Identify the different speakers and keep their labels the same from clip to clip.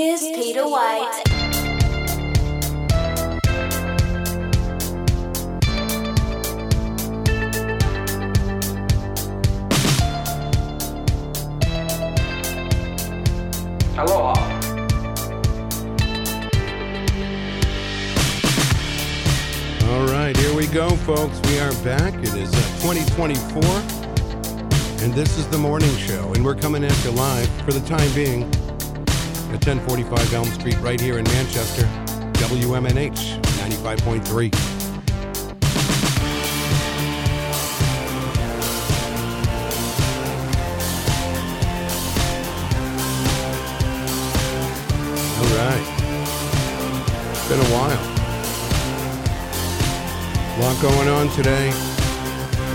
Speaker 1: Here's Peter White.
Speaker 2: Hello.
Speaker 3: All right, here we go, folks. We are back. It is uh, 2024, and this is the morning show, and we're coming at you live for the time being at 1045 Elm Street, right here in Manchester, WMNH 95.3. All right, it's been a while. Lot going on today.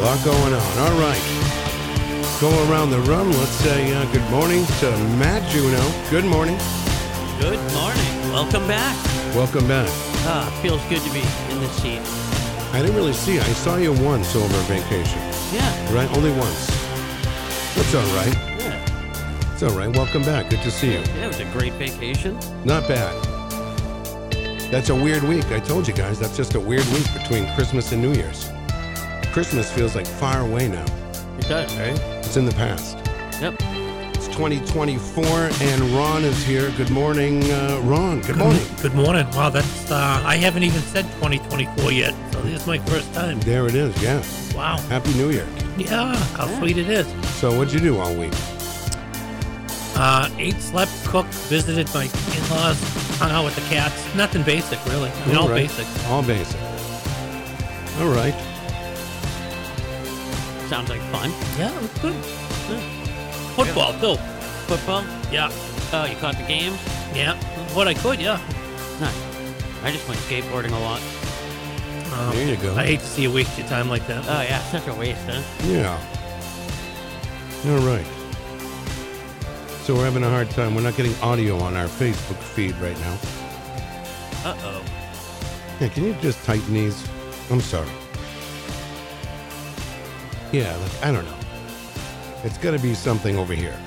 Speaker 3: Lot going on. All right. Go around the room. Let's say uh, good morning to Matt Juno. Good morning.
Speaker 4: Good morning. Welcome back.
Speaker 3: Welcome back.
Speaker 4: Ah, feels good to be in the seat.
Speaker 3: I didn't really see you. I saw you once over vacation,
Speaker 4: Yeah.
Speaker 3: right? Only once. That's all right.
Speaker 4: Yeah.
Speaker 3: It's all right. Welcome back. Good to see you.
Speaker 4: It was a great vacation.
Speaker 3: Not bad. That's a weird week. I told you guys, that's just a weird week between Christmas and New Year's. Christmas feels like far away now,
Speaker 4: It does.
Speaker 3: right? It's in the past.
Speaker 4: Yep.
Speaker 3: It's 2024, and Ron is here. Good morning, uh, Ron. Good morning.
Speaker 5: Good morning. Wow, that's uh, I haven't even said 2024 yet, so this is my first time.
Speaker 3: There it is. Yeah.
Speaker 5: Wow.
Speaker 3: Happy New Year.
Speaker 5: Yeah, how sweet it is.
Speaker 3: So, what'd you do all week?
Speaker 5: Uh, ate, slept, cooked, visited my in-laws, hung out with the cats. Nothing basic, really. I mean, all
Speaker 3: right.
Speaker 5: basic.
Speaker 3: All basic. All right.
Speaker 4: Sounds like fun.
Speaker 5: Yeah, it was good. Football too.
Speaker 4: Football.
Speaker 5: Yeah,
Speaker 4: Oh, you caught the games.
Speaker 5: yeah. What I could, yeah.
Speaker 4: Nice. I just went skateboarding a lot.
Speaker 5: Um,
Speaker 3: There you go.
Speaker 5: I hate to see you waste your time like that.
Speaker 4: Oh yeah, such a waste, huh?
Speaker 3: Yeah. All right. So, we're having a hard time. We're not getting audio on our Facebook feed right now.
Speaker 4: Uh oh.
Speaker 3: Yeah, can you just tighten these? I'm sorry. Yeah, like, I don't know. It's got to be something over here.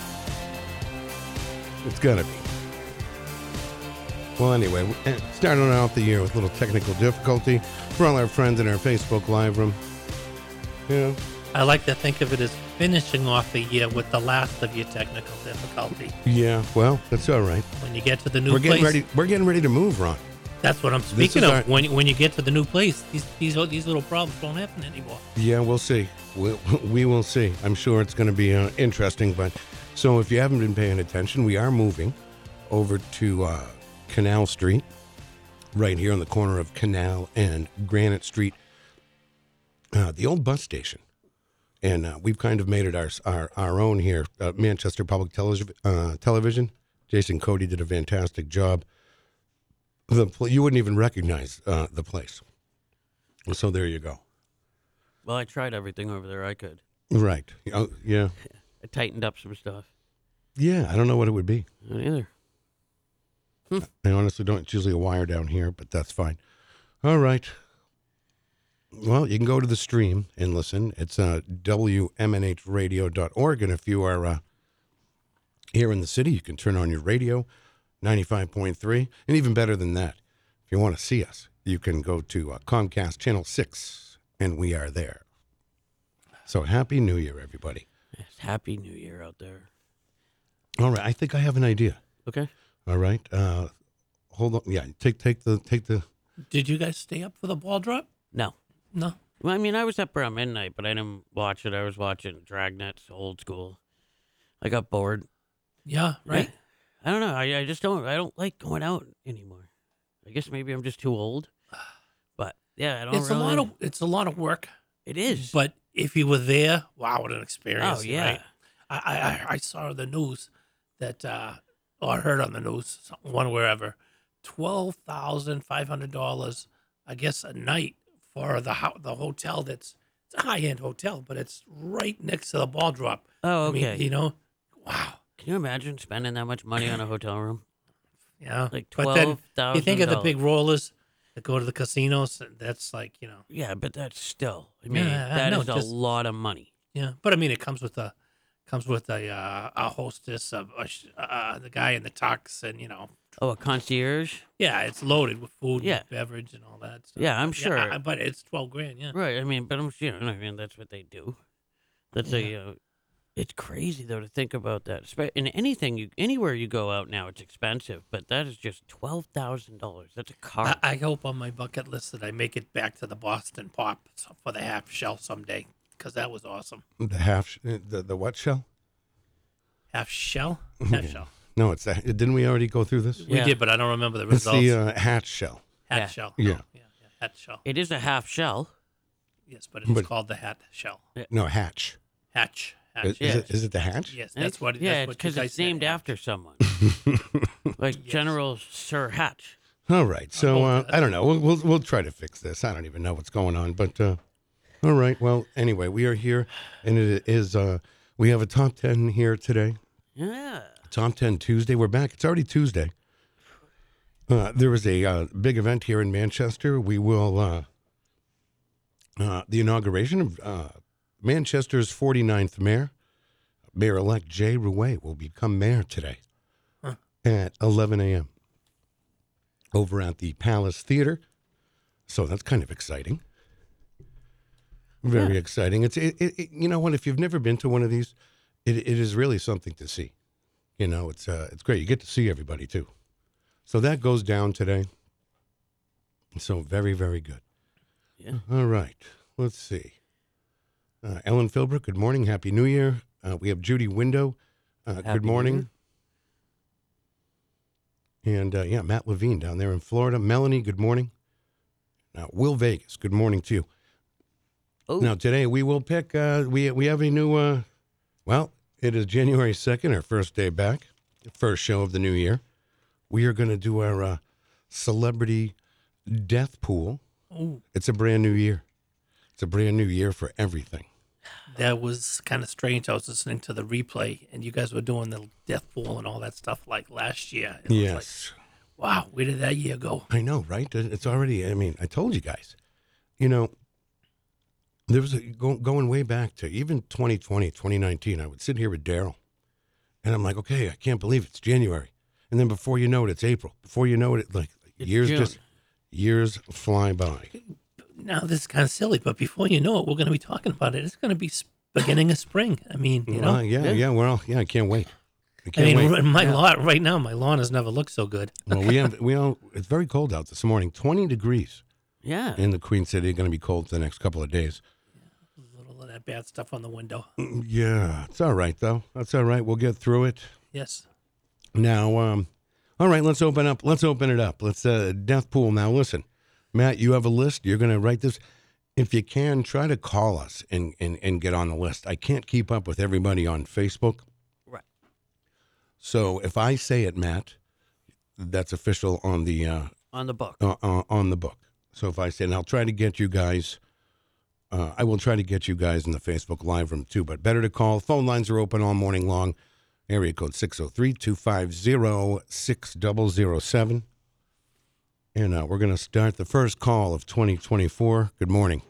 Speaker 3: It's got to be. Well, anyway, we- eh, starting off the year with a little technical difficulty for all our friends in our Facebook Live room. Yeah.
Speaker 5: I like to think of it as finishing off the year with the last of your technical difficulty.
Speaker 3: Yeah. Well, that's all right.
Speaker 5: When you get to the new
Speaker 3: We're
Speaker 5: place,
Speaker 3: getting ready. We're getting ready to move, Ron.
Speaker 5: That's what I'm speaking
Speaker 3: is
Speaker 5: of.
Speaker 3: our-
Speaker 5: When when you get to the new place, these these these little problems don't happen anymore.
Speaker 3: Yeah, we'll see. We, we will see. I'm sure it's going to be uh, interesting. But so if you haven't been paying attention, we are moving over to uh, Canal Street, right here on the corner of Canal and Granite Street, uh, the old bus station. And uh, we've kind of made it our our, our own here. Uh, Manchester Public Television. Uh, television. Jason Cody did a fantastic job. The pl- you wouldn't even recognize uh, the place. So there you go.
Speaker 4: Well, I tried everything over there I could.
Speaker 3: Right. Oh, yeah.
Speaker 4: I tightened up some stuff.
Speaker 3: Yeah. I don't know what it would be.
Speaker 4: Not either.
Speaker 3: I honestly don't. It's usually a wire down here, but that's fine. All right. Well, you can go to the stream and listen. It's uh, WMNHradio.org. And if you are uh, here in the city, you can turn on your radio, 95.3. And even better than that, if you want to see us, you can go to uh, Comcast Channel 6, and we are there. So happy new year, everybody.
Speaker 4: Yes, Happy New Year out there.
Speaker 3: All right. I think I have an idea.
Speaker 4: Okay.
Speaker 3: All right. Uh, hold on. Yeah, take take the take the.
Speaker 5: Did you guys stay up for the ball drop?
Speaker 4: No.
Speaker 5: No.
Speaker 4: Well, I mean, I was up around midnight, but I didn't watch it. I was watching Dragnet's old school. I got bored.
Speaker 5: Yeah. Right.
Speaker 4: I don't know. I, I just don't. I don't like going out anymore. I guess maybe I'm just too old. But yeah, I don't.
Speaker 5: It's a
Speaker 4: really,
Speaker 5: lot of it's a lot of work,
Speaker 4: It is.
Speaker 5: but if you were there, wow, what an experience!
Speaker 4: oh yeah.
Speaker 5: right? I, I I- I saw the news that uh, or heard on the news some- one wherever twelve thousand five hundred dollars, I guess a night for the ho- the hotel that's it's a high end hotel, but it's right next to the ball drop.
Speaker 4: Oh
Speaker 5: I mean,
Speaker 4: okay.
Speaker 5: you know, wow.
Speaker 4: Can you imagine spending that much money on a hotel room?
Speaker 5: Yeah,
Speaker 4: Like
Speaker 5: But then
Speaker 4: twelve thousand.
Speaker 5: You think of the big rollers that go to the casinos. That's like you know,
Speaker 4: Yeah, but that's still. I mean,
Speaker 5: Yeah, I
Speaker 4: that
Speaker 5: know,
Speaker 4: is
Speaker 5: just-
Speaker 4: a lot of money.
Speaker 5: yeah. But I mean, it comes with a comes with a uh, a hostess, a, a sh- uh, the guy in the tux, and you know,
Speaker 4: Oh, a concierge.
Speaker 5: Yeah, it's loaded with food,
Speaker 4: Yeah.
Speaker 5: and beverage, and all that stuff.
Speaker 4: Yeah, I'm sure.
Speaker 5: I- but it's twelve grand. Yeah.
Speaker 4: Right. I mean, but I'm you know, I mean, that's what they do. That's a. Uh, it's crazy though to think about that. Spe- In anything you, anywhere you go out now, it's expensive. But that is just twelve thousand dollars. That's a car.
Speaker 5: I, I hope on my bucket list that I make it back to the Boston Pop so- for the half shell someday, because that was awesome.
Speaker 3: The half, sh- the, the what shell?
Speaker 5: Half shell, half shell.
Speaker 3: No, it's that. Didn't we already go through this?
Speaker 5: We
Speaker 4: Yeah.
Speaker 5: did, but I don't remember the
Speaker 3: It's
Speaker 5: results.
Speaker 3: the uh, hatch shell.
Speaker 5: hat
Speaker 4: Yeah.
Speaker 5: shell.
Speaker 3: Yeah.
Speaker 5: Oh, yeah, yeah, hat shell.
Speaker 4: it is a half shell.
Speaker 5: Yes, but it's
Speaker 3: But-
Speaker 5: called the hat shell.
Speaker 3: No, hatch.
Speaker 5: Hatch. Hatch.
Speaker 3: Is, is
Speaker 4: Yeah.
Speaker 3: it, is it the hatch?
Speaker 5: yes,
Speaker 4: And
Speaker 5: that's
Speaker 4: it's-
Speaker 5: what.
Speaker 4: Yeah,
Speaker 5: that's what you
Speaker 4: because
Speaker 5: guys
Speaker 4: it's
Speaker 5: said,
Speaker 4: named
Speaker 5: yeah.
Speaker 4: after someone, like General Sir Hatch.
Speaker 3: All right. So
Speaker 5: Oh,
Speaker 3: uh,
Speaker 5: that's-
Speaker 3: I don't know. We'll, we'll we'll try to fix this. I don't even know what's going on, but uh, all right. Well, anyway, we are here, and it is uh, we have a top ten here today.
Speaker 4: Yeah.
Speaker 3: Top 10 Tuesday. We're back. It's already Tuesday. Uh, there was a uh, big event here in Manchester. We will, uh, uh, the inauguration of uh, Manchester's 49th mayor, Mayor elect Jay Rouet, will become mayor today
Speaker 5: Huh.
Speaker 3: at 11 a.m. over at the Palace Theater. So that's kind of exciting. Very exciting. It's it, it, it- you know what? If you've never been to one of these, it, it is really something to see. You know, it's uh, it's great. You get to see everybody too. So that goes down today. So very very good.
Speaker 4: Yeah.
Speaker 3: All right. Let's see. Uh, Ellen Philbrook. Good morning. Happy New Year. Uh, we have Judy Window. Uh,
Speaker 4: Happy
Speaker 3: good
Speaker 4: New
Speaker 3: morning. And uh, yeah, Matt Levine down there in Florida. Melanie. Good morning. Now Will Vegas. Good morning to you.
Speaker 4: Oh.
Speaker 3: Now today we will pick. Uh, we we have a new. Uh, well, it is January second, our first day back, first show of the new year. We are going to do our uh, celebrity death pool.
Speaker 5: Ooh,
Speaker 3: It's a brand new year. It's a brand new year for everything.
Speaker 5: that was kind of strange. I was listening to the replay, and you guys were doing the death pool and all that stuff like last year. It was like,
Speaker 3: yes,
Speaker 5: wow, where did that year go?
Speaker 3: I know, right? It- It's already. I mean, I told you guys. You know, there was a, go, going way back to even 2020, 2019. I would sit here with Daryl, and I'm like, okay, I can't believe it's January, and then before you know it, it's April. Before you know it, it like
Speaker 4: It's
Speaker 3: years
Speaker 4: June.
Speaker 3: just years fly by.
Speaker 5: Now this is kind of silly, but before you know it, we're going to be talking about it. It's going to be s- beginning of spring. I mean, you know,
Speaker 3: Uh, yeah, yeah,
Speaker 4: Yeah.
Speaker 3: We're all yeah. I can't wait. I
Speaker 5: I
Speaker 3: can't
Speaker 5: mean,
Speaker 3: wait.
Speaker 5: r- my lawn right now, my lawn has never looked so good.
Speaker 3: well, we have we all. It's very cold out this morning. 20 degrees
Speaker 4: Yeah.
Speaker 3: in the Queen City. Going to be cold for the next couple of days.
Speaker 5: A little of that bad stuff on the window.
Speaker 3: Mm. Yeah, it's all right though. That's all right. We'll get through it.
Speaker 5: Yes.
Speaker 3: Now, um, all right, let's open up. Let's open it up. Let's uh, death pool. Now, listen, Matt, you have a list. You're going to write this. If you can, try to call us and, and and get on the list. I can't keep up with everybody on Facebook.
Speaker 4: Right.
Speaker 3: So if I say it, Matt, that's official on the uh,
Speaker 4: On the book.
Speaker 3: uh, uh, on the book. So if I say, and I'll try to get you guys, uh, I will try to get you guys in the Facebook live room too, but better to call. Phone lines are open all morning long. Area code 603 250 6007. And uh, we're going to start the first call of 2024. Good morning.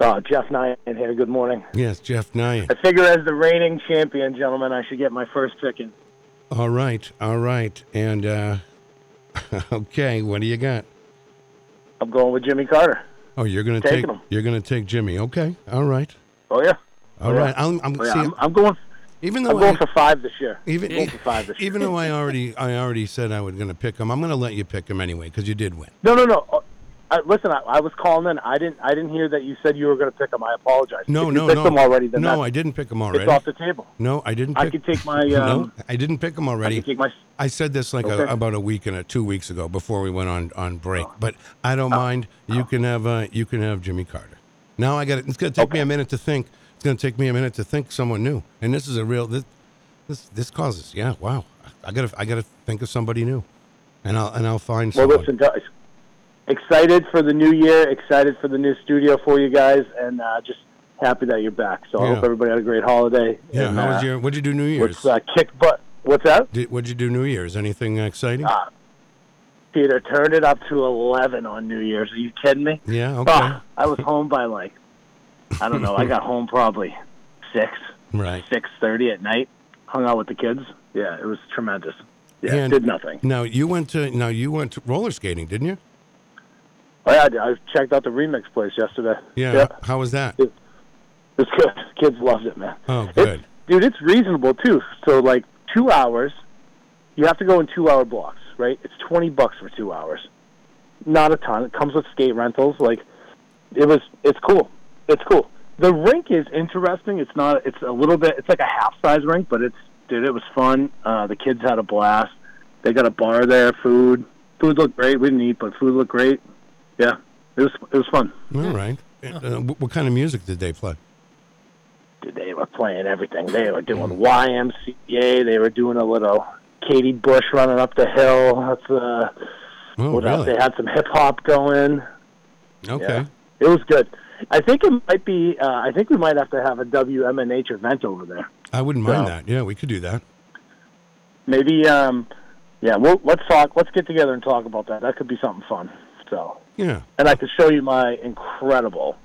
Speaker 1: Uh, Jeff Nyan here. Good morning.
Speaker 3: Yes, Jeff Nye.
Speaker 1: I figure as the reigning champion, gentlemen, I should get my first pick in.
Speaker 3: All right, all right. And uh, okay, what do you got?
Speaker 1: I'm going with Jimmy Carter.
Speaker 3: Oh, you're going to
Speaker 1: Taking
Speaker 3: take
Speaker 1: him.
Speaker 3: you're going to take Jimmy. Okay, all right,
Speaker 1: Oh yeah.
Speaker 3: all
Speaker 1: Yeah.
Speaker 3: right. I'm, I'm,
Speaker 1: Oh, yeah.
Speaker 3: see,
Speaker 1: I'm, I'm going.
Speaker 3: even
Speaker 1: I'm
Speaker 3: though I,
Speaker 1: going for five this year.
Speaker 3: Even
Speaker 1: I'm going for five this year.
Speaker 3: even though I already I already said I was going to pick him, I'm going to let you pick him anyway because you did win.
Speaker 1: No, no, no. Uh, I, listen, I, I was calling in. I didn't. I didn't hear that you said you were going to pick him. I apologize.
Speaker 3: No,
Speaker 1: if
Speaker 3: no,
Speaker 1: you picked
Speaker 3: no.
Speaker 1: him already. Then
Speaker 3: no, I
Speaker 1: that's,
Speaker 3: didn't pick him
Speaker 1: it's
Speaker 3: already.
Speaker 1: off the table.
Speaker 3: no, I didn't. Pick,
Speaker 1: I could take my. Um,
Speaker 3: no, I didn't pick him
Speaker 1: I
Speaker 3: already.
Speaker 1: could take my.
Speaker 3: I said this like a,
Speaker 1: Okay. Oh.
Speaker 3: about a week and a, two weeks ago before we went on on break. But I don't mind. You can have uh, you can have Jimmy Carter. Now I got it. It's going to take me a minute to think. It's going to take me a minute to think someone new. And this is a real this this this causes. Yeah, wow. I got to I got to think of somebody new, and I'll and I'll find
Speaker 1: Well,
Speaker 3: someone.
Speaker 1: listen, guys. Excited for the new year. Excited for the new studio for you guys, and uh, just happy that you're back. So I
Speaker 3: Yeah.
Speaker 1: hope everybody had a great holiday.
Speaker 3: Yeah,
Speaker 1: and,
Speaker 3: how was
Speaker 1: uh,
Speaker 3: your? What'd you do New Year's?
Speaker 1: What's uh, kick butt? What's that?
Speaker 3: Did, what'd you do New Year's? Anything exciting?
Speaker 1: Ah. Peter, turn it up to eleven on New Year's. Are you kidding me?
Speaker 3: yeah. Okay.
Speaker 1: Ah, I was home by like, I don't know. I got home probably six,
Speaker 3: Right.
Speaker 1: six thirty at night. Hung out with the kids. Yeah, it was tremendous. Yeah,
Speaker 3: And-
Speaker 1: did nothing.
Speaker 3: Now you went to now you went to roller skating, didn't you?
Speaker 1: Oh, yeah, I, did. I checked out the remix place yesterday.
Speaker 3: How was that?
Speaker 1: It's good. Kids loved it, man.
Speaker 3: Oh,
Speaker 1: It's-
Speaker 3: good.
Speaker 1: dude, it's reasonable too. So like two hours, you have to go in two hour blocks, right? It's twenty bucks for two hours. Not a ton. It comes with skate rentals. Like it was. It's cool. It's cool. The rink is interesting. It's not. It's a little bit. It's like a half size rink, but it's dude. It was fun. Uh, the kids had a blast. They got a bar there. Food. Food looked great. We didn't eat, but food looked great. Yeah, it was. It was fun.
Speaker 3: All right. Uh, wh- what kind of music did they play?
Speaker 1: Dude, they were playing everything. They were doing YMCA. They were doing a little Katie Bush running up the hill. That's uh,
Speaker 3: Oh,
Speaker 1: what else?
Speaker 3: really?
Speaker 1: They had some hip hop going.
Speaker 3: Okay.
Speaker 1: It was good. I think it might be. Uh, I think we might have to have a WMNH event over there.
Speaker 3: I wouldn't mind
Speaker 1: So-
Speaker 3: that. Yeah, we could do that.
Speaker 1: Maybe. Um, yeah. We'll, let's talk. Let's get together and talk about that. That could be something fun. So,
Speaker 3: Yeah.
Speaker 1: and I could show you my incredible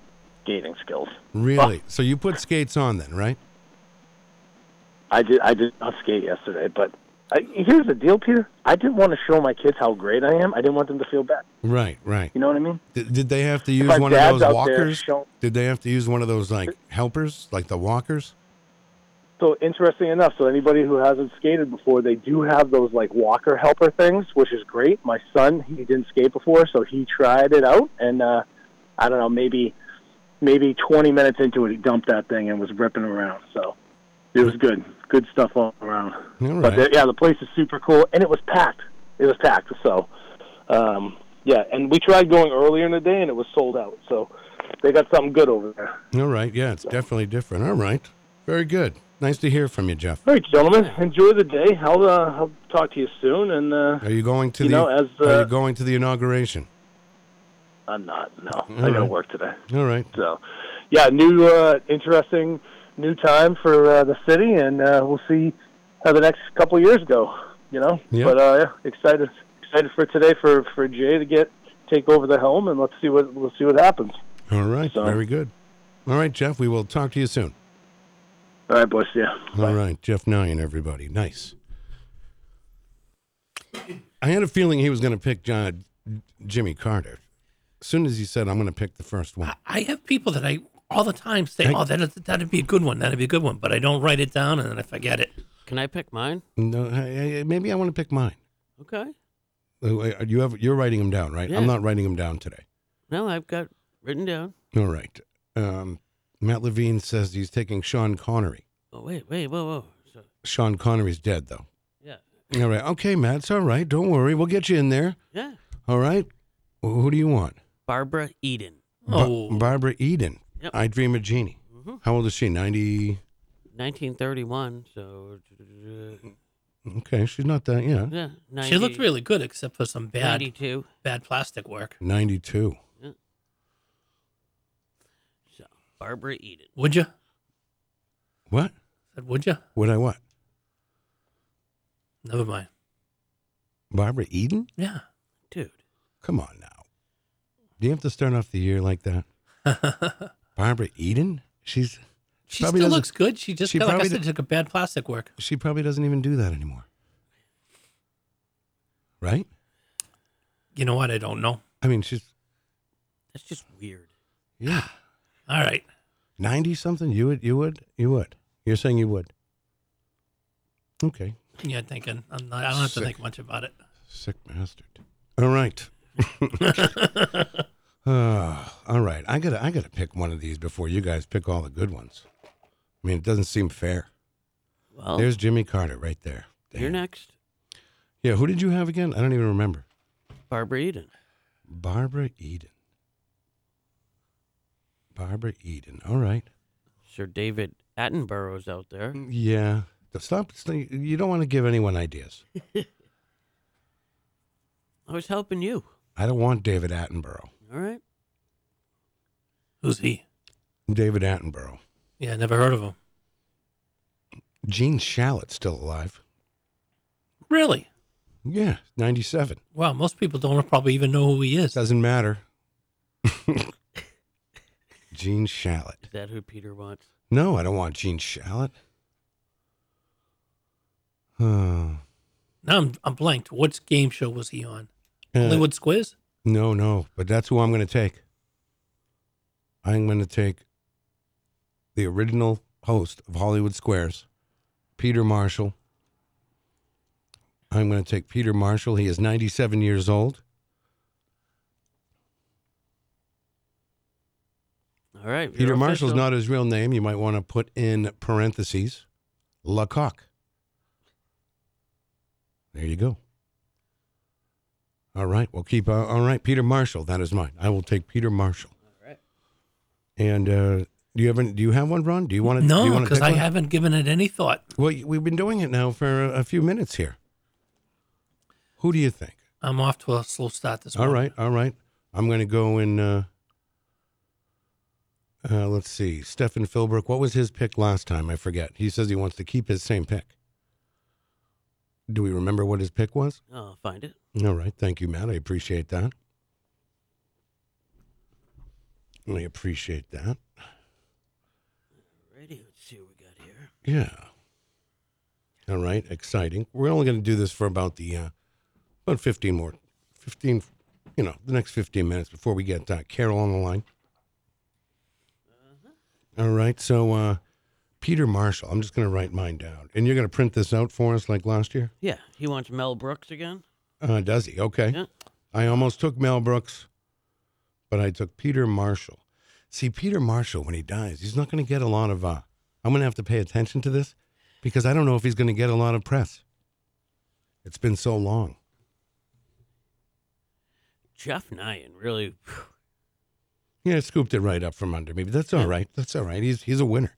Speaker 1: skating skills.
Speaker 3: Really? So you put skates on then, right?
Speaker 1: I did. I did not skate yesterday, but I, here's the deal, Peter. I didn't want to show my kids how great I am. I didn't want them to feel bad.
Speaker 3: Right, right.
Speaker 1: You know what I mean?
Speaker 3: Did, did they have to use
Speaker 1: my
Speaker 3: one of
Speaker 1: dad's
Speaker 3: those
Speaker 1: out there
Speaker 3: walkers?
Speaker 1: showing-
Speaker 3: Did they have to use one of those like helpers, like the walkers?
Speaker 1: So interesting enough. So anybody who hasn't skated before, they do have those like walker helper things, which is great. My son, he didn't skate before, so he tried it out, and uh, I don't know, maybe maybe 20 minutes into it, he dumped that thing and was ripping around. So it was good, good stuff all around.
Speaker 3: All right.
Speaker 1: But the, yeah, the place is super cool, and it was packed. It was packed. So, um, yeah, and we tried going earlier in the day, and it was sold out. So they got something good over there.
Speaker 3: All right. Yeah, it's definitely different. All right. Very good. Nice to hear from you, Jeff.
Speaker 1: All right, gentlemen, enjoy the day. I'll, uh, I'll talk to you soon, and uh,
Speaker 3: Are you going to
Speaker 1: You
Speaker 3: the
Speaker 1: know, as,
Speaker 3: Are
Speaker 1: uh,
Speaker 3: you going to the inauguration?
Speaker 1: I'm not. No, I
Speaker 3: All
Speaker 1: got to
Speaker 3: right.
Speaker 1: work today.
Speaker 3: All right.
Speaker 1: So, yeah, new, uh, interesting, new time for uh, the city, and uh, we'll see how the next couple of years go. You know,
Speaker 3: Yeah.
Speaker 1: but uh, yeah, excited, excited for today for for Jay to get take over the helm, and let's see what let's see what happens.
Speaker 3: All right.
Speaker 1: So-
Speaker 3: Very good. All right, Jeff, we will talk to you soon.
Speaker 1: All right, boys. Yeah.
Speaker 3: All right, Jeff Nyan, everybody. Nice. I had a feeling he was going to pick John, Jimmy Carter. As soon as he said, I'm going to pick the first one.
Speaker 1: Ah.
Speaker 5: I, I have people that I all the time say,
Speaker 3: I-
Speaker 5: "Oh, that that'd be a good one. That'd be a good one," but I don't write it down and then I forget it.
Speaker 4: Can I pick mine?
Speaker 3: No, I- I- maybe I want to pick mine.
Speaker 4: Okay.
Speaker 3: Uh, wait, You have, you're writing them down, right?
Speaker 4: Yeah.
Speaker 3: I'm not writing them down today.
Speaker 4: No, I've got written down.
Speaker 3: All right. Um, Matt Levine says he's taking Sean Connery.
Speaker 4: Oh wait, wait, whoa, whoa. So
Speaker 3: Sean Connery's dead, though.
Speaker 4: yeah,
Speaker 3: All right. Okay, Matt. It's all right. Don't worry. We'll get you in there.
Speaker 4: yeah.
Speaker 3: All right. Wh- Who do you want?
Speaker 4: Barbara Eden,
Speaker 3: Ba-
Speaker 5: Oh,
Speaker 3: Barbara Eden.
Speaker 4: Yep.
Speaker 3: I Dream of Jeannie.
Speaker 4: Mhm.
Speaker 3: How old is she? 90-
Speaker 4: 1931. So uh,
Speaker 3: Okay, she's not that, yeah.
Speaker 4: yeah, 90,
Speaker 5: she looked really good except for some bad
Speaker 4: 92.
Speaker 5: bad plastic work.
Speaker 3: 92.
Speaker 4: So Barbara Eden.
Speaker 5: Would you?
Speaker 3: What?
Speaker 5: Said, would you?
Speaker 3: Would I what?
Speaker 5: Never mind.
Speaker 3: Barbara Eden?
Speaker 5: Yeah.
Speaker 4: Dude,
Speaker 3: Come on now. Do you have to start off the year like that? Barbara Eden? She's
Speaker 5: she
Speaker 3: Probably
Speaker 5: still
Speaker 3: doesn't-
Speaker 5: looks good. She just
Speaker 3: she
Speaker 5: kinda, like I
Speaker 3: probably
Speaker 5: said,
Speaker 3: d-
Speaker 5: took a bad plastic work.
Speaker 3: she probably doesn't even do that anymore. Right?
Speaker 5: You know what? I don't know.
Speaker 3: I mean, she's
Speaker 4: that's just weird.
Speaker 3: yeah,
Speaker 5: All right.
Speaker 3: 90 something. You would you would you would. You're saying you would. Okay.
Speaker 5: Yeah, thinking. I'm not, I don't have to
Speaker 3: Sick.
Speaker 5: think much about it.
Speaker 3: Sick bastard. All right. uh, all right. I gotta I gotta pick one of these before you guys pick all the good ones. I mean, it doesn't seem fair.
Speaker 4: Well,
Speaker 3: There's Jimmy Carter right there.
Speaker 4: Oh. you're
Speaker 3: Damn.
Speaker 4: next,
Speaker 3: Yeah, who did you have again? I don't even remember.
Speaker 4: Barbara Eden.
Speaker 3: Barbara Eden. Barbara Eden. All right.
Speaker 4: Sir David Attenborough's out there.
Speaker 3: Hmm. Yeah. Stop. You don't want to give anyone ideas.
Speaker 4: I was Oh, helping you.
Speaker 3: I don't want David Attenborough.
Speaker 4: All right.
Speaker 5: Who's he?
Speaker 3: David Attenborough.
Speaker 5: Yeah, never heard of him.
Speaker 3: Gene Shalit still alive.
Speaker 5: Really?
Speaker 3: Yeah, 97.
Speaker 5: Wow, most people don't probably even know who he is.
Speaker 3: Doesn't matter. Gene Shalit.
Speaker 4: Is that who Peter wants?
Speaker 3: No, I don't want Gene Shalit. Oh.
Speaker 5: Now I'm, I'm blanked. What game show was he on?
Speaker 3: Uh,
Speaker 5: Hollywood Squiz?
Speaker 3: No, no, but that's who I'm going to take. I'm going to take the original host of Hollywood Squares, Peter Marshall. I'm going to take Peter Marshall. He is 97 years old.
Speaker 4: All right.
Speaker 3: Peter
Speaker 4: you're
Speaker 3: Marshall's
Speaker 4: official.
Speaker 3: not his real name. You might want to put in parentheses Lecoq. There you go. All right. We'll keep. Uh, all right. Peter Marshall. That is mine. I will take Peter Marshall.
Speaker 4: All right.
Speaker 3: And uh, do you have any, do you have one, Ron? Do you want to? do you
Speaker 5: No,
Speaker 3: wanna
Speaker 5: because
Speaker 3: pick
Speaker 5: I
Speaker 3: one?
Speaker 5: haven't given it any thought.
Speaker 3: Well, we've been doing it now for a, a few minutes here. Who do you think?
Speaker 5: I'm off to a slow start this
Speaker 3: All
Speaker 5: morning.
Speaker 3: right, all right. I'm going to go in. Uh, uh, let's see, Stefan Philbrook. What was his pick last time? I forget. He says he wants to keep his same pick. Do we remember what his pick was?
Speaker 4: Oh, I'll find it.
Speaker 3: All right, thank you, Matt. I appreciate that. I appreciate that.
Speaker 4: Ready? Let's see what we got here.
Speaker 3: Yeah. All right, exciting. We're only going to do this for about the uh, about fifteen more, fifteen, you know, the next fifteen minutes before we get uh, Carol on the line. All right, so uh, Peter Marshall. I'm just going to write mine down, and you're going to print this out for us like last year.
Speaker 4: Yeah, he wants Mel Brooks again.
Speaker 3: Uh, does he? Okay.
Speaker 4: Yeah.
Speaker 3: I almost took Mel Brooks, but I took Peter Marshall. See, Peter Marshall, when he dies, he's not going to get a lot of. Uh, I'm going to have to pay attention to this because I don't know if he's going to get a lot of press. It's been so long.
Speaker 4: Jeff Nyan really. phew,
Speaker 3: Yeah, scooped it right up from under me. But that's all
Speaker 4: Yeah.
Speaker 3: right. That's all right. He's he's a winner.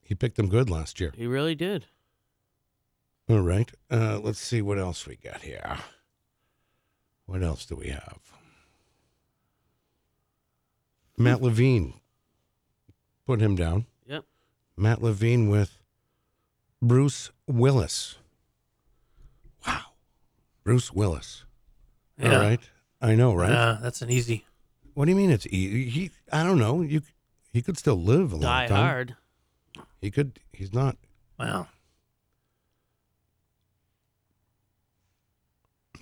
Speaker 3: He picked them good last year.
Speaker 4: He really did.
Speaker 3: All right. Uh, let's see what else we got here. What else do we have? Matt Levine. Put him down.
Speaker 4: Yep.
Speaker 3: Matt Levine with Bruce Willis. Wow. Bruce Willis.
Speaker 5: Yeah.
Speaker 3: All right. I know, right?
Speaker 5: Yeah, that's an easy.
Speaker 3: What do you mean it's easy? He, I don't know. You, he could still live a long
Speaker 4: Die
Speaker 3: time.
Speaker 4: hard.
Speaker 3: He could. He's not.
Speaker 5: Wow.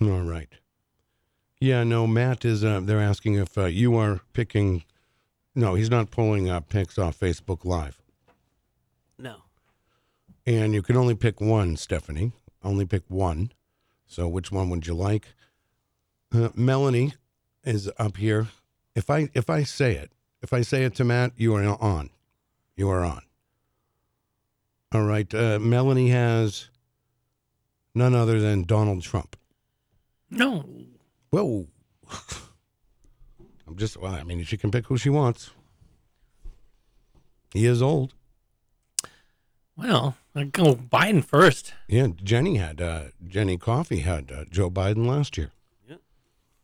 Speaker 3: All right. Yeah, no, Matt is. Uh, they're asking if uh, you are picking. No, he's not pulling uh, picks off Facebook Live,
Speaker 4: No.
Speaker 3: and you can only pick one, Stephanie. Only pick one. So, which one would you like? Uh, Melanie is up here. If I if I say it, if I say it to Matt, you are on. You are on. All right. Uh, Melanie has none other than Donald Trump.
Speaker 5: No.
Speaker 3: Whoa. I'm just, well, I mean, she can pick who she wants. He is old.
Speaker 5: Well, I go Biden first.
Speaker 3: Yeah, Jenny had, uh, Jenny Coffee had uh, Joe Biden last year.
Speaker 4: Yeah.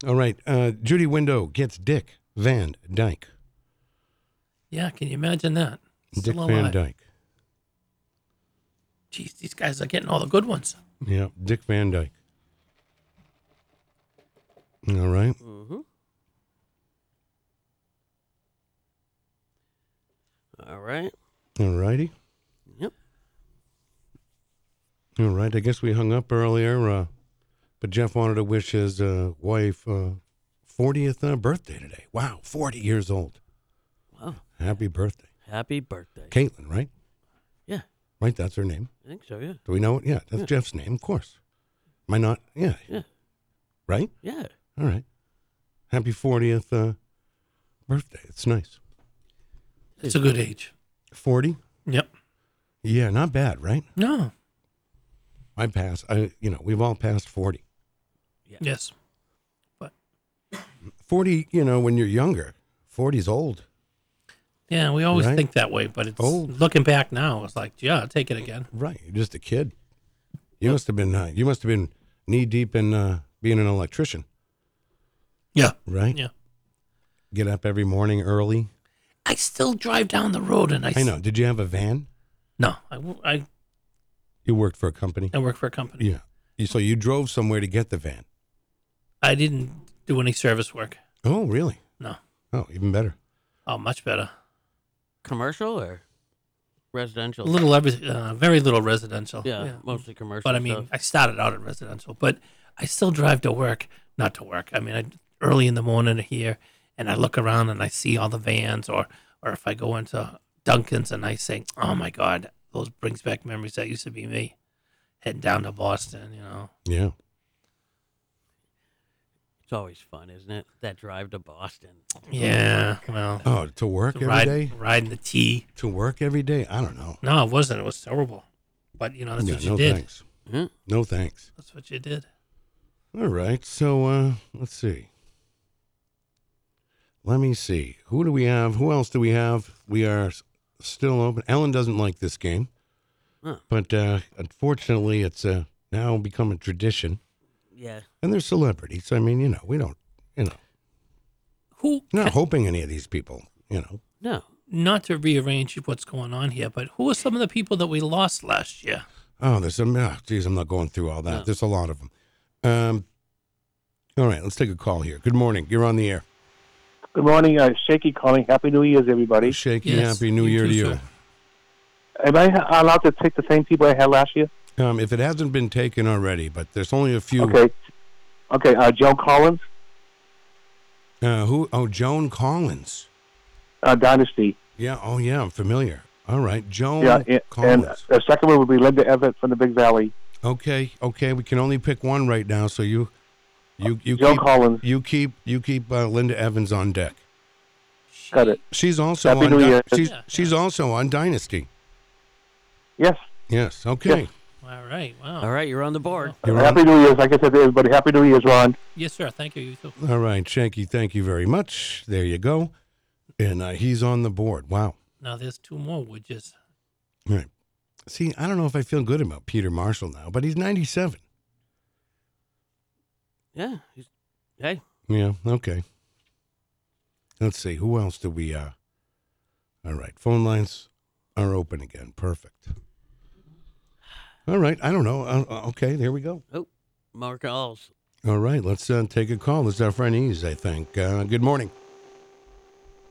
Speaker 3: All right. Uh, Judy Window gets Dick Van Dyke.
Speaker 5: Yeah, can you imagine that?
Speaker 3: Dick
Speaker 5: Still
Speaker 3: Van
Speaker 5: alive.
Speaker 3: Dyke.
Speaker 5: Jeez, these guys are getting all the good ones.
Speaker 3: Yeah, Dick Van Dyke. All right.
Speaker 4: Mm-hmm. All right.
Speaker 3: All righty.
Speaker 4: Yep.
Speaker 3: All right. I guess we hung up earlier, uh, but Jeff wanted to wish his uh, wife uh, 40th uh, birthday today. Wow, 40 years old.
Speaker 4: Wow.
Speaker 3: Happy birthday.
Speaker 4: Happy birthday.
Speaker 3: Caitlin, right?
Speaker 4: Yeah,
Speaker 3: Right? That's her name.
Speaker 4: I think so. Yeah.
Speaker 3: Do we know it? Yeah, that's Jeff's name, of course. Am I not? Yeah.
Speaker 4: Yeah.
Speaker 3: Right?
Speaker 4: Yeah.
Speaker 3: All right. Happy 40th uh, birthday. It's nice.
Speaker 5: It's a good age.
Speaker 3: 40?
Speaker 5: Yep.
Speaker 3: Yeah, not bad, right?
Speaker 5: No.
Speaker 3: I pass. I, you know, we've all passed 40.
Speaker 5: Yes.
Speaker 3: 40, you know, when you're younger, 40's old.
Speaker 5: Yeah, we always
Speaker 3: Right. Oh.
Speaker 5: think that way, but it's
Speaker 3: Old.
Speaker 5: looking back now. It's like, yeah, I'll take it again.
Speaker 3: Right, you're just a kid. You must have been uh, you must have been knee deep in uh, being an electrician,
Speaker 5: Yeah.
Speaker 3: right?
Speaker 5: Yeah.
Speaker 3: Get up every morning early.
Speaker 5: I still drive down the road and I.
Speaker 3: I
Speaker 5: s-
Speaker 3: know. Did you have a van?
Speaker 5: No, I, w- I,
Speaker 3: You worked for a company.
Speaker 5: I work for a company.
Speaker 3: Yeah. You, so you drove somewhere to get the van.
Speaker 5: I didn't do any service work.
Speaker 3: Oh, really?
Speaker 5: No.
Speaker 3: Oh, even better.
Speaker 5: Oh, much better.
Speaker 4: Commercial or residential.
Speaker 5: little every, uh, very little residential.
Speaker 4: yeah, mostly commercial.
Speaker 5: But I mean,
Speaker 4: stuff.
Speaker 5: I started out at residential, but I still drive to work, not to work. I mean, I, early in the morning here, and I look around and I see all the vans, or or if I go into Dunkin's and I say, "Oh my God, those brings back memories that used to be me," heading down to Boston, you know.
Speaker 3: Yeah.
Speaker 4: it's always fun, isn't it? That drive to Boston.
Speaker 5: Yeah, well,
Speaker 3: Oh, to work every day.
Speaker 5: ride, riding the T.
Speaker 3: To work every day. I don't know.
Speaker 5: No, it wasn't. It was terrible. But you know, that's
Speaker 3: Yeah,
Speaker 5: what you
Speaker 3: no
Speaker 5: did.
Speaker 3: thanks.
Speaker 4: Hmm?
Speaker 3: No thanks.
Speaker 5: That's what you did.
Speaker 3: All right. So uh, let's see. Let me see. Who do we have? Who else do we have? We are s- still open. Ellen doesn't like this game,
Speaker 4: Huh.
Speaker 3: but uh, unfortunately, it's uh, now become a tradition.
Speaker 4: Yeah.
Speaker 3: And they're celebrities. I mean, you know, we don't, you know,
Speaker 5: Who
Speaker 3: we're not hoping any of these people, you know.
Speaker 4: No.
Speaker 5: not to rearrange what's going on here, but who are some of the people that we lost last year?
Speaker 3: Oh, there's some. Oh, geez, I'm not going through all that.
Speaker 4: No.
Speaker 3: There's a lot of them. Um, all right, let's take a call here. Good morning. You're on the air.
Speaker 1: Good morning, uh, Shaky calling. Happy New Year's, everybody.
Speaker 3: Shaky,
Speaker 5: Yes,
Speaker 3: happy New
Speaker 5: you
Speaker 3: Year
Speaker 5: too,
Speaker 3: to
Speaker 5: sir.
Speaker 1: Am I allowed to pick the same people I had last year?
Speaker 3: you. Um, if it hasn't been taken already, but there's only a few.
Speaker 1: Okay. Okay, uh, Joe Collins,
Speaker 3: Uh, who? Oh, Joan Collins.
Speaker 1: uh, Dynasty.
Speaker 3: Yeah. Oh, yeah. I'm familiar. All right, Joan
Speaker 1: yeah, and, and
Speaker 3: Collins.
Speaker 1: the second one would be Linda Everett from the Big Valley.
Speaker 3: okay. Okay. We can only pick one right now, so you, you, you
Speaker 1: Joe
Speaker 3: keep,
Speaker 1: Collins,
Speaker 3: you keep, you keep uh, Linda Evans on deck.
Speaker 1: got it.
Speaker 3: She's also
Speaker 1: Happy
Speaker 3: on.
Speaker 1: New
Speaker 3: Dy-
Speaker 1: Year.
Speaker 3: She's
Speaker 5: Yeah.
Speaker 3: she's also on Dynasty.
Speaker 1: Yes.
Speaker 3: Yes. Okay.
Speaker 5: All right. Wow.
Speaker 4: All right, you're on the
Speaker 5: Oh.
Speaker 4: board.
Speaker 3: You're on.
Speaker 1: Uh, Happy New Year's. Like I said to everybody, Happy New Year's, Ron.
Speaker 5: Yes, sir. Thank you. You too.
Speaker 3: All right, Shanky, thank you very much. There you go. And uh, he's on the board. Wow.
Speaker 5: Now there's two more widgets.
Speaker 3: All right. See, I don't know if I feel good about Peter Marshall now, but he's 97.
Speaker 4: Yeah. he's- Hey,
Speaker 3: Yeah, okay. Let's see. Who else do we. Uh... All right. Phone lines are open again. Perfect. All right. I don't know. Uh, Uh, okay, there we go.
Speaker 4: Mark Alls.
Speaker 3: All right. Let's uh, take a call. This is our friend Ease, I think. Uh, good morning.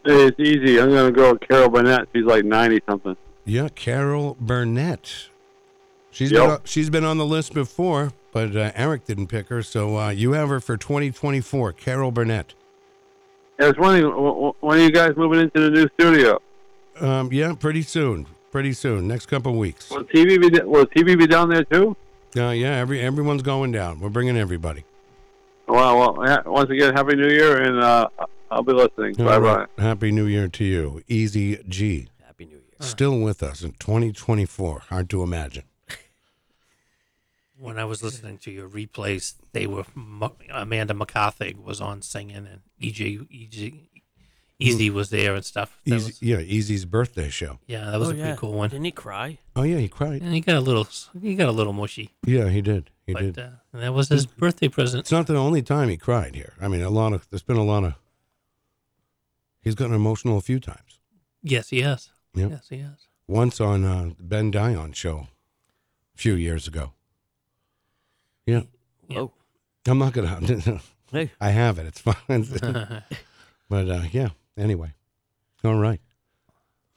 Speaker 2: Hey, It's easy. I'm gonna go with Carol Burnett. She's like ninety something.
Speaker 3: Yeah, Carol Burnett. She's
Speaker 2: Yep.
Speaker 3: been on, she's been on the list before, but uh, Eric didn't pick her, so uh, you have her for 2024. Carol Burnett.
Speaker 2: I was wondering, wh- wh- when are you guys moving into the new studio?
Speaker 3: Um, yeah, pretty soon, pretty soon, next couple weeks.
Speaker 2: Will TV be will TV be down there too?
Speaker 3: Uh, yeah, every everyone's going down. We're bringing everybody.
Speaker 2: Well, well. ha- Once again, Happy New Year, and uh, I'll be listening. Bye
Speaker 3: All
Speaker 2: bye.
Speaker 3: right. Happy New Year to you, Easy G.
Speaker 4: Happy New Year.
Speaker 3: Still with us in 2024. Hard to imagine.
Speaker 5: When I was listening to your replays, they were M- Amanda McCarthy was on singing, and E EJ EJ Easy was there and stuff. That
Speaker 3: Easy,
Speaker 5: was-
Speaker 3: yeah, Easy's birthday show.
Speaker 5: yeah, that was
Speaker 4: Oh,
Speaker 5: a pretty
Speaker 4: yeah.
Speaker 5: cool one.
Speaker 4: Didn't he cry?
Speaker 3: Oh yeah, he cried.
Speaker 5: And he got a little he got a little mushy,
Speaker 3: Yeah, he did. He
Speaker 5: but
Speaker 3: did.
Speaker 5: Uh, and that was his birthday present.
Speaker 3: It's not the only time he cried here. I mean, a lot of there's been a lot of. He's gotten emotional a few times.
Speaker 5: Yes, he has.
Speaker 3: Yep.
Speaker 5: Yes, he has.
Speaker 3: Once on uh, Ben Dion show, a few years ago. Yeah,
Speaker 5: Yeah.
Speaker 4: Whoa.
Speaker 3: I'm not gonna.
Speaker 4: Hey.
Speaker 3: I have it. It's fine. but uh, yeah. Anyway, all right,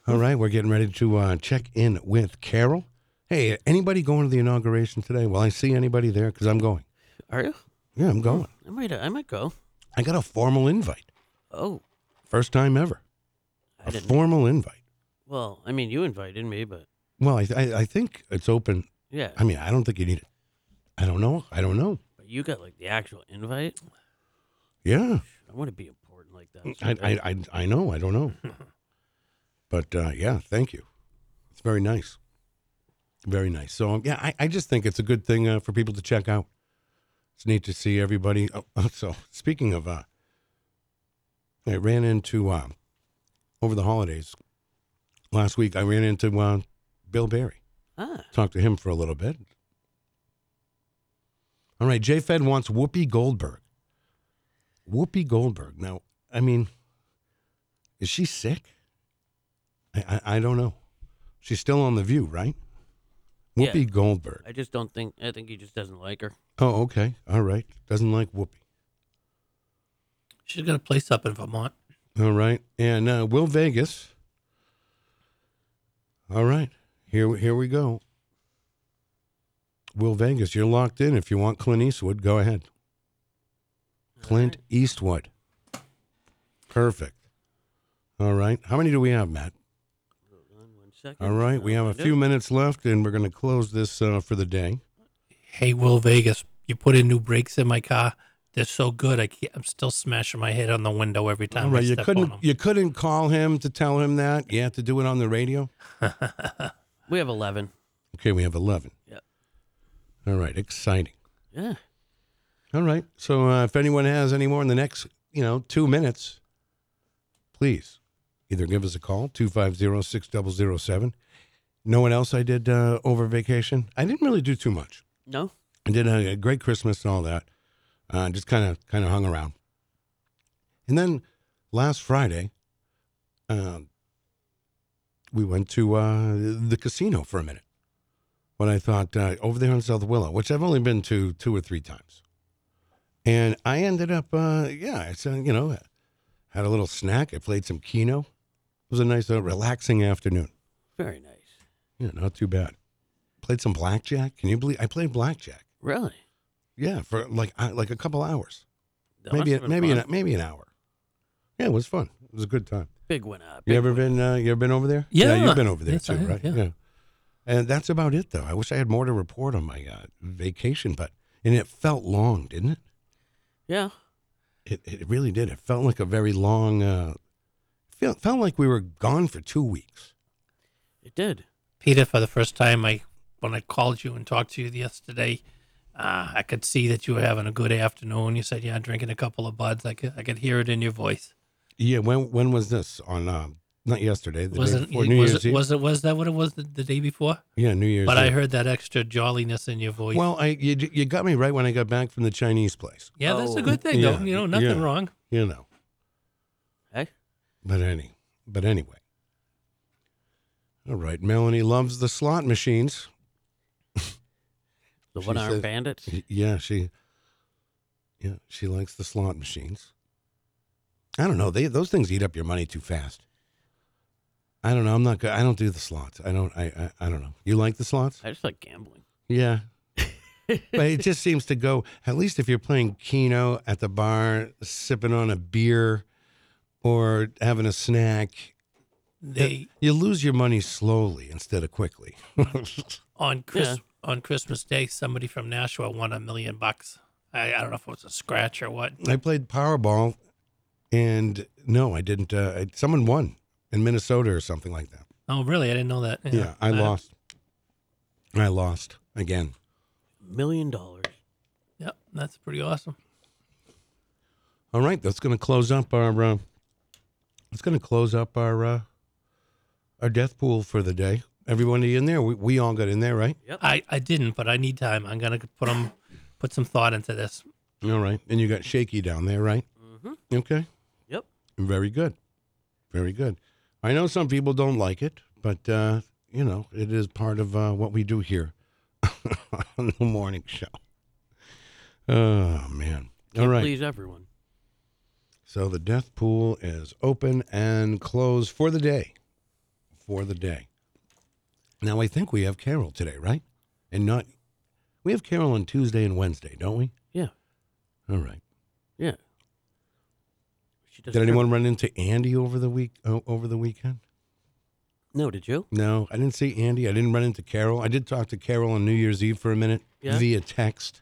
Speaker 3: all right. We're getting ready to uh, check in with Carol. Hey, anybody going to the inauguration today? Will I see anybody there? Because I'm going.
Speaker 4: Are you?
Speaker 3: Yeah, I'm going.
Speaker 4: I might. I might go.
Speaker 3: I got a formal invite.
Speaker 4: Oh,
Speaker 3: First time ever.
Speaker 4: I
Speaker 3: A
Speaker 4: didn't.
Speaker 3: formal invite.
Speaker 4: well, I mean, you invited me, but
Speaker 3: Well, I, I I think it's open.
Speaker 4: yeah,
Speaker 3: I mean, I don't think you need it. I don't know. I don't know.
Speaker 4: but you got like the actual invite.
Speaker 3: Yeah,
Speaker 4: I want to be important like that.
Speaker 3: I
Speaker 4: someday.
Speaker 3: I I, I know. I don't know. But uh, yeah, thank you. It's very nice. Very nice. So um, yeah, I, I just think it's a good thing uh, for people to check out. It's neat to see everybody. Oh, oh, so speaking of, uh, I ran into uh, over the holidays last week. I ran into uh, Bill Barry.
Speaker 4: ah,
Speaker 3: talk to him for a little bit. All right, J Fed wants Whoopi Goldberg. Whoopi Goldberg. Now, I mean, is she sick? I, I, I don't know. She's still on The View, right? Whoopi
Speaker 4: Yeah.
Speaker 3: Goldberg.
Speaker 4: I just don't think. I think he just doesn't like her.
Speaker 3: Oh, okay. All right. Doesn't like Whoopi.
Speaker 5: She's got a place up in Vermont.
Speaker 3: All right. And uh, Will Vegas. All right. Here, here we go. Will Vegas, you're locked in. If you want Clint Eastwood, go ahead. Clint Eastwood. Perfect. All right. How many do we have, Matt?
Speaker 4: Hold on one second. Uh,
Speaker 3: All right. We have a few minutes left, and we're going to close this uh, for the day.
Speaker 5: Hey, Will Vegas, you put in new brakes in my car. They're so good. I can't, I'm still smashing my head on the window every time.
Speaker 3: All right.
Speaker 5: I
Speaker 3: You
Speaker 5: step
Speaker 3: couldn't.
Speaker 5: on 'em.
Speaker 3: You couldn't call him to tell him that. You had to do it on the radio.
Speaker 4: We have 11.
Speaker 3: Okay. We have eleven.
Speaker 4: Yep.
Speaker 3: All right. Exciting.
Speaker 4: Yeah.
Speaker 3: All right. So uh, if anyone has any more in the next, you know, two minutes, please either give us a call, 250-6007. Know what else I did uh, over vacation? I didn't really do too much.
Speaker 4: No?
Speaker 3: I did a, a great Christmas and all that. Uh, just kind of kind of hung around. And then last Friday, um, we went to uh, the casino for a minute. When I thought uh, over there on South Willow, which I've only been to two or three times, and I ended up, uh, yeah, I said, you know, had a little snack. I played some keno. It was a nice, uh, relaxing afternoon.
Speaker 4: Very nice.
Speaker 3: Yeah, not too bad. Played some blackjack. Can you believe I played blackjack?
Speaker 4: Really?
Speaker 3: Yeah, for like uh, like a couple hours,
Speaker 4: That must
Speaker 3: maybe
Speaker 4: have been
Speaker 3: maybe
Speaker 4: fun.
Speaker 3: an, maybe an hour. Yeah, it was fun. It was a good time.
Speaker 4: Big one up.
Speaker 3: You ever been? Uh, you ever been over there?
Speaker 5: Yeah.
Speaker 3: you've been over there
Speaker 5: Yes,
Speaker 3: too,
Speaker 5: I have,
Speaker 3: right?
Speaker 5: yeah.
Speaker 3: And that's about it, though. I wish I had more to report on my uh, vacation, but and it felt long, didn't it?
Speaker 4: Yeah.
Speaker 3: It it really did. It felt like a very long. Uh, felt felt like we were gone for two weeks.
Speaker 4: It did.
Speaker 5: Peter, for the first time, I when I called you and talked to you yesterday, uh, I could see that you were having a good afternoon. You said, "Yeah, drinking a couple of buds." I could, I could hear it in your voice.
Speaker 3: Yeah. When when was this? On um, not yesterday. The
Speaker 5: Was
Speaker 3: day
Speaker 5: it
Speaker 3: before,
Speaker 5: was,
Speaker 3: New Year's
Speaker 5: it
Speaker 3: Eve.
Speaker 5: was it was that what it was the, the day before?
Speaker 3: yeah, New Year's.
Speaker 5: But I
Speaker 3: Eve.
Speaker 5: heard that extra jolliness in your voice.
Speaker 3: Well, I you you got me right when I got back from the Chinese place.
Speaker 5: yeah, that's
Speaker 4: oh,
Speaker 5: a good thing,
Speaker 3: yeah,
Speaker 5: though. You know, nothing
Speaker 3: yeah.
Speaker 5: wrong.
Speaker 3: You know.
Speaker 4: Hey?
Speaker 3: But any, but anyway. All right, Melanie loves the slot machines.
Speaker 4: The
Speaker 3: She
Speaker 4: one armed
Speaker 3: says-
Speaker 4: bandits?
Speaker 3: Y- Yeah, she. Yeah, she likes the slot machines. I don't know. They those things eat up your money too fast. I don't know. I'm not. go- I don't do the slots. I don't. I. I, I don't know. You like the slots?
Speaker 4: I just like gambling.
Speaker 3: Yeah. but it just seems to go. At least if you're playing keno at the bar, sipping on a beer, or having a snack,
Speaker 5: They
Speaker 3: You lose your money slowly instead of quickly.
Speaker 5: on Chris on Christmas Day, somebody from Nashua won a million bucks. I, I don't know if it was a scratch or what.
Speaker 3: I played Powerball, and no, I didn't. Uh, I, someone won in Minnesota or something like that.
Speaker 5: Oh, really? I didn't know that.
Speaker 3: Yeah, I
Speaker 5: Uh,
Speaker 3: lost. I lost again.
Speaker 4: Million dollars.
Speaker 5: Yep, that's pretty awesome.
Speaker 3: All right, that's going to close up our. Uh, that's going to close up our uh, our death pool for the day. Everybody in there, we, we all got in there, right?
Speaker 5: I, I didn't, but I need time. I'm gonna put 'em- put some thought into this.
Speaker 3: All right, and you got shaky down there, right?
Speaker 4: Mm-hmm.
Speaker 3: Okay.
Speaker 4: Yep.
Speaker 3: Very good. Very good. I know some people don't like it, but uh, you know, it is part of uh, what we do here on the morning show. Oh man. All
Speaker 4: Can't
Speaker 3: right.
Speaker 4: Please everyone.
Speaker 3: So the death pool is open and closed for the day. For the day. Now I think we have Carol today, right? And not we have Carol on Tuesday and Wednesday, don't we?
Speaker 4: Yeah.
Speaker 3: All right.
Speaker 4: Yeah. She does
Speaker 3: Did anyone run into Andy over the week o- over the weekend?
Speaker 4: No, did you?
Speaker 3: No, I didn't see Andy. I didn't run into Carol. I did talk to Carol on New Year's Eve for a minute
Speaker 4: Yeah. Ah.
Speaker 3: via text.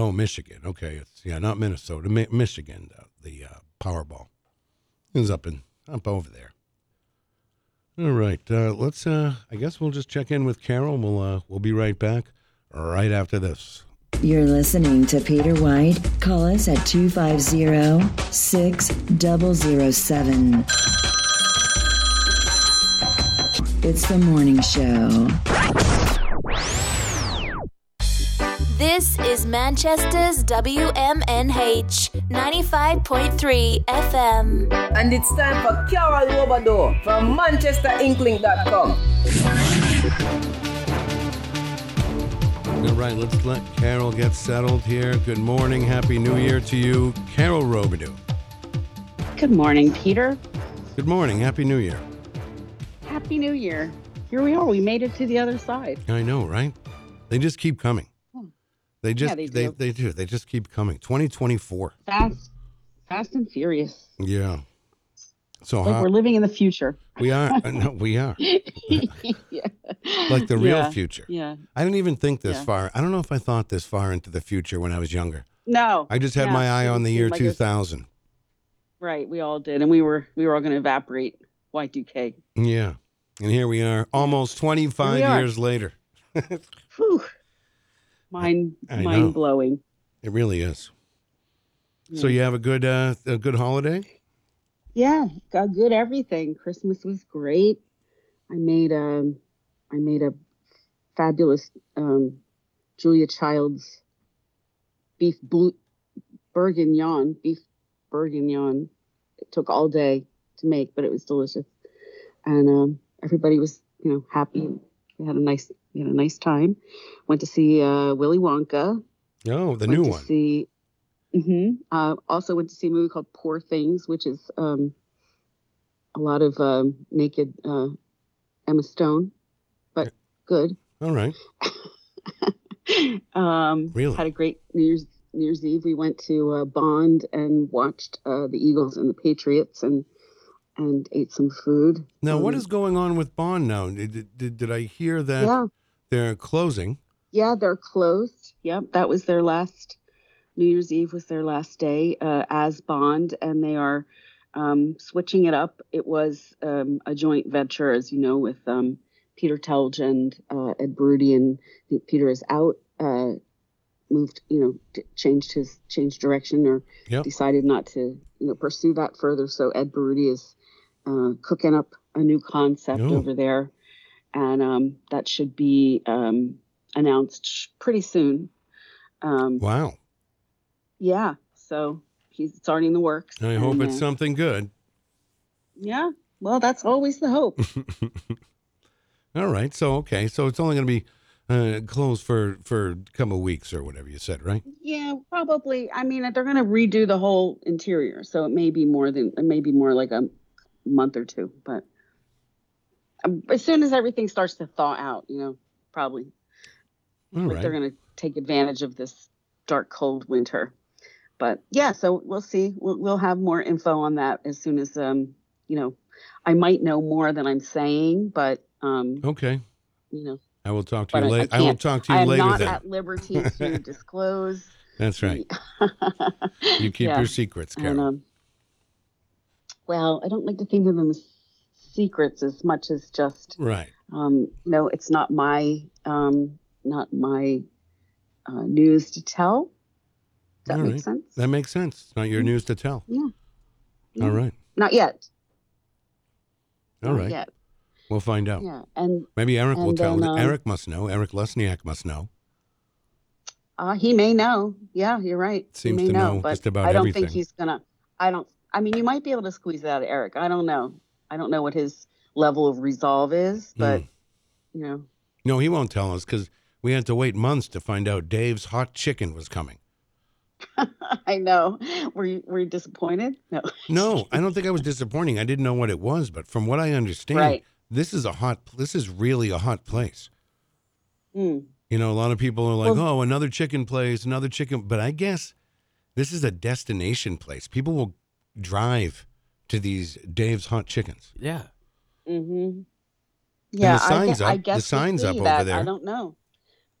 Speaker 3: Oh, Michigan. Okay, it's yeah, not Minnesota, Mi- Michigan. Uh, the uh, Powerball It was up in up over there. All right, uh, let's. Uh, I guess we'll just check in with Carol. We'll uh, we'll be right back right after this.
Speaker 6: You're listening to Peter White. Call us at 250 6007. It's the morning show.
Speaker 7: This is Manchester's WMNH 95.3 FM.
Speaker 8: And it's time for Carol Lobado from ManchesterInkling.com.
Speaker 3: All right, let's let Carol get settled here. Good morning, happy New Year to you, Carol Robidoux.
Speaker 9: Good morning, Peter.
Speaker 3: Good morning, happy New Year.
Speaker 9: Happy New Year. here we are. We made it to the other side.
Speaker 3: I know, right? They just keep coming.
Speaker 9: Hmm.
Speaker 3: They just
Speaker 9: they
Speaker 3: they,
Speaker 9: do.
Speaker 3: they do. They just keep coming. 2024.
Speaker 9: Fast, fast and furious.
Speaker 3: Yeah. So
Speaker 9: Like
Speaker 3: how,
Speaker 9: we're living in the future.
Speaker 3: we are no, we are
Speaker 9: yeah.
Speaker 3: like the real
Speaker 9: Yeah,
Speaker 3: future.
Speaker 9: Yeah.
Speaker 3: I didn't even think this
Speaker 9: Yeah.
Speaker 3: far. I don't know if I thought this far into the future when I was younger.
Speaker 9: No.
Speaker 3: I just had
Speaker 9: yeah,
Speaker 3: my eye
Speaker 9: it
Speaker 3: on the
Speaker 9: seemed
Speaker 3: year
Speaker 9: like it was-
Speaker 3: 2000.
Speaker 9: Right. We all did, and we were we were all going to evaporate. Y2K.
Speaker 3: Yeah. And here we are, almost 25
Speaker 9: Here we are.
Speaker 3: years later.
Speaker 9: Whew. Mind
Speaker 3: I
Speaker 9: mind
Speaker 3: know.
Speaker 9: blowing.
Speaker 3: It really is. So
Speaker 9: Mm.
Speaker 3: you have a good uh, a good holiday?
Speaker 9: yeah got good everything christmas was great i made um i made a fabulous um julia child's beef bou- bourguignon beef bourguignon it took all day to make but it was delicious and um everybody was you know happy we had a nice we had a nice time went to see uh willy wonka
Speaker 3: Oh, the
Speaker 9: went
Speaker 3: new
Speaker 9: to
Speaker 3: one.
Speaker 9: See, hmm uh, also went to see a movie called Poor Things, which is um, a lot of um, naked uh, Emma Stone, but good.
Speaker 3: All right.
Speaker 9: um,
Speaker 3: Really?
Speaker 9: Had a great New Year's, New Year's Eve. We went to uh, Bond and watched uh, the Eagles and the Patriots and and ate some food.
Speaker 3: Now, what
Speaker 9: Um,
Speaker 3: is going on with Bond now? Did, did, did I hear that
Speaker 9: Yeah,
Speaker 3: they're closing?
Speaker 9: yeah, they're closed. Yep, that was their last New Year's Eve was their last day uh, as Bond, and they are um, switching it up. It was um, a joint venture, as you know, with um, Peter Telge and uh, Ed Brody, and I think Peter is out, uh, moved, you know, t- changed his changed direction or
Speaker 3: Yep.
Speaker 9: decided not to, you know, pursue that further. So Ed Brody is uh, cooking up a new concept
Speaker 3: Oh.
Speaker 9: over there, and um, that should be um, announced sh- pretty soon. Um,
Speaker 3: Wow.
Speaker 9: yeah. So he's it's already in the works.
Speaker 3: I hope
Speaker 9: and,
Speaker 3: it's
Speaker 9: uh,
Speaker 3: something good.
Speaker 9: Yeah. Well, that's always the hope.
Speaker 3: All right. So, okay. So it's only going to be uh, closed for, for a couple of weeks or whatever you said, right?
Speaker 9: yeah, probably. I mean, they're going to redo the whole interior, so it may be more than it may be more like a month or two. But um, as soon as everything starts to thaw out, you know, probably
Speaker 3: All
Speaker 9: like
Speaker 3: right.
Speaker 9: they're going to take advantage of this dark, cold winter. But yeah, so we'll see. We'll, we'll have more info on that as soon as um, you know, I might know more than I'm saying, but um,
Speaker 3: Okay.
Speaker 9: you know,
Speaker 3: I will talk to
Speaker 9: But
Speaker 3: you
Speaker 9: I- I
Speaker 3: later. I, will
Speaker 9: can't.
Speaker 3: talk to you
Speaker 9: I am
Speaker 3: later
Speaker 9: not
Speaker 3: then.
Speaker 9: at liberty to disclose.
Speaker 3: That's right. You keep
Speaker 9: Yeah.
Speaker 3: your secrets,
Speaker 9: And,
Speaker 3: Carol.
Speaker 9: um, well, I don't like to think of them as secrets as much as just
Speaker 3: right.
Speaker 9: um, you know, it's not my um, not my uh, news to tell. Does that
Speaker 3: All
Speaker 9: make
Speaker 3: right.
Speaker 9: sense? Mm.
Speaker 3: That makes sense. It's not your news to tell.
Speaker 9: Yeah. Mm.
Speaker 3: All right.
Speaker 9: Not yet.
Speaker 3: All
Speaker 9: Not
Speaker 3: right.
Speaker 9: Yet.
Speaker 3: We'll find out.
Speaker 9: Oh, Yeah. And
Speaker 3: Maybe Eric will
Speaker 9: And
Speaker 3: tell.
Speaker 9: then, um,
Speaker 3: Eric must know. Eric Lesniak must know.
Speaker 9: uh, he may know. Yeah, you're right.
Speaker 3: Seems
Speaker 9: he may
Speaker 3: to
Speaker 9: know,
Speaker 3: know
Speaker 9: but
Speaker 3: just about
Speaker 9: I don't think
Speaker 3: everything.
Speaker 9: he's gonna. I don't. I mean, you might be able to squeeze it out of Eric. I don't know. I don't know what his level of resolve is,
Speaker 3: Hmm.
Speaker 9: but you know,
Speaker 3: No, he won't tell us because we had to wait months to find out Dave's hot chicken was coming.
Speaker 9: I know. Were you were you disappointed? No.
Speaker 3: No, I don't think I was disappointing. I didn't know what it was, but from what I understand,
Speaker 9: Right.
Speaker 3: this is a hot. This is really a hot place.
Speaker 9: Mm.
Speaker 3: You know, a lot of people are like,
Speaker 9: Well-
Speaker 3: "Oh, another chicken place, another chicken." But I guess this is a destination place. People will drive to these Dave's hot chickens.
Speaker 4: Yeah.
Speaker 9: Mm-hmm. Yeah,
Speaker 3: sign's up-
Speaker 9: I, gue- I
Speaker 3: the
Speaker 9: guess we'll
Speaker 3: sign's up
Speaker 9: see
Speaker 3: over
Speaker 9: that.
Speaker 3: there.
Speaker 9: I don't know.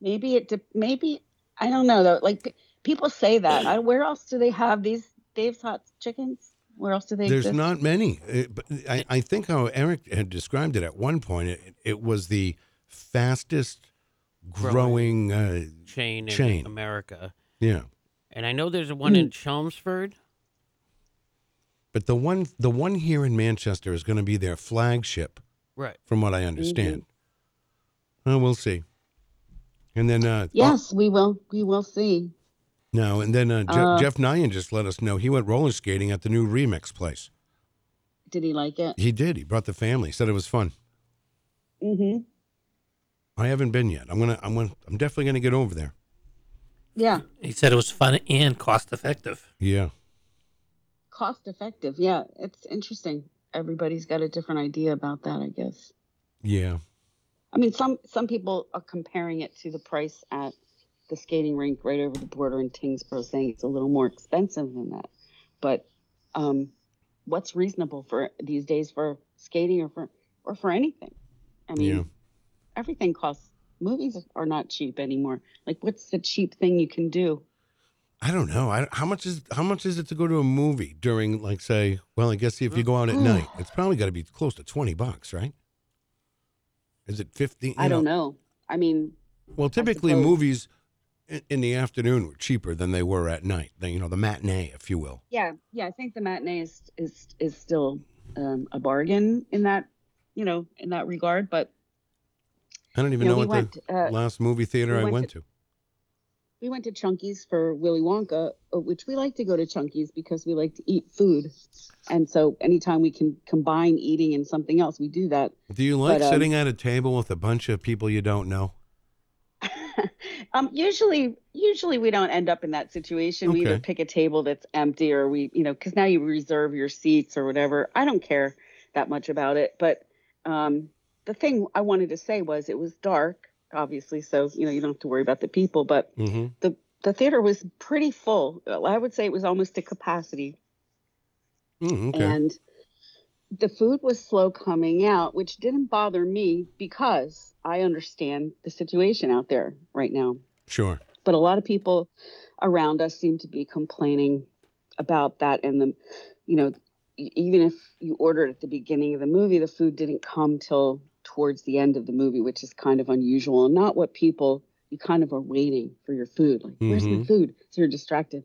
Speaker 9: Maybe it. de- Maybe I don't know though. Like p- people say that. I, where else do they have these Dave's hot chickens? Where else do they?
Speaker 3: There's
Speaker 9: exist?
Speaker 3: not many. Uh, but I, I think how Eric had described it at one point, it, it was the fastest growing.
Speaker 4: Growing.
Speaker 3: Uh,
Speaker 4: Chain in
Speaker 3: Chain. Hmm.
Speaker 4: America.
Speaker 3: yeah,
Speaker 4: And I know there's one in Chelmsford.
Speaker 3: but the one the one here in Manchester is going to be their flagship,
Speaker 4: Right.
Speaker 3: from what I
Speaker 9: Mm-hmm.
Speaker 3: understand. Uh, we'll see. And then uh,
Speaker 9: Yes, we will. We will see.
Speaker 3: no, and then uh, Je-
Speaker 9: Uh,
Speaker 3: Jeff Nyan just let us know he went roller skating at the new remix place.
Speaker 9: Did he like it?
Speaker 3: He did. He brought the family. Said it was fun.
Speaker 9: Mm-hmm.
Speaker 3: I haven't been yet. I'm gonna. I'm gonna. I'm definitely gonna get over there.
Speaker 9: Yeah,
Speaker 5: He said it was fun and cost effective.
Speaker 3: Yeah.
Speaker 9: cost effective. Yeah, it's interesting. Everybody's got a different idea about that, I guess.
Speaker 3: Yeah.
Speaker 9: I mean, some some people are comparing it to the price at the skating rink right over the border in Tingsboro, saying it's a little more expensive than that. But um, what's reasonable for these days for skating or for or for anything? I mean,
Speaker 3: Yeah.
Speaker 9: everything costs. Movies are not cheap anymore. Like, what's the cheap thing you can do?
Speaker 3: I don't know. I, how much is how much is it to go to a movie during, like, say, well, I guess if you go
Speaker 9: Mm.
Speaker 3: out at night, it's probably got to be close to twenty bucks, right? Is it fifteen?
Speaker 9: I don't know. I mean,
Speaker 3: Well, typically
Speaker 9: suppose.
Speaker 3: movies i- in the afternoon were cheaper than they were at night. They, you know, the matinee, if you will.
Speaker 9: yeah, yeah. I think the matinee is is is still um, a bargain in that you know in that regard, but
Speaker 3: I don't even
Speaker 9: Yeah,
Speaker 3: know
Speaker 9: we
Speaker 3: what the
Speaker 9: went, uh,
Speaker 3: last movie theater
Speaker 9: we
Speaker 3: I
Speaker 9: went
Speaker 3: went
Speaker 9: to-
Speaker 3: to.
Speaker 9: we went to Chunky's for Willy Wonka, uh, which we like to go to Chunky's because we like to eat food. And so anytime we can combine eating and something else, we do that.
Speaker 3: Do you like
Speaker 9: But, um,
Speaker 3: sitting at a table with a bunch of people you don't know?
Speaker 9: Um, usually, usually we don't end up in that situation. We either
Speaker 3: Okay.
Speaker 9: pick a table that's empty or we, you know, because now you reserve your seats or whatever. I don't care that much about it. But um, the thing I wanted to say was it was dark, obviously. So, you know, you don't have to worry about the people. But
Speaker 3: Mm-hmm.
Speaker 9: the the theater was pretty full. I would say it was almost to capacity.
Speaker 3: Mm, okay.
Speaker 9: and the food was slow coming out which didn't bother me because i understand the situation out there right now
Speaker 3: sure.
Speaker 9: but a lot of people around us seem to be complaining about that and the you know e- even if you ordered at the beginning of the movie the food didn't come till towards the end of the movie which is kind of unusual and not what people you kind of are waiting for your food like where's my
Speaker 3: Mhm.
Speaker 9: food so you're distracted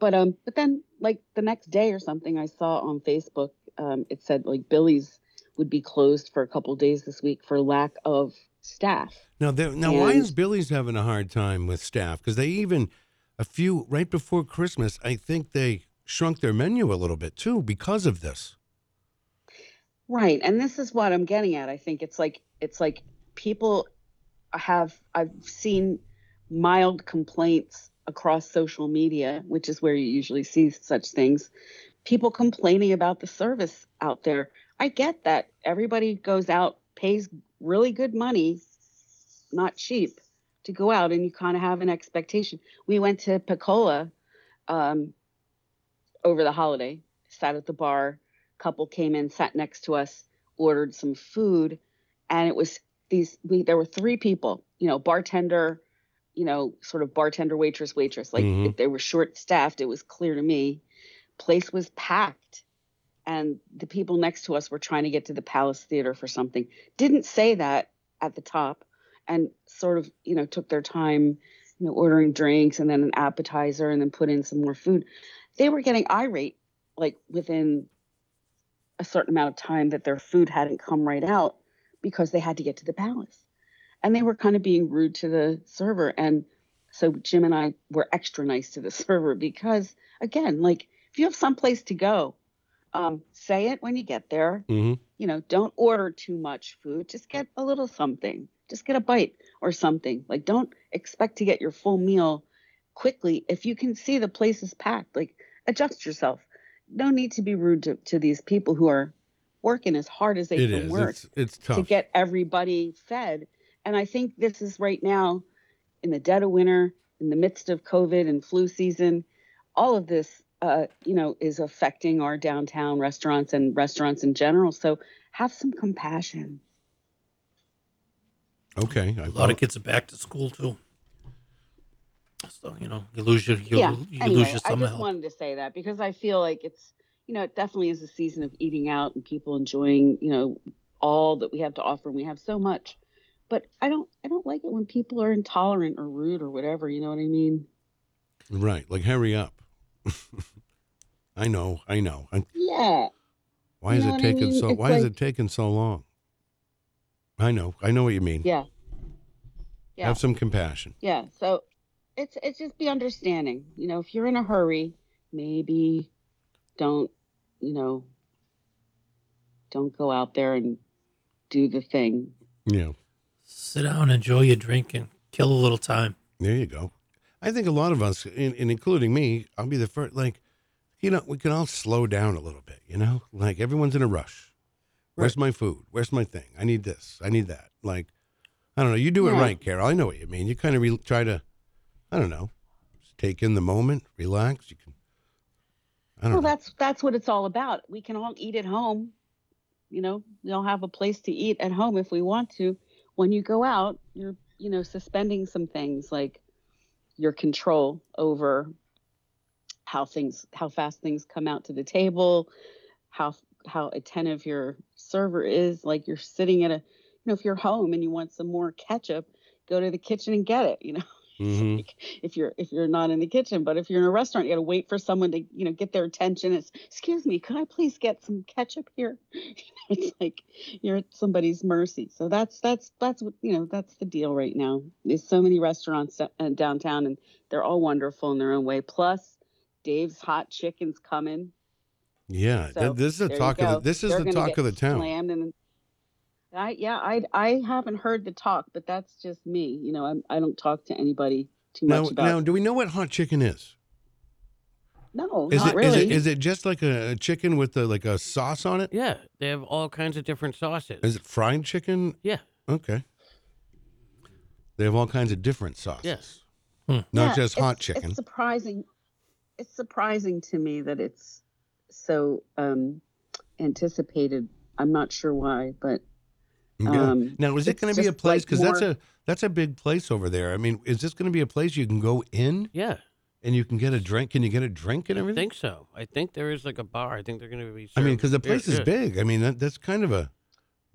Speaker 9: but um but then like the next day or something i saw on facebook um it said like billy's would be closed for a couple days this week for lack of staff
Speaker 3: Now, there, now, why
Speaker 9: And-
Speaker 3: is Billy's having a hard time with staff? Because they even a few right before Christmas, I think they shrunk their menu a little bit too because of this.
Speaker 9: Right. And this is what I'm getting at. I think it's like it's like people have I've seen mild complaints across social media, which is where you usually see such things. People complaining about the service out there. I get that. Everybody goes out, pays really good money, not cheap, to go out and you kind of have an expectation. We went to Piccola um, over the holiday, sat at the bar, couple came in, sat next to us, ordered some food, and it was these we there were three people, you know, bartender, you know, sort of bartender, waitress, waitress. Like
Speaker 3: Mhm.
Speaker 9: if they were short staffed, it was clear to me. Place was packed. And the people next to us were trying to get to the Palace Theater for something. Didn't say that at the top and sort of, you know, took their time, you know, ordering drinks and then an appetizer and then put in some more food. They were getting irate like within a certain amount of time that their food hadn't come right out because they had to get to the palace. And they were kind of being rude to the server. And so Jim and I were extra nice to the server because, again, like if you have someplace to go, um, say it when you get there.
Speaker 3: Mm-hmm.
Speaker 9: You know, don't order too much food. Just get a little something. Just get a bite or something. Like, don't expect to get your full meal quickly if you can see the place is packed. Like, adjust yourself. No need to be rude to, to these people who are working as hard as they
Speaker 3: It
Speaker 9: can
Speaker 3: is.
Speaker 9: work
Speaker 3: It's it's tough.
Speaker 9: to get everybody fed. And I think this is right now in the dead of winter, in the midst of COVID and flu season, all of this, uh, you know, is affecting our downtown restaurants and restaurants in general. So have some compassion.
Speaker 3: okay. I,
Speaker 5: A lot of kids are back to school too. So you know, you lose your you,
Speaker 9: yeah.
Speaker 5: you
Speaker 9: Anyway,
Speaker 5: lose your
Speaker 9: I
Speaker 5: summer
Speaker 9: just
Speaker 5: help.
Speaker 9: wanted to say that because I feel like it's, you know, it definitely is a season of eating out and people enjoying, you know, all that we have to offer. And we have so much, but I don't, I don't like it when people are intolerant or rude or whatever. You know what I mean?
Speaker 3: right. Like hurry up. I know. I know. I,
Speaker 9: Yeah.
Speaker 3: why
Speaker 9: You
Speaker 3: is
Speaker 9: know
Speaker 3: it
Speaker 9: what I
Speaker 3: taking
Speaker 9: mean?
Speaker 3: so?
Speaker 9: It's
Speaker 3: Why is
Speaker 9: like-
Speaker 3: it taking so long? I know. I know what you mean.
Speaker 9: Yeah. Yeah.
Speaker 3: Have some compassion.
Speaker 9: Yeah. So it's it's just be understanding. You know, if you're in a hurry, maybe don't, you know, don't go out there and do the thing.
Speaker 3: Yeah.
Speaker 5: Sit down, enjoy your drink, and kill a little time.
Speaker 3: There you go. I think a lot of us, in, in including me, I'll be the first. Like, you know, we can all slow down a little bit. You know, like everyone's in a rush. Where's my food? Where's my thing? I need this. I need that. Like, I don't know. You do it
Speaker 9: Yeah.
Speaker 3: right, Carol. I know what you mean. You kind of re- try to, I don't know, just take in the moment, relax. You can, I don't
Speaker 9: Well,
Speaker 3: know.
Speaker 9: that's that's what it's all about. We can all eat at home. You know, we all have a place to eat at home if we want to. When you go out, you're you know suspending some things like your control over how things how fast things come out to the table, how how attentive your server is. Like you're sitting at a you know if you're home and you want some more ketchup, go to the kitchen and get it. You know
Speaker 3: Mhm.
Speaker 9: like, if you're if you're not in the kitchen but if you're in a restaurant you gotta wait for someone to you know get their attention it's excuse me could i please get some ketchup here it's like you're at somebody's mercy so that's that's that's what you know that's the deal right now there's so many restaurants da- uh, downtown and they're all wonderful in their own way plus dave's hot chicken's coming
Speaker 3: Yeah, th-
Speaker 9: so
Speaker 3: this is the
Speaker 9: there you
Speaker 3: talk of
Speaker 9: go.
Speaker 3: the, this is
Speaker 9: They're
Speaker 3: the
Speaker 9: gonna
Speaker 3: talk
Speaker 9: get
Speaker 3: of the town.
Speaker 9: slammed and- I, yeah, I I haven't heard the talk, but that's just me. You know, I'm, I don't talk to anybody too
Speaker 3: Now,
Speaker 9: much about.
Speaker 3: now, do we know what hot chicken is?
Speaker 9: No,
Speaker 3: Is
Speaker 9: not
Speaker 3: it,
Speaker 9: really.
Speaker 3: is it is it just like a, a chicken with a, like a sauce on it?
Speaker 4: Yeah, they have all kinds of different sauces.
Speaker 3: Is it fried chicken?
Speaker 4: yeah,
Speaker 3: Okay. They have all kinds of different sauces.
Speaker 4: yes.
Speaker 3: Not
Speaker 9: Yeah,
Speaker 3: just
Speaker 9: it's-
Speaker 3: hot chicken.
Speaker 9: It's surprising. It's surprising to me that it's so um, anticipated. I'm not sure why, but
Speaker 3: Mm. Yeah.
Speaker 9: um,
Speaker 3: now, is it
Speaker 9: it's
Speaker 3: going to be a
Speaker 9: just,
Speaker 3: place?
Speaker 9: like,
Speaker 3: Because that's
Speaker 9: more-
Speaker 3: a that's a big place over there. I mean, is this going to be a place you can go in
Speaker 4: Yeah,
Speaker 3: and you can get a drink? Can you get a drink and
Speaker 4: I
Speaker 3: everything?
Speaker 4: think so. I think there is like a bar. I think they're going to be.
Speaker 3: I mean,
Speaker 4: serving-
Speaker 3: because the
Speaker 4: yeah,
Speaker 3: place is
Speaker 4: yeah.
Speaker 3: big. I mean, that, that's kind of a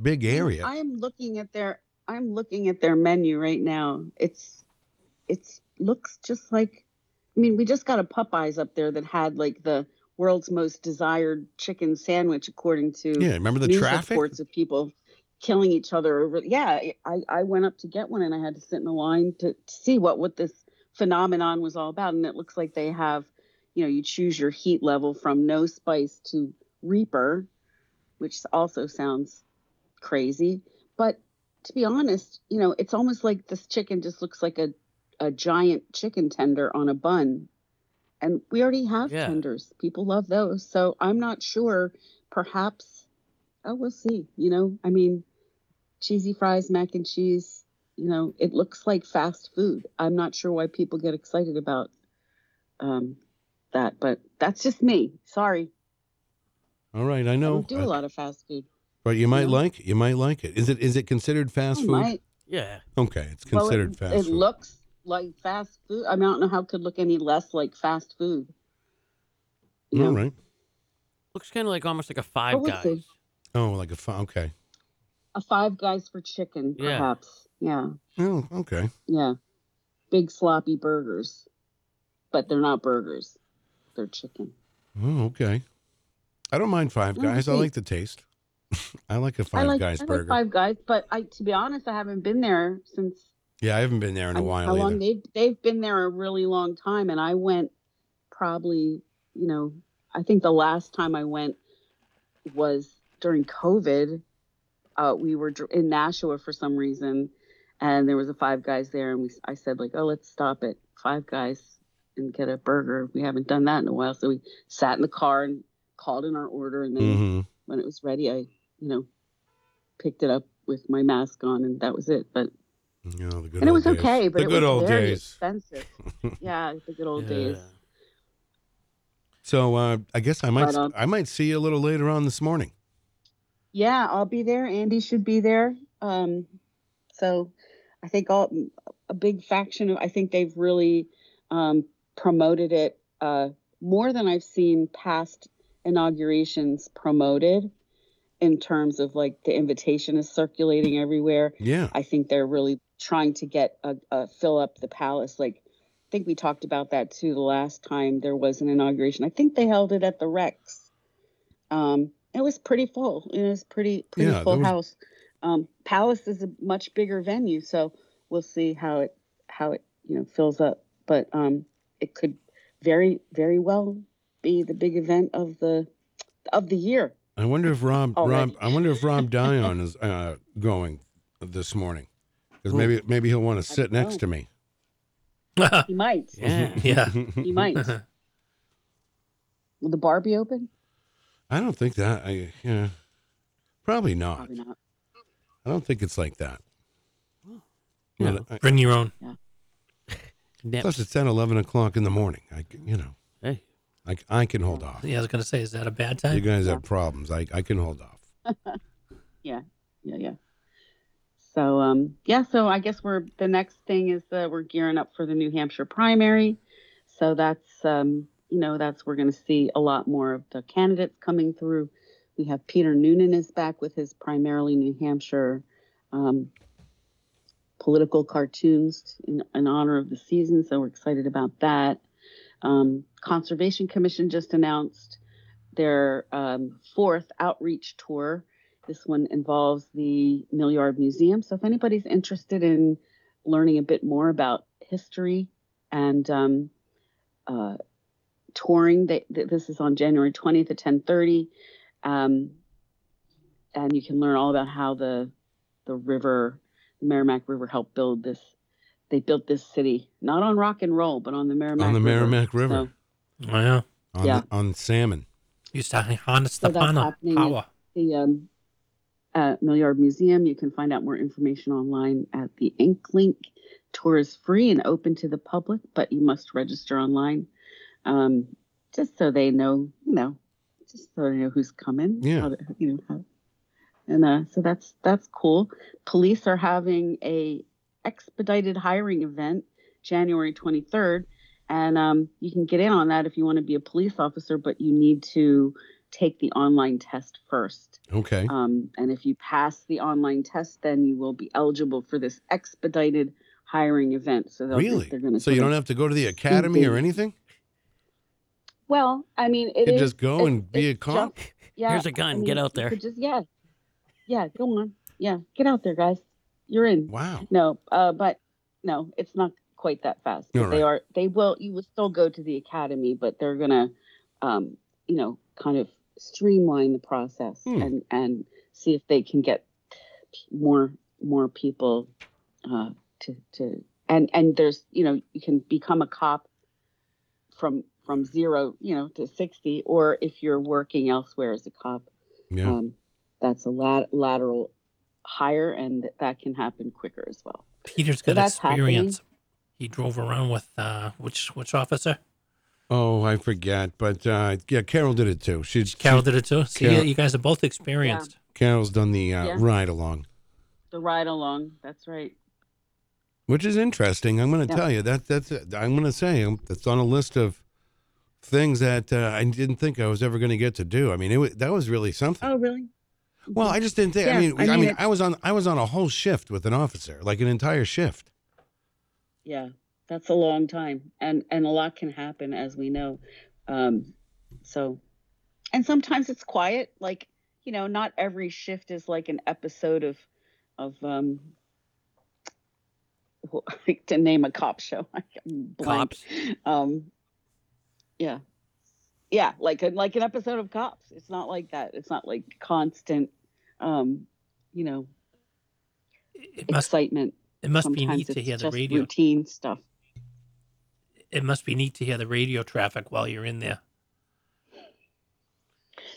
Speaker 3: big area.
Speaker 9: Mm, I am looking at their. I'm looking at their menu right now. It's, it's looks just like. I mean, we just got a Popeyes up there that had like the world's most desired chicken sandwich, according to
Speaker 3: yeah. Remember the
Speaker 9: news
Speaker 3: traffic?
Speaker 9: reports of people killing each other over. Yeah, I, I went up to get one and I had to sit in the line to, to see what what this phenomenon was all about. And it looks like they have, you know, you choose your heat level from no spice to Reaper, which also sounds crazy. But to be honest, you know, it's almost like this chicken just looks like a a giant chicken tender on a bun. And we already have
Speaker 4: Yeah.
Speaker 9: tenders. People love those. So I'm not sure. Perhaps oh we'll see. You know, I mean cheesy fries, mac and cheese, you know, it looks like fast food. I'm not sure why people get excited about um that, but that's just me. Sorry.
Speaker 3: All right, I
Speaker 9: I
Speaker 3: know.
Speaker 9: don't do a
Speaker 3: Uh,
Speaker 9: lot of fast food.
Speaker 3: But you might
Speaker 9: know?
Speaker 3: like it. You might like it. Is it is it considered fast
Speaker 9: I
Speaker 3: food?
Speaker 9: might.
Speaker 4: Yeah,
Speaker 3: Okay, it's
Speaker 9: Well, it-
Speaker 3: considered fast
Speaker 9: it
Speaker 3: food.
Speaker 9: looks like fast food. I mean, I don't know how it could look any less like fast food. You
Speaker 3: All
Speaker 9: know?
Speaker 3: right.
Speaker 4: looks kind of like almost like a Five
Speaker 9: we'll see.
Speaker 4: Guys.
Speaker 3: Oh, like a fi- okay.
Speaker 9: A Five Guys for chicken,
Speaker 4: Yeah.
Speaker 9: perhaps. Yeah,
Speaker 3: Oh, okay.
Speaker 9: yeah. Big sloppy burgers, but they're not burgers. They're chicken.
Speaker 3: Oh, okay. I don't mind Five
Speaker 9: No, it's
Speaker 3: Guys. I
Speaker 9: sweet.
Speaker 3: like the taste. I like a Five
Speaker 9: I like,
Speaker 3: Guys
Speaker 9: I like
Speaker 3: burger.
Speaker 9: Five Guys, but I, to be honest, I haven't been there since
Speaker 3: Yeah, I haven't been there in a
Speaker 9: I mean,
Speaker 3: while
Speaker 9: how
Speaker 3: either.
Speaker 9: long they've they've been there a really long time, and I went probably, you know, I think the last time I went was during COVID. Uh, we were dr- in Nashua for some reason, and there was a Five Guys there, and we I said like, oh, let's stop at Five Guys and get a burger. We haven't done that in a while, so we sat in the car and called in our order, and then
Speaker 3: hmm
Speaker 9: when it was ready, I you know picked it up with my mask on, and that was it. But
Speaker 3: Yeah, the good
Speaker 9: and it
Speaker 3: old
Speaker 9: was
Speaker 3: days.
Speaker 9: okay, but
Speaker 3: the
Speaker 9: it
Speaker 3: good
Speaker 9: was
Speaker 3: old
Speaker 9: very
Speaker 3: days.
Speaker 9: expensive. yeah, the good old days.
Speaker 4: Yeah.
Speaker 3: So uh, I guess I might
Speaker 9: Right on.
Speaker 3: I might see you a little later on this morning.
Speaker 9: Yeah, I'll be there. Andy should be there. Um, so I think all a big faction of I think they've really um, promoted it uh, more than I've seen past inaugurations promoted in terms of like the invitation is circulating everywhere.
Speaker 3: Yeah.
Speaker 9: I think they're really trying to get a, a fill up the palace. Like I think we talked about that too the last time there was an inauguration. I think they held it at the Rex. Um, it was pretty full. It was pretty pretty
Speaker 3: Yeah,
Speaker 9: full
Speaker 3: there was-
Speaker 9: house. Um, palace is a much bigger venue, so we'll see how it how it you know fills up. But um, it could very very well be the big event of the of the year.
Speaker 3: I wonder if Rob Rob
Speaker 9: Already.
Speaker 3: I wonder if Rob Dion is uh, going this morning because
Speaker 4: Who?
Speaker 3: maybe maybe he'll want to sit next
Speaker 9: know.
Speaker 3: to me.
Speaker 9: He might.
Speaker 4: Yeah.
Speaker 5: yeah.
Speaker 9: He might. Will the bar be open?
Speaker 3: I don't think that. I yeah, probably not.
Speaker 9: Probably not.
Speaker 3: I don't think it's like that. Well, I-
Speaker 5: Bring your own.
Speaker 3: uh, plus,
Speaker 4: Nips.
Speaker 3: it's at 11 o'clock in the morning. I, c- you know,
Speaker 4: Hey.
Speaker 3: I, c- I can hold off.
Speaker 5: Yeah, I was gonna say, is that a bad
Speaker 3: You
Speaker 5: time?
Speaker 3: guys have problems. I, I can hold off.
Speaker 9: yeah, yeah. So um, yeah, so I guess we're the next thing is that we're gearing up for the New Hampshire primary. So that's um, you know that's we're going to see a lot more of the candidates coming through. We have Peter Noonan is back with his primarily New Hampshire um, political cartoons in, in honor of the season. So we're excited about that. Um, Conservation Commission just announced their um, fourth outreach tour this one involves the Milliard Museum. So if anybody's interested in learning a bit more about history and um, uh, touring, they, th- this is on January 20th at 10:30, um, and you can learn all about how the the river, the Merrimack River, helped build this. They built this city not on rock and roll, but on the Merrimack.
Speaker 3: on the
Speaker 9: River.
Speaker 3: Merrimack River.
Speaker 9: So-
Speaker 5: Oh, yeah.
Speaker 3: on,
Speaker 9: Yeah.
Speaker 3: on salmon.
Speaker 5: You start harness
Speaker 9: So
Speaker 5: the
Speaker 9: that's
Speaker 5: power.
Speaker 9: happening.
Speaker 5: power.
Speaker 9: the um, uh, Milliard Museum. You can find out more information online at the InkLink. Tour is free and open to the public, but you must register online, um, just so they know, you know, just so they know who's coming.
Speaker 3: Yeah.
Speaker 9: how to- you know, how, and uh, so that's that's cool. Police are having a expedited hiring event January 23rd, and um, you can get in on that if you want to be a police officer, but you need to take the online test first.
Speaker 3: Okay.
Speaker 9: Um, and if you pass the online test, then you will be eligible for this expedited hiring event. So they'll-
Speaker 3: really?
Speaker 9: they're going to
Speaker 3: So you don't have to go to the academy or
Speaker 9: Mhm.
Speaker 3: anything?
Speaker 9: Well, I mean,
Speaker 3: You
Speaker 9: it
Speaker 3: can
Speaker 9: is-
Speaker 3: just go
Speaker 9: it's-
Speaker 3: and be a
Speaker 9: it's
Speaker 3: cop?
Speaker 9: just- yeah,
Speaker 4: Here's a gun.
Speaker 9: I mean,
Speaker 4: Get out
Speaker 9: you
Speaker 4: there.
Speaker 9: could Just yeah, yeah. Go on. Yeah, get out there, guys. You're in.
Speaker 3: Wow.
Speaker 9: No, uh, but no, it's not quite that fast. But
Speaker 3: All
Speaker 9: They
Speaker 3: right.
Speaker 9: are. They will. You will still go to the academy, but they're gonna, um, you know, kind of streamline the process
Speaker 3: Hmm.
Speaker 9: and and see if they can get more more people uh, to to and and there's you know you can become a cop from from zero you know to sixty or if you're working elsewhere as a cop
Speaker 3: Yeah.
Speaker 9: um, that's a lat- lateral higher and that can happen quicker as well.
Speaker 5: Peter's
Speaker 9: So
Speaker 5: got
Speaker 9: that's
Speaker 5: experience. He drove around with uh, which which officer?
Speaker 3: oh, I forget. But uh, yeah, Carol did it too. She,
Speaker 5: Carol
Speaker 3: Carol
Speaker 5: did it too. See,
Speaker 3: Carol-
Speaker 5: you guys are both experienced.
Speaker 3: Carol's done the uh,
Speaker 9: Yeah.
Speaker 3: ride along,
Speaker 9: The ride along, that's right.
Speaker 3: which is interesting. I'm going to
Speaker 9: Yeah.
Speaker 3: tell you that that's I'm going to say um, that's on a list of things that uh, I didn't think I was ever going to get to do. I mean, it was, that was really something.
Speaker 9: really?
Speaker 3: well, I just didn't think. I
Speaker 9: Yeah,
Speaker 3: mean,
Speaker 9: I
Speaker 3: I mean, I,
Speaker 9: mean, it-
Speaker 3: was on I was on a whole shift with an officer, like an entire shift.
Speaker 9: Yeah, that's a long time, and and a lot can happen as we know. Um, so, and sometimes it's quiet. Like you know, not every shift is like an episode of of um. to name a cop show, I'm blank.
Speaker 4: Cops.
Speaker 9: um yeah yeah like a, like an episode of cops it's not like that it's not like constant um you know
Speaker 5: It must
Speaker 9: excitement
Speaker 5: it must be
Speaker 9: sometimes
Speaker 5: neat
Speaker 9: it's
Speaker 5: to hear the
Speaker 9: just
Speaker 5: radio.
Speaker 9: routine stuff
Speaker 5: It must be neat to hear the radio traffic while you're in there.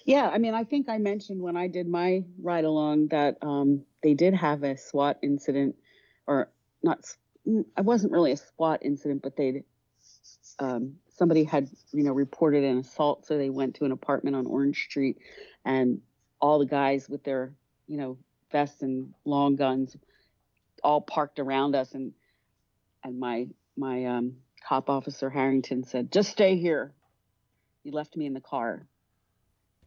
Speaker 9: yeah i mean i think i mentioned when i did my ride along that um they did have a swat incident or not s- mm, i wasn't really a swat incident but they'd um, somebody had you know reported an assault so they went to an apartment on orange street and all the guys with their you know vests and long guns all parked around us and and my my um, cop officer harrington said just stay here he left me in the car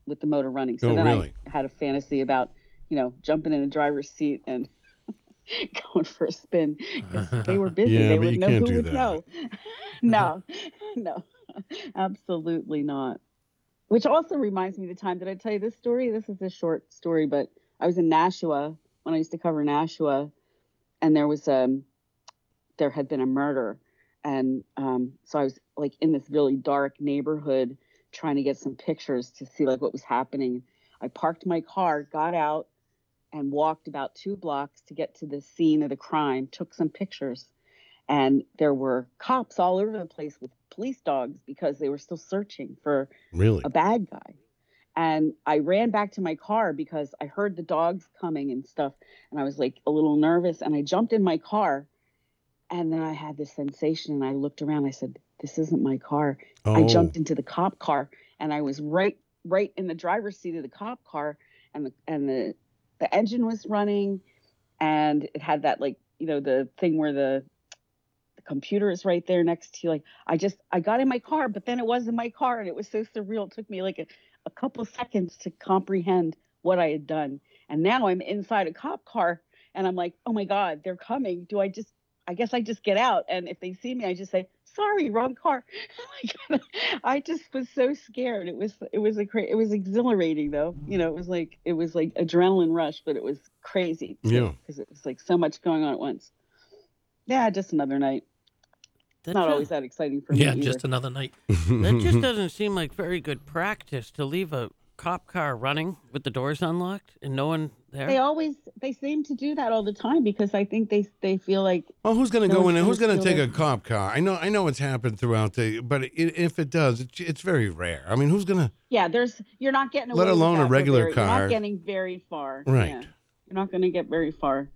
Speaker 9: with the motor running so
Speaker 3: Oh,
Speaker 9: then
Speaker 3: really?
Speaker 9: i had a fantasy about you know jumping in the driver's seat and going for a spin 'cause they were busy
Speaker 3: Yeah,
Speaker 9: they
Speaker 3: but
Speaker 9: would
Speaker 3: you
Speaker 9: know
Speaker 3: can't
Speaker 9: who
Speaker 3: do
Speaker 9: would
Speaker 3: that.
Speaker 9: know no Uh-huh. no absolutely not which also reminds me of the time did I tell you this story? This is a short story, but I was in Nashua when I used to cover Nashua, and there was um there had been a murder, and um so I was like in this really dark neighborhood trying to get some pictures to see like what was happening. I parked my car, got out, and walked about two blocks to get to the scene of the crime. Took some pictures, and there were cops all over the place with police dogs because they were still searching for
Speaker 3: Really?
Speaker 9: a bad guy. And I ran back to my car because I heard the dogs coming and stuff. And I was like a little nervous. And I jumped in my car And then I had this sensation and I looked around. I said, This isn't my car.
Speaker 3: Oh.
Speaker 9: I jumped into the cop car and I was right right in the driver's seat of the cop car and the and the the engine was running and it had that like, you know, the thing where the the computer is right there next to you. Like I just I got in my car, but then it wasn't my car and it was so surreal. It took me like a, a couple seconds to comprehend what I had done. And now I'm inside a cop car and I'm like, oh my God, they're coming. Do I just I guess I just get out. And if they see me, I just say, sorry, wrong car. Like, I just was so scared. It was, it was a, cra- it was exhilarating though. You know, it was like, it was like adrenaline rush, but it was crazy.
Speaker 3: Yeah.
Speaker 9: Cause it was like so much going on at once. Yeah. Just another night.
Speaker 4: That
Speaker 9: Not
Speaker 4: ju-
Speaker 9: always that exciting for me.
Speaker 5: Yeah,
Speaker 9: either.
Speaker 5: just another night.
Speaker 4: that just doesn't seem like very good practice to leave a cop car running with the doors unlocked and no one there.
Speaker 9: they always, they seem to do that all the time because I think they, they feel like
Speaker 3: Well, who's going to go
Speaker 9: No,
Speaker 3: in and
Speaker 9: it's
Speaker 3: who's going to
Speaker 9: gonna
Speaker 3: take
Speaker 9: feel
Speaker 3: a cop car? I know, I know it's happened throughout the, but it, if it does, it's it's very rare. I mean, who's going to?
Speaker 9: Yeah, there's you're not getting away
Speaker 3: Let alone
Speaker 9: with
Speaker 3: a
Speaker 9: that for
Speaker 3: regular
Speaker 9: very- You're
Speaker 3: car.
Speaker 9: not getting very far.
Speaker 3: Right.
Speaker 9: Yeah. You're not going to get very far,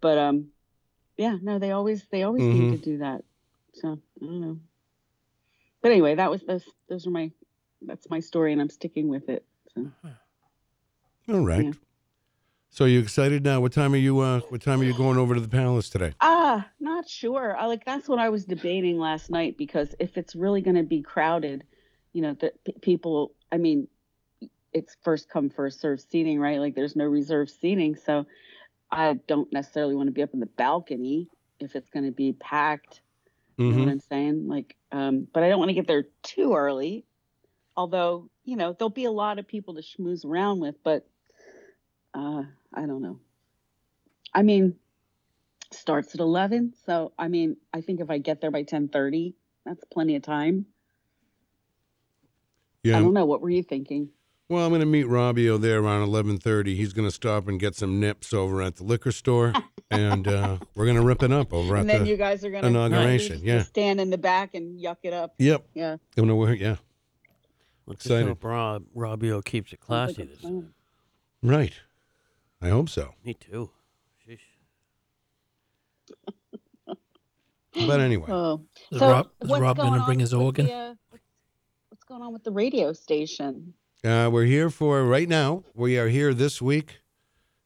Speaker 9: but um, yeah, no, they always they always seem
Speaker 3: Mm-hmm.
Speaker 9: to do that. So I don't know. But anyway, that was those those are my that's my story, and I'm sticking with it. So
Speaker 3: All right.
Speaker 9: Yeah.
Speaker 3: So you excited now? What time are you? Uh, what time are you going over to the palace today?
Speaker 9: ah, not sure. I like that's what I was debating last night because if it's really going to be crowded, you know, that p- people. I mean, it's first come first served seating, right? Like there's no reserved seating, so I don't necessarily want to be up in the balcony if it's going to be packed. You know
Speaker 3: Mhm.
Speaker 9: what I'm saying? Like, um, but I don't want to get there too early. Although, you know, there'll be a lot of people to schmooze around with, but uh, I don't know. I mean, starts at 11, so I mean, I think if I get there by 10:30, that's plenty of time. I
Speaker 3: Yeah.
Speaker 9: don't know. What were you thinking?
Speaker 3: Well, I'm going to meet Robbio there around 11:30. He's going to stop and get some nips over at the liquor store, and uh, we're going to rip it up over at
Speaker 9: And then
Speaker 3: the.
Speaker 9: you guys are gonna
Speaker 3: inauguration,
Speaker 9: just
Speaker 3: yeah.
Speaker 9: stand in the back and yuck it up.
Speaker 3: yep.
Speaker 9: Yeah.
Speaker 3: I'm gonna wear. Yeah.
Speaker 4: Let's
Speaker 3: excited.
Speaker 4: just hope Rob Robbio keeps it
Speaker 9: Sounds
Speaker 4: classy
Speaker 9: like a
Speaker 4: this
Speaker 9: plan.
Speaker 4: time.
Speaker 3: Right. I hope so.
Speaker 4: Me too. Sheesh.
Speaker 3: But anyway.
Speaker 9: Oh,
Speaker 5: Is
Speaker 9: so
Speaker 5: Rob- is
Speaker 9: what's
Speaker 5: Rob
Speaker 9: going
Speaker 5: gonna
Speaker 9: on
Speaker 5: bring his
Speaker 9: with
Speaker 5: organ?
Speaker 9: the, uh, what's going on with the radio station?
Speaker 3: Uh, we're here for right now. We are here this week,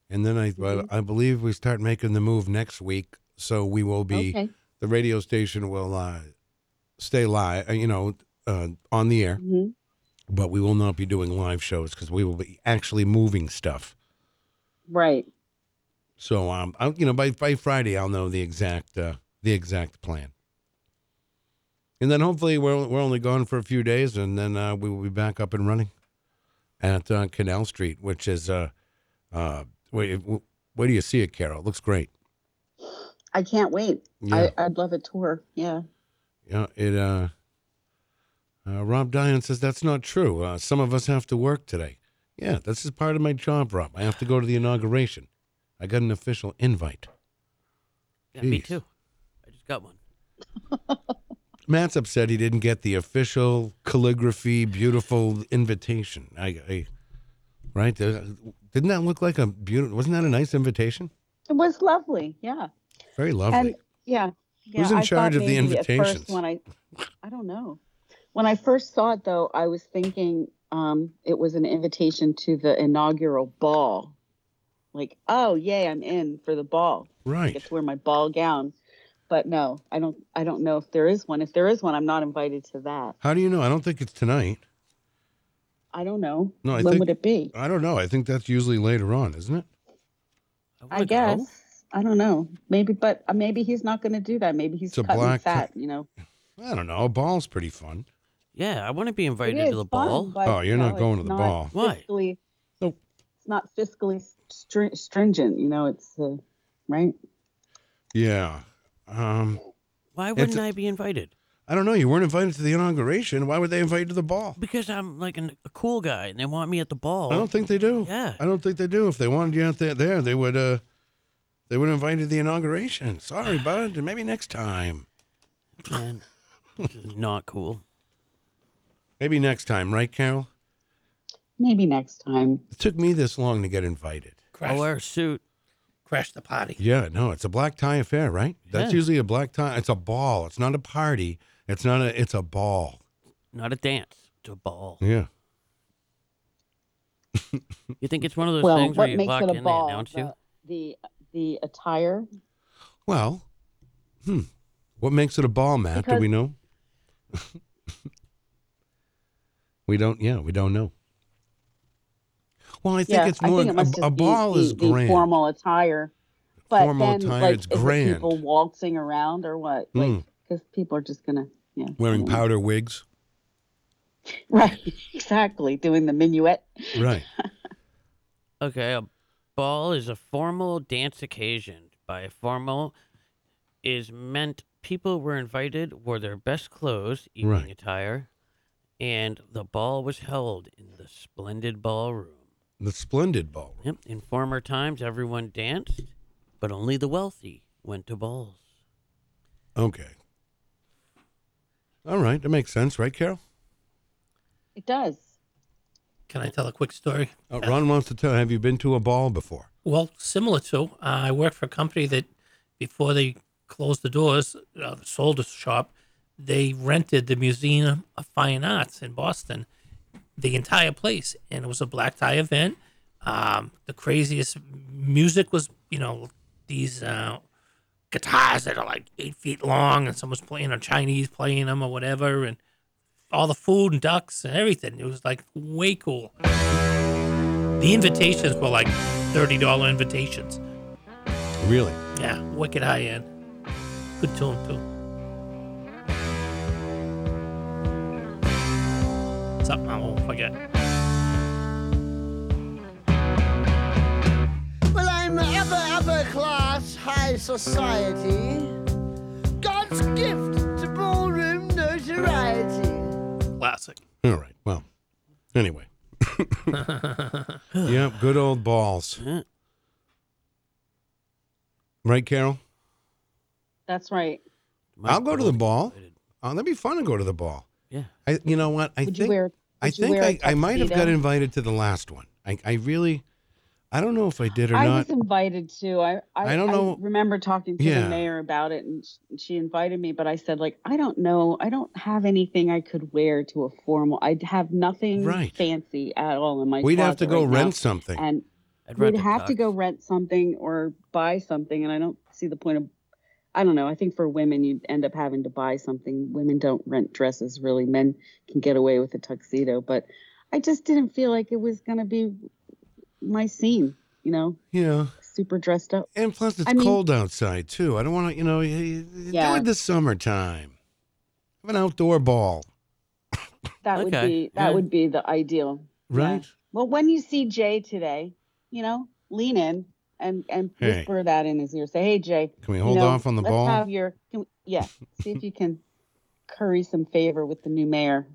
Speaker 3: and then I I I believe we start making the move next week. So we will be
Speaker 9: Okay.
Speaker 3: the radio station will uh, stay live, you know, uh, on the air,
Speaker 9: hmm
Speaker 3: but we will not be doing live shows because we will be actually moving stuff.
Speaker 9: Right.
Speaker 3: So um, I, you know, by by Friday I'll know the exact uh, the exact plan, and then hopefully we're we're only gone for a few days, and then uh, we will be back up and running at uh, Canal Street, which is uh, uh, where, where do you see it, Carol? It looks great.
Speaker 9: I can't wait.
Speaker 3: Yeah.
Speaker 9: I, I'd love a tour. Yeah.
Speaker 3: Yeah, it. Uh, uh, Rob Dian says that's not true. Uh, some of us have to work today. Yeah, this is part of my job, Rob. I have to go to the inauguration. I got an official invite.
Speaker 4: Yeah, me
Speaker 3: Jeez.
Speaker 4: too. I just got one.
Speaker 3: Matt's upset he didn't get the official calligraphy, beautiful invitation. I, I right? There- Didn't that look like a beautiful? Wasn't that a nice invitation?
Speaker 9: It was lovely. Yeah.
Speaker 3: Very lovely.
Speaker 9: And yeah. yeah
Speaker 3: Who's in
Speaker 9: I thought
Speaker 3: charge of the
Speaker 9: maybe At
Speaker 3: invitations?
Speaker 9: first when I, I don't know. When I first saw it though, I was thinking um, it was an invitation to the inaugural ball. Like, oh yay, I'm in for the ball. I
Speaker 3: right.
Speaker 9: get to wear my ball gown. But no, I don't. I don't know if there is one. If there is one, I'm not invited to that.
Speaker 3: How do you know? I don't think it's tonight.
Speaker 9: I don't know.
Speaker 3: No, I
Speaker 9: when
Speaker 3: think-
Speaker 9: would it be?
Speaker 3: I don't know. I think that's usually later on, isn't it?
Speaker 4: wanna
Speaker 9: I
Speaker 4: go.
Speaker 9: guess. I don't know. Maybe, but uh, maybe he's not going to do that. Maybe he's
Speaker 3: It's a
Speaker 9: cutting
Speaker 3: black
Speaker 9: fat.
Speaker 3: cat.
Speaker 9: You know.
Speaker 3: I don't know. A ball's pretty fun.
Speaker 4: Yeah, I want to be invited
Speaker 9: It
Speaker 4: to the
Speaker 9: is fun,
Speaker 4: ball.
Speaker 9: but,
Speaker 3: Oh, you're
Speaker 9: you
Speaker 3: not
Speaker 9: know,
Speaker 3: going
Speaker 9: it's
Speaker 3: to the
Speaker 9: not
Speaker 3: ball.
Speaker 4: Why?
Speaker 9: Fiscally,
Speaker 3: Nope.
Speaker 9: It's not fiscally str- stringent. You know, it's uh, right.
Speaker 3: Yeah. Um,
Speaker 4: Why wouldn't
Speaker 3: a-
Speaker 4: I be invited?
Speaker 3: I don't know. You weren't invited to the inauguration. Why would they invite you to the ball?
Speaker 4: Because I'm like an, a cool guy and they want me at the ball.
Speaker 3: I don't think they do.
Speaker 4: Yeah.
Speaker 3: I don't think they do. If they wanted you out there, there they would. Uh, they would invite you to the inauguration. Sorry, bud. Maybe next time.
Speaker 4: Man, this is not cool.
Speaker 3: Maybe next time, right, Carol?
Speaker 9: Maybe next time.
Speaker 3: It took me this long to get invited.
Speaker 5: Crash,
Speaker 4: I wear a suit.
Speaker 5: crash the party.
Speaker 3: Yeah, no, it's a black tie affair, right? That's
Speaker 4: Yeah.
Speaker 3: usually a black tie. It's a ball. It's not a party. It's not a. It's a ball.
Speaker 4: Not a dance. It's a ball.
Speaker 3: Yeah.
Speaker 4: You think it's one of those
Speaker 9: well,
Speaker 4: things where
Speaker 9: what
Speaker 4: you
Speaker 9: makes
Speaker 4: walk
Speaker 9: it
Speaker 4: in,
Speaker 9: a
Speaker 4: they
Speaker 9: ball?
Speaker 4: announce you?
Speaker 9: The, the the attire.
Speaker 3: Well, hmm. What makes it a ball, Matt? Do
Speaker 9: Because-
Speaker 3: we know? we don't. Yeah, we don't know. Well, I think
Speaker 9: yeah,
Speaker 3: it's more
Speaker 9: I think it
Speaker 3: a-
Speaker 9: must
Speaker 3: a,
Speaker 9: just be
Speaker 3: ball
Speaker 9: the,
Speaker 3: is
Speaker 9: the
Speaker 3: grand.
Speaker 9: formal attire. But
Speaker 3: Formal
Speaker 9: then,
Speaker 3: attire,
Speaker 9: like,
Speaker 3: it's
Speaker 9: is it
Speaker 3: grand.
Speaker 9: people waltzing around or what? Like,
Speaker 3: Mm.
Speaker 9: because people are just gonna, yeah,
Speaker 3: Wearing
Speaker 9: I don't know.
Speaker 3: powder wigs.
Speaker 9: right? Exactly, doing the minuet.
Speaker 3: Right.
Speaker 4: Okay, a ball is a formal dance occasion. By formal is meant people were invited, wore their best clothes, evening
Speaker 3: Right.
Speaker 4: attire, and the ball was held in the splendid ballroom.
Speaker 3: The splendid ballroom.
Speaker 4: Yep, in former times everyone danced, but only the wealthy went to balls.
Speaker 3: Okay. All right, that makes sense, right, Carol?
Speaker 9: It does.
Speaker 5: Can I tell a quick story?
Speaker 3: Uh, Ron wants to tell. Have you been to a ball before?
Speaker 5: Well, similar to, uh, I worked for a company that before they closed the doors, uh, sold the shop, they rented the Museum of Fine Arts in Boston, the entire place. And it was a black tie event. Um, the craziest music was, you know, these uh, guitars that are like eight feet long, and someone's playing a Chinese playing them or whatever, and all the food and ducks and everything. It was like way cool. The invitations were like thirty dollar invitations.
Speaker 3: Really?
Speaker 5: Yeah, wicked high end. Good tune too. Something I won't forget.
Speaker 10: Well, I'm upper, upper class, high society. God's gift to ballroom notoriety.
Speaker 5: Classic.
Speaker 3: All right. Well, anyway. yep, good old balls.
Speaker 4: Huh.
Speaker 3: Right, Carol?
Speaker 9: That's right.
Speaker 4: My
Speaker 3: I'll go to the ball.
Speaker 4: excited.
Speaker 3: Oh, that'd be fun to go to the ball.
Speaker 4: Yeah.
Speaker 3: I, you know what? I
Speaker 9: Would you
Speaker 3: think
Speaker 9: wear-
Speaker 3: I
Speaker 9: would you
Speaker 3: think
Speaker 9: wear a
Speaker 3: I, I might have got
Speaker 9: tuxedo?
Speaker 3: invited to the last one. I, I really, I don't know if I did or
Speaker 9: I
Speaker 3: not.
Speaker 9: was invited to. I, I
Speaker 3: I don't know-
Speaker 9: remember talking to
Speaker 3: Yeah.
Speaker 9: the mayor about it, and sh- she invited me, but I said like, I don't know. I don't have anything I could wear to a formal. I have nothing
Speaker 3: Right.
Speaker 9: fancy at all in my.
Speaker 3: We'd have to
Speaker 9: closet
Speaker 3: go
Speaker 9: right now.
Speaker 3: rent something.
Speaker 9: and
Speaker 4: I'd
Speaker 9: we'd
Speaker 4: rather
Speaker 9: have to
Speaker 4: tux.
Speaker 9: go rent something or buy something and i don't see the point of i don't know i think for women you end up having to buy something women don't rent dresses really men can get away with a tuxedo but i just didn't feel like it was going to be my scene you know
Speaker 3: yeah.
Speaker 9: super dressed up
Speaker 3: And plus, it's
Speaker 9: I mean-
Speaker 3: cold outside too. I don't want to, you know, y- y- do
Speaker 9: Yeah.
Speaker 3: it this summertime. Have an outdoor ball,
Speaker 9: that would
Speaker 4: Okay,
Speaker 9: be that
Speaker 4: yeah.
Speaker 9: would be the ideal Yeah.
Speaker 3: right?
Speaker 9: well when you see jay today you know lean in and and
Speaker 3: Hey.
Speaker 9: whisper that in his ear say hey jay
Speaker 3: Can we
Speaker 9: you
Speaker 3: hold
Speaker 9: know,
Speaker 3: off on the
Speaker 9: let's
Speaker 3: ball?
Speaker 9: Have your can we, yeah. See if you can curry some favor with the new mayor.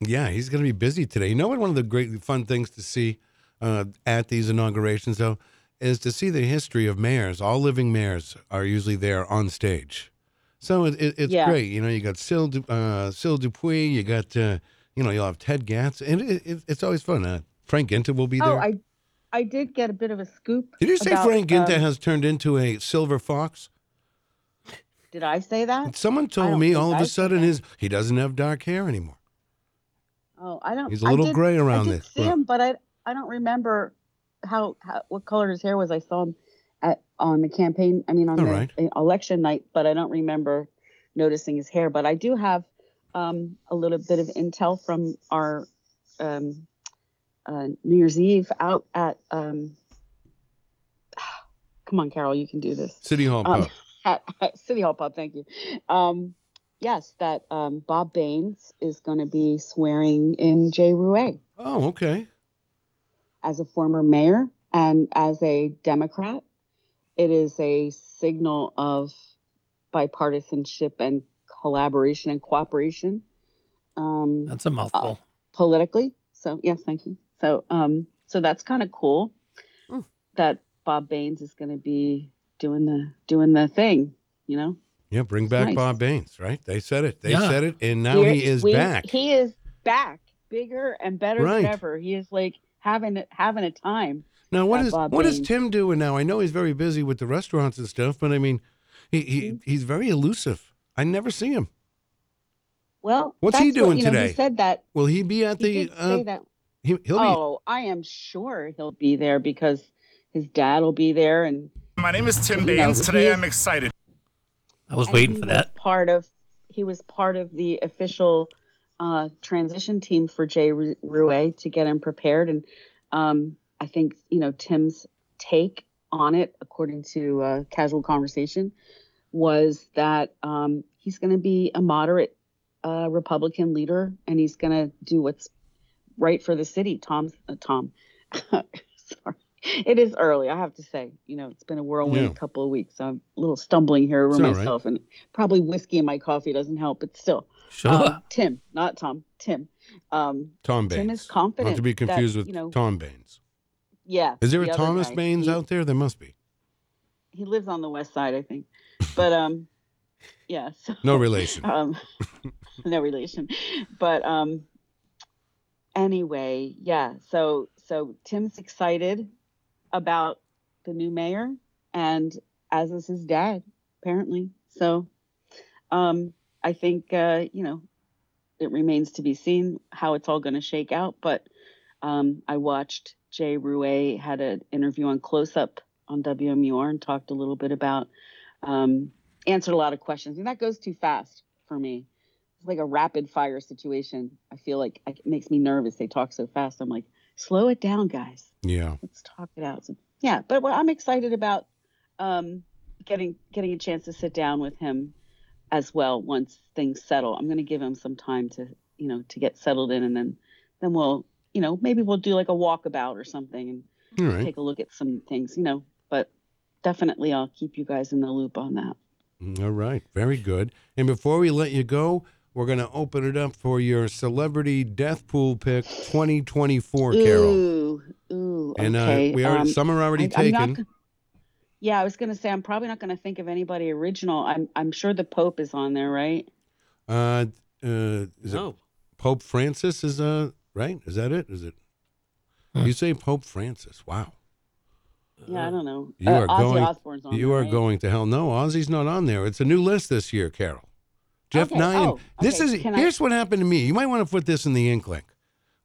Speaker 3: Yeah, he's going to be busy today. You know what? One of the great fun things to see uh, at these inaugurations, though, is to see the history of mayors. All living mayors are usually there on stage, so it, it, it's
Speaker 9: Yeah.
Speaker 3: great. You know, you got Sil, du, uh, Sil Dupuis, you got, uh, you know, you'll have Ted Gatz, and it, it, it's always fun. Uh, Frank Ginta will be there.
Speaker 9: Oh, I I did get a bit of a scoop.
Speaker 3: Did you say
Speaker 9: about,
Speaker 3: Frank Ginta
Speaker 9: um,
Speaker 3: has turned into a silver fox?
Speaker 9: did I say that?
Speaker 3: Someone told
Speaker 9: don't
Speaker 3: me
Speaker 9: think
Speaker 3: all of
Speaker 9: Oh, I
Speaker 3: a
Speaker 9: said
Speaker 3: sudden
Speaker 9: that.
Speaker 3: his he doesn't have dark hair anymore.
Speaker 9: Oh, I don't.
Speaker 3: He's a
Speaker 9: I
Speaker 3: little
Speaker 9: did-
Speaker 3: gray around
Speaker 9: I did
Speaker 3: this,
Speaker 9: see
Speaker 3: but-
Speaker 9: him, but I I don't remember how, how what color his hair was. I saw him at on the campaign. I mean, on
Speaker 3: All
Speaker 9: the
Speaker 3: right.
Speaker 9: uh, election night, but I don't remember noticing his hair. But I do have um, a little bit of intel from our um, uh, New Year's Eve out at. Um, come on, Carol, you can do this
Speaker 3: City Hall
Speaker 9: um,
Speaker 3: pub.
Speaker 9: at, at City Hall Pub. Thank you. Um, yes, that um, Bob Baines is going to be swearing in Jay Rouet
Speaker 3: Oh, okay.
Speaker 9: as a former mayor and as a Democrat. It is a signal of bipartisanship and collaboration and cooperation um,
Speaker 5: That's a
Speaker 10: Oh.
Speaker 5: mouthful.
Speaker 9: politically. So yes, thank you. So um, so that's kind of cool
Speaker 4: Mm.
Speaker 9: that Bob Baines is going to be doing the doing the thing. You know.
Speaker 3: Yeah, bring back
Speaker 9: nice.
Speaker 3: Bob Baines, right? They said it. They
Speaker 5: Yeah.
Speaker 3: said it, and now
Speaker 9: Here-
Speaker 3: he is
Speaker 9: we-
Speaker 3: back.
Speaker 9: He is back, bigger and better
Speaker 3: Right.
Speaker 9: than ever. He is like having having a time.
Speaker 3: Now, what
Speaker 9: Uh,
Speaker 3: is
Speaker 9: Bob
Speaker 3: what is
Speaker 9: Baines.
Speaker 3: Tim doing now? I know he's very busy with the restaurants and stuff, but I mean, he, he he's very elusive. I never see him.
Speaker 9: Well,
Speaker 3: What's he
Speaker 9: that's what-
Speaker 3: doing
Speaker 9: you know,
Speaker 3: today?
Speaker 9: He said that.
Speaker 3: Will he be at
Speaker 9: He
Speaker 3: the?
Speaker 9: did say
Speaker 3: uh,
Speaker 9: that.
Speaker 3: He, he'll be.
Speaker 9: oh, I am sure he'll be there because his dad will be there, and
Speaker 11: My name is Tim
Speaker 9: You know,
Speaker 11: Baines. Today
Speaker 9: he-
Speaker 11: I'm excited.
Speaker 5: I was
Speaker 9: and
Speaker 5: waiting
Speaker 9: he
Speaker 5: for
Speaker 9: was
Speaker 5: that.
Speaker 9: Part of he was part of the official uh, transition team for Jay Ru- Rue to get him prepared, and um, I think you know Tim's take on it, according to uh, casual conversation, was that um, he's going to be a moderate uh, Republican leader, and he's going to do what's right for the city. Tom's uh, Tom. Sorry, it is early. I have to say, you know, it's been a whirlwind
Speaker 12: Yeah.
Speaker 9: couple of weeks. I'm a little stumbling here over
Speaker 12: It's all right.
Speaker 9: myself, and probably whiskey in my coffee doesn't help, but still.
Speaker 3: Sure.
Speaker 9: Um, Tim, not Tom. Tim. Um,
Speaker 3: Tom Baines.
Speaker 9: Tim is confident.
Speaker 3: Not to be
Speaker 9: that,
Speaker 3: confused with
Speaker 9: you know,
Speaker 3: Tom Baines.
Speaker 9: Yeah.
Speaker 3: Is there
Speaker 9: the
Speaker 3: a
Speaker 9: other
Speaker 3: Thomas
Speaker 9: guy.
Speaker 3: Baines
Speaker 9: He-
Speaker 3: out there? There must be.
Speaker 9: He lives on the west side, I think. But um, yeah. So,
Speaker 3: No relation.
Speaker 9: Um, no relation. But um, anyway, yeah. So so Tim's excited about the new mayor, and as is his dad, apparently. So, um, I think uh, you know, it remains to be seen how it's all going to shake out. But um, I watched Jay Rue had an interview on Close Up on WMUR and talked a little bit about, um, answered a lot of questions. And that goes too fast for me. It's like a rapid fire situation. I feel like it makes me nervous. They talk so fast. I'm like, slow it down, guys.
Speaker 3: Yeah.
Speaker 9: Let's talk it out. So, yeah, but what I'm excited about um, getting getting a chance to sit down with him as well once things settle. I'm going to give him some time to you know to get settled in, and then then we'll you know maybe we'll do like a walkabout or something and
Speaker 3: All right.
Speaker 9: take a look at some things, you know. But definitely, I'll keep you guys in the loop on that.
Speaker 3: All right, very good. And before we let you go, we're going to open it up for your celebrity death pool pick 2024, Carol.
Speaker 9: Ooh, ooh,
Speaker 3: And
Speaker 9: okay.
Speaker 3: uh, we already
Speaker 9: um,
Speaker 3: some are already
Speaker 9: I- I'm
Speaker 3: taken.
Speaker 9: not g- yeah, I was going to say I'm probably not going to think of anybody original. I'm I'm sure the Pope is on there, right?
Speaker 3: uh, uh, is it
Speaker 4: No.
Speaker 3: Pope Francis? Is uh right? Is that it? Is it? You say Pope Francis? Wow,
Speaker 9: Yeah, I don't know.
Speaker 3: you
Speaker 9: Uh,
Speaker 3: are
Speaker 9: Ozzy
Speaker 3: going.
Speaker 9: Osbourne's on
Speaker 3: you
Speaker 9: there,
Speaker 3: are
Speaker 9: right?
Speaker 3: going to hell. No, Ozzy's not on there. It's a new list this year, Carol. Jeff
Speaker 9: Okay,
Speaker 3: Nyan.
Speaker 9: oh,
Speaker 3: This
Speaker 9: okay,
Speaker 3: is
Speaker 9: can I-
Speaker 3: here's what happened to me. You might want to put this in the ink link.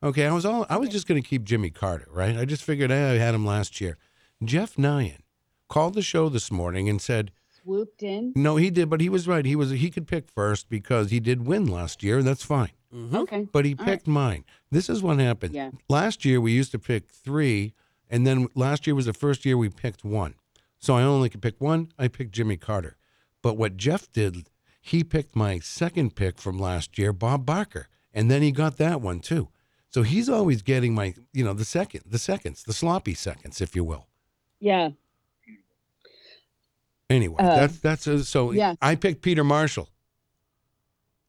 Speaker 3: Okay, I was all I was just going to keep Jimmy Carter, right? I just figured eh, I had him last year. Jeff Nyan called the show this morning and said,
Speaker 9: swooped in.
Speaker 3: "No, he did, but he was right. He was he could pick first because he did win last year, and that's fine."
Speaker 9: Okay.
Speaker 3: Mm-hmm. But he
Speaker 9: All right.
Speaker 3: picked mine. This is what happened.
Speaker 9: Yeah.
Speaker 3: Last year we used to pick three, and then last year was the first year we picked one. So I only could pick one. I picked Jimmy Carter. But what Jeff did, he picked my second pick from last year, Bob Barker, and then he got that one too. So he's always getting my, you know, the second, the seconds, the sloppy seconds, if you will.
Speaker 9: Yeah.
Speaker 3: Anyway,
Speaker 9: Uh,
Speaker 3: that's that's uh so.
Speaker 9: yeah.
Speaker 3: I picked Peter Marshall.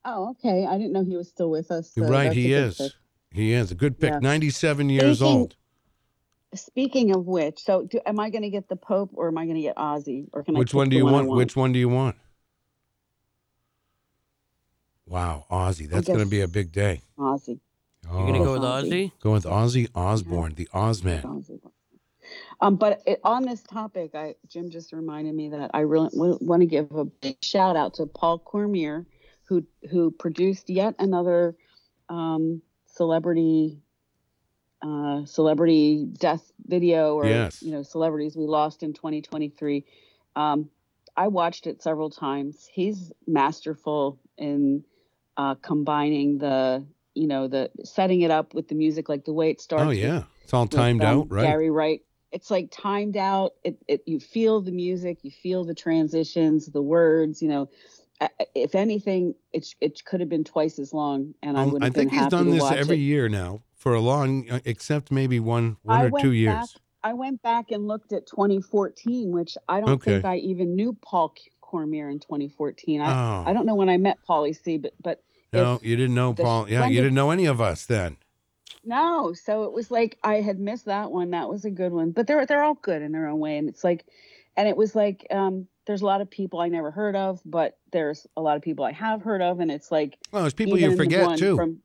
Speaker 9: Oh, okay. I didn't know he was still with us. so
Speaker 3: right,
Speaker 9: that's a
Speaker 3: he
Speaker 9: good
Speaker 3: is.
Speaker 9: pick.
Speaker 3: He is a good pick.
Speaker 9: Yeah.
Speaker 3: Ninety-seven years
Speaker 9: Speaking-
Speaker 3: old.
Speaker 9: Speaking of which, so do, am I going to get the Pope or am I going to get Ozzy? Or can I
Speaker 3: Which
Speaker 9: pick
Speaker 3: one do
Speaker 9: the
Speaker 3: you
Speaker 9: I
Speaker 3: want? Which one do you want? Wow, Ozzy, that's going to be a big day.
Speaker 9: Ozzy.
Speaker 4: You're gonna
Speaker 3: Oh.
Speaker 4: go with Ozzy?
Speaker 3: Go with Ozzy Osbourne, the Oh, Ozman.
Speaker 9: Um, but it, on this topic, I Jim just reminded me that I really want to give a big shout out to Paul Cormier, who who produced yet another um, celebrity uh, celebrity death video or
Speaker 12: Yes.
Speaker 9: you know celebrities we lost in 2023. Um, I watched it several times. He's masterful in uh, combining the you know the setting it up with the music, like the way it starts.
Speaker 3: Oh
Speaker 9: with
Speaker 3: yeah, it's all
Speaker 9: with,
Speaker 3: timed
Speaker 9: um,
Speaker 3: out, right?
Speaker 9: Gary Wright. It's like timed out. It, it you feel the music, you feel the transitions, the words. You know, I- I- if anything, it sh- it could have been twice as long, and I
Speaker 3: Um,
Speaker 9: would
Speaker 3: I
Speaker 9: have been
Speaker 3: think he's
Speaker 9: happy
Speaker 3: done
Speaker 9: to
Speaker 3: this
Speaker 9: watch
Speaker 3: every
Speaker 9: it.
Speaker 3: year now for a long, uh, except maybe one, one
Speaker 9: I
Speaker 3: or
Speaker 9: went
Speaker 3: two
Speaker 9: Back,
Speaker 3: years.
Speaker 9: I went back and looked at 2014, which I don't think
Speaker 3: Okay.
Speaker 9: I even knew Paul C- Cormier in 2014. I,
Speaker 3: Oh.
Speaker 9: I don't know when I met Paulie C, but but
Speaker 3: No,
Speaker 9: it's-
Speaker 3: you didn't know
Speaker 9: the
Speaker 3: Paul. Yeah, you
Speaker 9: splendid-
Speaker 3: didn't know any of us then.
Speaker 9: No, so it was like I had missed that one. That was a good one, but they're they're all good in their own way. And it's like, and it was like, um, there's a lot of people I never heard of, but there's a lot of people I have heard of, and it's like,
Speaker 3: Well, there's people
Speaker 9: even
Speaker 3: you
Speaker 9: the
Speaker 3: forget,
Speaker 9: one
Speaker 3: too.
Speaker 9: From,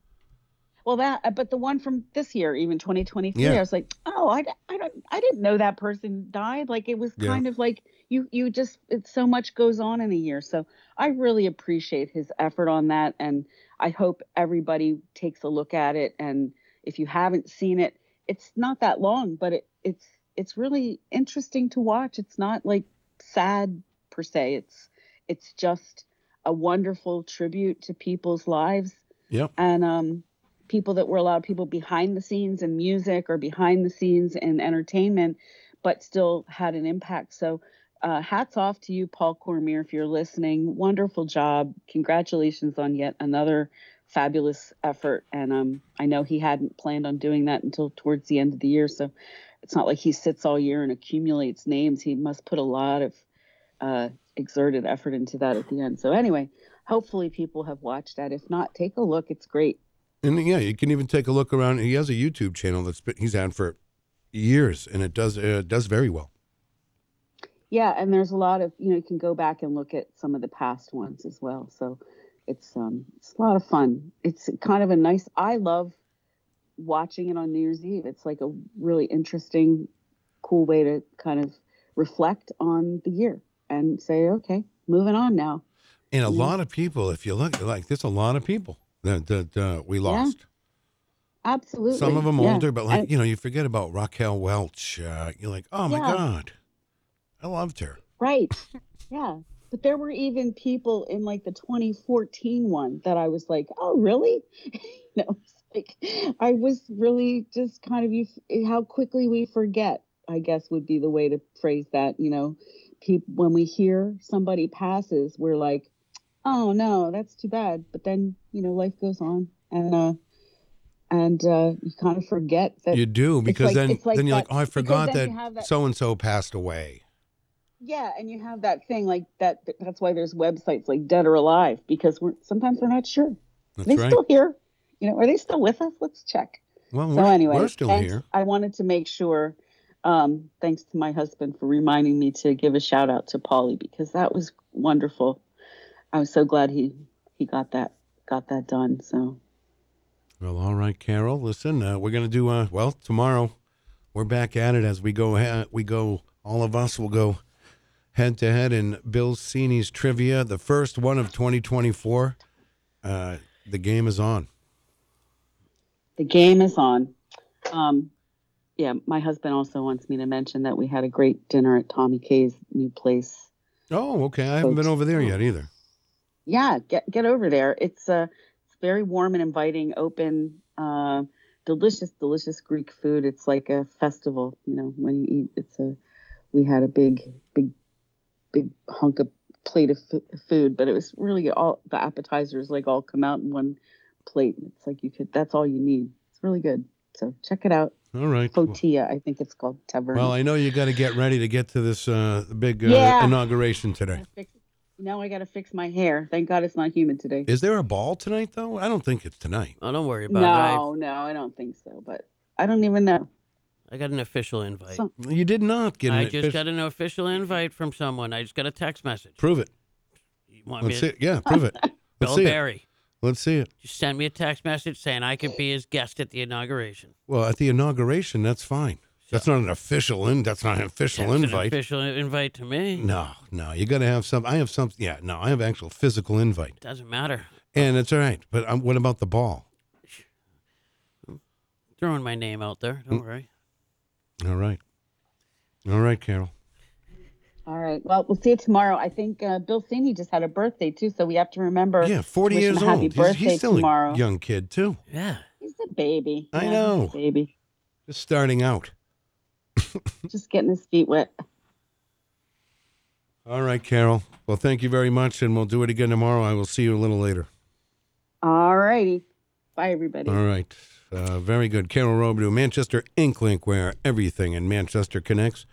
Speaker 9: Well, that, uh, but the one from this year, even 2023,
Speaker 3: Yeah.
Speaker 9: I was like, oh, I, I don't, I didn't know that person died. Like it was
Speaker 3: Yeah.
Speaker 9: kind of like you, you just, it's so much goes on in a year. So I really appreciate his effort on that, and I hope everybody takes a look at it. And if you haven't seen it, it's not that long, but it, it's, it's really interesting to watch. It's not like sad per se. It's, it's just a wonderful tribute to people's lives
Speaker 3: Yep.
Speaker 9: and um, people that were a lot of people behind the scenes in music or behind the scenes in entertainment, but still had an impact. So, uh, hats off to you, Paul Cormier, if you're listening. Wonderful job. Congratulations on yet another fabulous effort. And um, I know he hadn't planned on doing that until towards the end of the year. So, it's not like he sits all year and accumulates names. He must put a lot of uh, exerted effort into that at the end. So, anyway, hopefully people have watched that. If not, take a look. It's great.
Speaker 3: And yeah, you can even take a look around. He has a YouTube channel that's been, he's had for years, and it does uh, does very well.
Speaker 9: Yeah, and there's a lot of you know you can go back and look at some of the past ones as well. So it's um it's a lot of fun. It's kind of a nice. I love watching it on New Year's Eve. It's like a really interesting, cool way to kind of reflect on the year and say, okay, moving on now.
Speaker 3: And a lot of people, if you look, like there's a lot of people that, that uh, we lost.
Speaker 9: Absolutely.
Speaker 3: Some of them
Speaker 9: yeah.
Speaker 3: older, but like
Speaker 9: And-
Speaker 3: you know, you forget about Raquel Welch. Uh, you're like, oh my
Speaker 9: Yeah.
Speaker 3: god, I loved her.
Speaker 9: Right. Yeah. But there were even people in like the 2014 one that I was like, oh, really? you know, it's like I was really just kind of you. How quickly we forget, I guess, would be the way to phrase that. You know, people when we hear somebody passes, we're like, oh no, that's too bad. But then you know, life goes on, and uh, and uh, you kind of forget that
Speaker 3: You do
Speaker 9: it's
Speaker 3: because
Speaker 9: like-
Speaker 3: then
Speaker 9: it's like
Speaker 3: then you're
Speaker 9: that-
Speaker 3: like, oh, I
Speaker 9: because
Speaker 3: forgot
Speaker 9: then you have
Speaker 3: that so and so passed away.
Speaker 9: yeah, and you have that thing like that. That's why there's websites like Dead or Alive because we're sometimes we're not sure.
Speaker 3: That's
Speaker 9: are they
Speaker 3: right.
Speaker 9: still here? You know, are they still with us? Let's check.
Speaker 3: Well,
Speaker 9: so
Speaker 3: Oh, we're,
Speaker 9: anyway,
Speaker 3: we're still
Speaker 9: thanks-
Speaker 3: here.
Speaker 9: I wanted to make sure. Um, thanks to my husband for reminding me to give a shout out to Polly because that was wonderful. I was so glad he he got that got that done. So
Speaker 3: Well, all right, Carol. Listen, uh, we're gonna do uh, well tomorrow. We're back at it as we go. Ha- we go. All of us will go head to head in Bill Cini's trivia, the first one of 2024. Uh, the game is on.
Speaker 9: the game is on. Um, yeah, my husband also wants me to mention that we had a great dinner at Tommy K's new place
Speaker 3: Oh, okay. I haven't been over there yet either.
Speaker 9: yeah get get over there it's uh it's very warm and inviting open uh delicious delicious greek food it's like a festival you know when you eat it's a we had a big big big hunk of plate of fu- food but it was really all the appetizers like all come out in one plate it's like you could that's all you need it's really good so check it out
Speaker 3: All right.
Speaker 9: Fotia, i think it's called tavern
Speaker 3: Well, I know you got to get ready to get to this uh, big uh,
Speaker 9: Yeah.
Speaker 3: inauguration today.
Speaker 9: now i gotta fix my hair thank god it's not humid today
Speaker 3: Is there a ball tonight, though? I don't think it's tonight.
Speaker 4: Oh, don't worry about it.
Speaker 9: no no i don't think so but i don't even know
Speaker 4: I, I got an official invite.
Speaker 9: Some-
Speaker 3: You did not get an
Speaker 4: I just
Speaker 3: offici-
Speaker 4: got an official invite from someone. I just got a text message.
Speaker 3: Prove it.
Speaker 4: You want me
Speaker 3: Let's
Speaker 4: to-
Speaker 3: see. it. Yeah, prove it. Let's
Speaker 4: Bill
Speaker 3: see it.
Speaker 4: Barry.
Speaker 3: Let's see it.
Speaker 4: Just send me a text message saying I could be his guest at the inauguration.
Speaker 3: Well, at the inauguration, that's fine. That's not an official in. That's not an official
Speaker 4: That's an
Speaker 3: invite.
Speaker 4: official invite to me.
Speaker 3: No, no. You got to have some. I have some. Yeah, no. I have actual physical invite,
Speaker 4: Doesn't matter.
Speaker 3: and it's all right. But um, what about the ball?
Speaker 4: Throwing my name out there. Don't
Speaker 3: Mm.
Speaker 4: worry.
Speaker 3: All right. All right, Carol.
Speaker 9: All right. Well, we'll see you tomorrow. I think uh, Bill Cini just had a birthday too, so we have to remember.
Speaker 3: Yeah, forty
Speaker 9: to wish
Speaker 3: years
Speaker 9: him a
Speaker 3: old.
Speaker 9: Happy
Speaker 3: He's-
Speaker 9: birthday
Speaker 3: he's, still
Speaker 9: tomorrow.
Speaker 3: a young kid too.
Speaker 4: Yeah.
Speaker 9: He's a baby.
Speaker 3: I
Speaker 9: Yeah,
Speaker 3: know.
Speaker 9: he's a baby.
Speaker 3: Just starting out.
Speaker 9: Just getting his feet wet.
Speaker 3: All right, Carol. Well, thank you very much, and we'll do it again tomorrow. I will see you a little later.
Speaker 9: All righty. Bye, everybody.
Speaker 3: All right. Uh, very good. Carol Robidoux, Manchester Inklink, where everything in Manchester connects.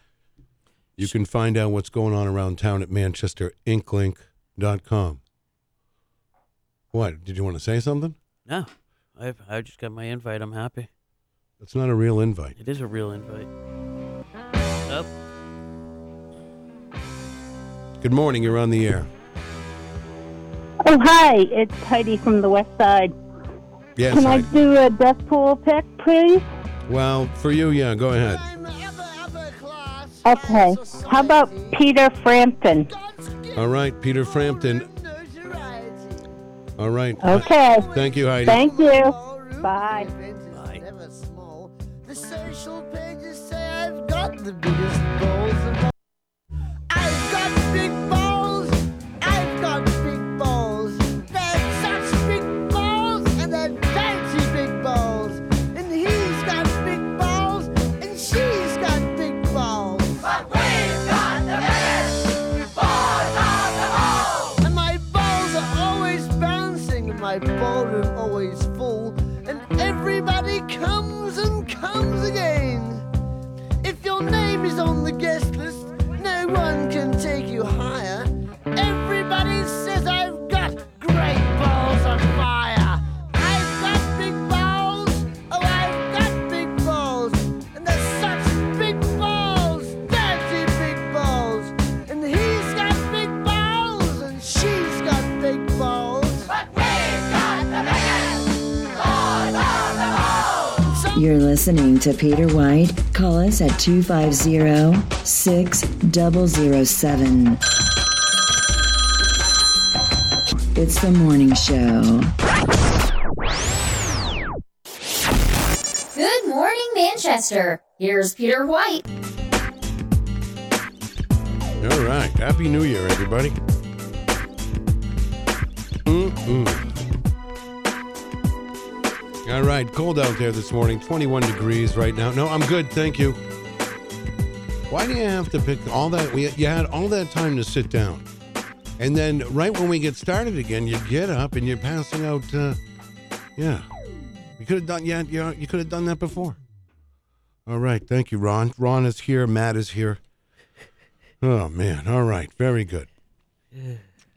Speaker 3: You can find out what's going on around town at manchesterinclink.com. What? Did you want to say something?
Speaker 4: No. I I just got my invite. I'm happy.
Speaker 3: That's not a real invite.
Speaker 4: It is a real invite. Oh,
Speaker 3: Good morning. You're on the air.
Speaker 11: Oh, hi. It's Heidi from the West Side.
Speaker 3: Yes.
Speaker 1: Can I
Speaker 3: I-
Speaker 1: do a Deathpool pick, please?
Speaker 3: well, for you, yeah, go ahead.
Speaker 1: Okay. How about Peter Frampton?
Speaker 3: All right, Peter Frampton. All right.
Speaker 1: Okay.
Speaker 3: Thank you, Heidi.
Speaker 1: Thank you. Bye.
Speaker 9: Never small. The social pages say I've got the biggest balls of all. I've got big balls. I've got big balls. They're such big balls, and they're mighty big balls. And he's got big balls, and she's got big balls. But we've got the biggest balls of them all. And my balls are always bouncing, and my ballroom always full. And everybody comes and comes again. If your name is on the guest list, no one can take you higher. Everybody says I've got great balls on fire. I've got big balls, oh I've got big balls, and there's such big balls, dirty big balls, and he's got big balls and she's got big balls. But we've got the biggest balls on the ball.
Speaker 6: You're listening to Peter White. Call us at 250 6007. It's the morning show.
Speaker 13: Good morning, Manchester. Here's Peter White.
Speaker 3: All right. Happy New Year, everybody. Mm-mm. Mm-hmm. All right. Cold out there this morning. 21 degrees right now. No, I'm good. Thank you. Why do you have to pick all that? We, you had all that time to sit down. And then right when we get started again, you get up and you're passing out. Uh, yeah. You could have done, yeah, you, you could have done that before. All right. Thank you, Ron. Ron is here. Matt is here. Oh man! All right, very good,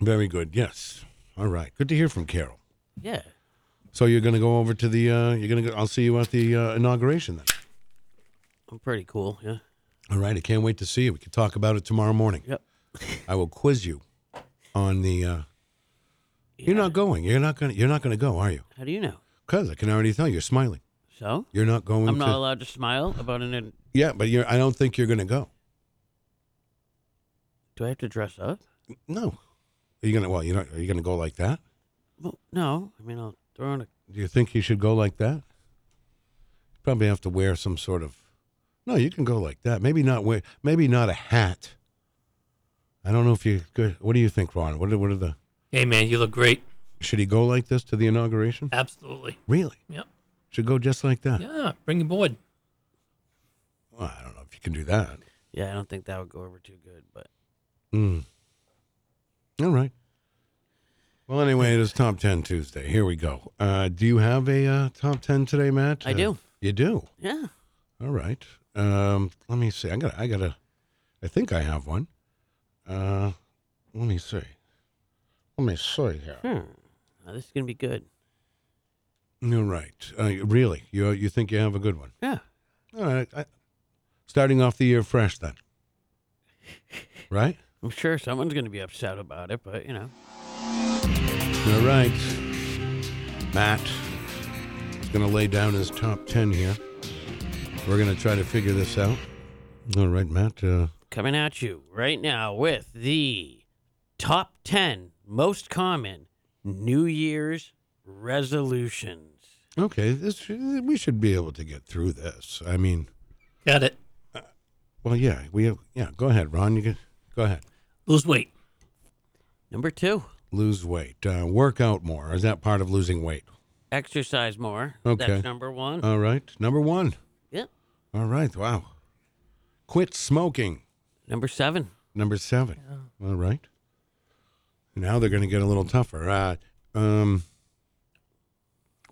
Speaker 3: very good. Yes, all right. Good to hear from Carol.
Speaker 4: Yeah.
Speaker 3: So you're going to go over to the. Uh, you're going to go. I'll see you at the uh, inauguration then.
Speaker 4: I'm pretty cool. Yeah.
Speaker 3: All right, I can't wait to see you. We can talk about it tomorrow morning.
Speaker 4: Yep.
Speaker 3: I will quiz you on the. Uh, You're not going. You're not going. to You're not going to go, are you?
Speaker 4: How do you know?
Speaker 3: Because I can already tell you're smiling.
Speaker 4: So?
Speaker 3: You're not going.
Speaker 4: I'm not
Speaker 3: to-
Speaker 4: allowed to smile about an. in-
Speaker 3: Yeah, but you're. I don't think you're going to go.
Speaker 4: Do I have to dress up?
Speaker 3: No. Are you going to? Well, you know. Are you going to go like that?
Speaker 4: Well, no. I mean, I'll throw in a.
Speaker 3: Do you think you should go like that? Probably have to wear some sort of. No, you can go like that. Maybe not wear. Maybe not a hat. I don't know if you. Good. What do you think, Ron? What are, what are the?
Speaker 5: Hey, man, you look great.
Speaker 3: Should he go like this to the inauguration?
Speaker 5: Absolutely.
Speaker 3: Really?
Speaker 5: Yep.
Speaker 3: Should go just like that.
Speaker 5: Yeah, bring your board.
Speaker 3: Well, I don't know if you can do that.
Speaker 4: Yeah, I don't think that would go over too good, but
Speaker 3: Mm. All right. Well, anyway, it is Top Ten Tuesday. Here we go. Uh, do you have a uh, Top Ten today, Matt?
Speaker 4: I
Speaker 3: Uh,
Speaker 4: do.
Speaker 3: You do.
Speaker 4: yeah.
Speaker 3: All right. Um, let me see. I got. I got to I think I have one. Uh, let me see. Let me see here.
Speaker 4: Hmm. Now, this is gonna be good.
Speaker 3: All right. Uh, really, you you think you have a good one?
Speaker 4: Yeah.
Speaker 3: All right. I, starting off the year fresh, then. Right.
Speaker 4: I'm sure someone's gonna be upset about it, but you know.
Speaker 3: All right. Matt is going to lay down his top ten here. We're going to try to figure this out. All right, Matt. Uh,
Speaker 4: Coming at you right now with the top ten most common New Year's resolutions.
Speaker 3: okay. This we should be able to get through this. I mean.
Speaker 5: Got it.
Speaker 3: Well, yeah, we have, yeah. Go ahead, Ron. You can go ahead.
Speaker 5: Lose weight.
Speaker 4: Number two,
Speaker 3: Lose weight. Uh, work out more. Is that part of losing weight?
Speaker 4: exercise more.
Speaker 3: Okay. Uh.
Speaker 4: That's number one.
Speaker 3: All right. Number one.
Speaker 4: Yep.
Speaker 3: All right. Wow. Quit smoking.
Speaker 4: Number seven.
Speaker 3: Number seven. All right. Now they're going to get a little tougher. Uh, um.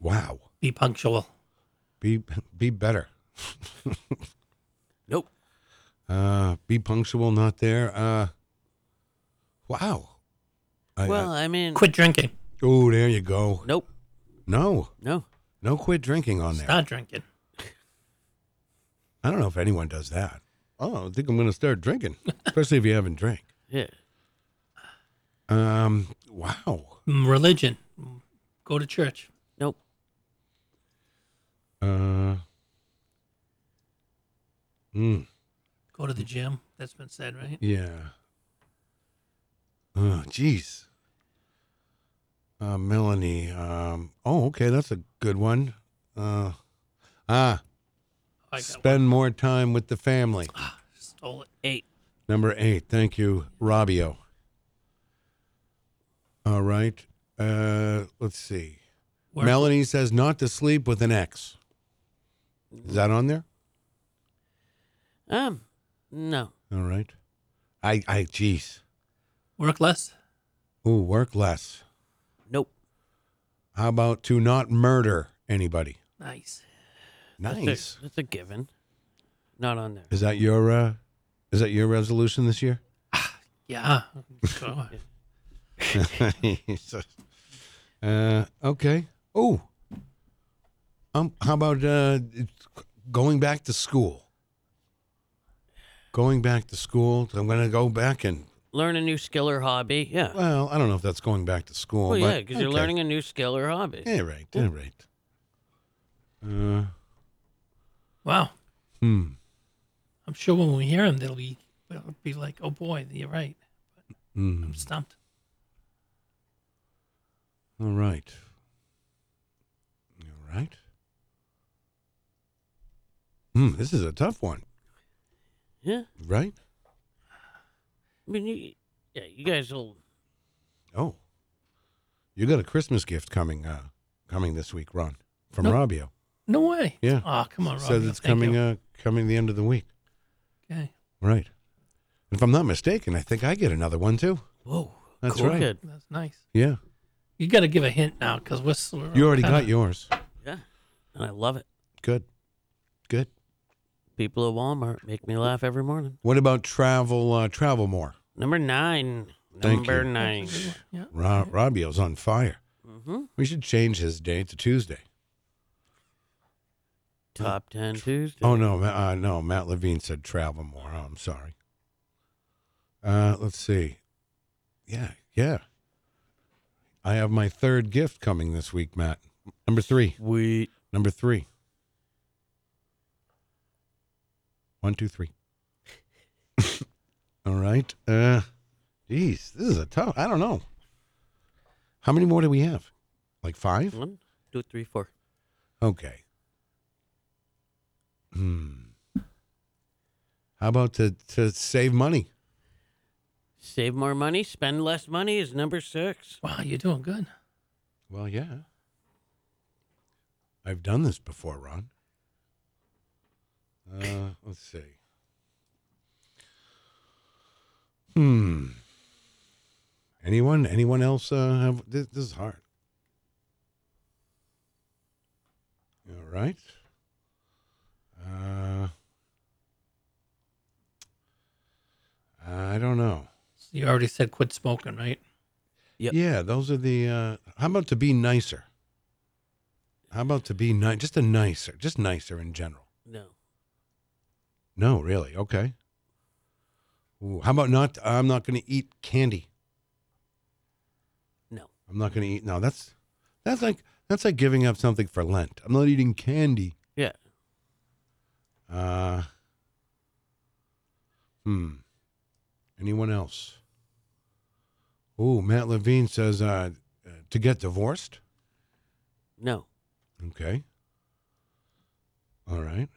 Speaker 3: Wow.
Speaker 5: Be punctual.
Speaker 3: Be be better.
Speaker 4: Nope.
Speaker 3: Uh, be punctual. Not there. Uh. Wow. I-
Speaker 4: well, I mean,
Speaker 5: Quit drinking.
Speaker 3: Oh, there you go.
Speaker 4: Nope.
Speaker 3: No.
Speaker 4: No.
Speaker 3: No quit drinking on there.
Speaker 5: Stop drinking.
Speaker 3: I don't know if anyone does that. Oh, I think I'm going to start drinking, especially if you haven't drank.
Speaker 4: Yeah.
Speaker 3: Um, wow.
Speaker 5: Mm, Religion. Go to church.
Speaker 4: Nope.
Speaker 3: Uh, Mm,
Speaker 5: Go to the gym. That's been said, right?
Speaker 3: yeah. Oh, jeez. Uh, Melanie. Um, oh, okay. That's a good one. Uh,
Speaker 5: Oh,
Speaker 3: ah.
Speaker 5: I got
Speaker 3: Spend more time with the family.
Speaker 5: Stole it. Eight.
Speaker 3: Number eight. Thank you, Robbio. All right. Uh, let's see.
Speaker 5: Where-
Speaker 3: Melanie says not to sleep with an ex. Is that on there?
Speaker 4: Um, no.
Speaker 3: All right. I, I, geez.
Speaker 5: Work less.
Speaker 3: Ooh, work less.
Speaker 4: Nope.
Speaker 3: How about to not murder anybody?
Speaker 5: Nice.
Speaker 4: That's a-
Speaker 3: Nice.
Speaker 4: That's a given. Not on there.
Speaker 3: Is that your, uh, is that your resolution this year?
Speaker 5: Yeah. Sure.
Speaker 3: uh, okay. Oh, um, how about uh, going back to school? Going back to school. I'm going to go back and
Speaker 4: Learn a new skill or hobby. Yeah.
Speaker 3: well, I don't know if that's going back to school.
Speaker 4: Well,
Speaker 3: but,
Speaker 4: yeah, because you're
Speaker 3: okay.
Speaker 4: learning a new skill or hobby.
Speaker 3: Yeah, right. Yeah, right. Uh,
Speaker 5: wow.
Speaker 3: hmm.
Speaker 5: I'm sure when we hear him, they'll be, they'll be like, oh boy, you're right.
Speaker 3: hmm.
Speaker 5: I'm stumped.
Speaker 3: All right. All right. Hmm. This is a tough one,
Speaker 4: Yeah.
Speaker 3: right?
Speaker 4: I mean, you, yeah, you guys will.
Speaker 3: Oh, you got a Christmas gift coming uh coming this week, Ron, from
Speaker 5: No.
Speaker 3: Robbio.
Speaker 5: No way.
Speaker 3: Yeah.
Speaker 5: Oh, come on, Rob.
Speaker 3: Says it's coming uh coming the end of the week.
Speaker 5: Okay.
Speaker 3: Right. If I'm not mistaken, I think I get another one too.
Speaker 5: Whoa.
Speaker 3: That's
Speaker 4: cool
Speaker 3: right.
Speaker 4: kid.
Speaker 5: That's nice.
Speaker 3: Yeah.
Speaker 5: You got to give a hint now because we're, s- we're.
Speaker 3: You already
Speaker 5: kinda-
Speaker 3: got yours.
Speaker 4: Yeah. And I love it.
Speaker 3: Good. Good.
Speaker 4: People at Walmart make me laugh every morning.
Speaker 3: What about travel uh travel more?
Speaker 4: Number nine.
Speaker 3: Thank
Speaker 4: Number
Speaker 3: you.
Speaker 4: nine.
Speaker 5: Yeah.
Speaker 3: Ro- Robbio's on fire.
Speaker 4: Mm-hmm.
Speaker 3: We should change his day to Tuesday.
Speaker 4: Top ten Tuesday.
Speaker 3: Oh no, Ma- uh, no. Matt Levine said travel more. Oh, I'm sorry. Uh, let's see. Yeah, yeah. I have my third gift coming this week, Matt. Number three.
Speaker 4: We.
Speaker 3: Number three. One, two, three. All right. Uh, geez, this is a tough. I don't know. How many more do we have? Like five?
Speaker 4: One, two, three, four.
Speaker 3: Okay. Hmm. How about to to save money?
Speaker 4: Save more money, spend less money is number six.
Speaker 5: Wow, you're doing good.
Speaker 3: Well, yeah. I've done this before, Ron. Uh, let's see. Hmm. Anyone? Anyone else? Uh, have this, this is hard. All right. Uh, I don't know.
Speaker 5: So you already said quit smoking, right?
Speaker 4: Yep.
Speaker 3: Yeah, those are the. Uh, how about to be nicer? How about to be nice? Just a nicer, just nicer in general.
Speaker 4: No.
Speaker 3: No, really. Okay. Ooh, how about not? I'm not going to eat candy.
Speaker 4: No.
Speaker 3: I'm not going to eat. No, that's that's like that's like giving up something for Lent. I'm not eating candy.
Speaker 4: Yeah.
Speaker 3: Uh. Hmm. Anyone else? Ooh, Matt Levine says uh, uh, to get divorced.
Speaker 4: No.
Speaker 3: Okay. All right.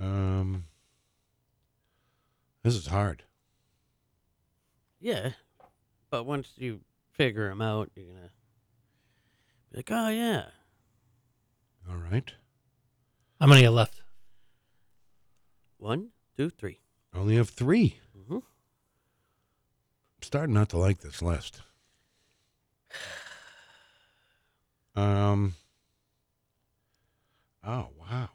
Speaker 3: Um, this is hard.
Speaker 4: Yeah. But once you figure them out, you're gonna be like, oh yeah.
Speaker 3: All right.
Speaker 5: How many are left?
Speaker 4: One, two, three.
Speaker 3: I only have three.
Speaker 4: Mhm.
Speaker 3: I'm starting not to like this list. Um. Oh wow.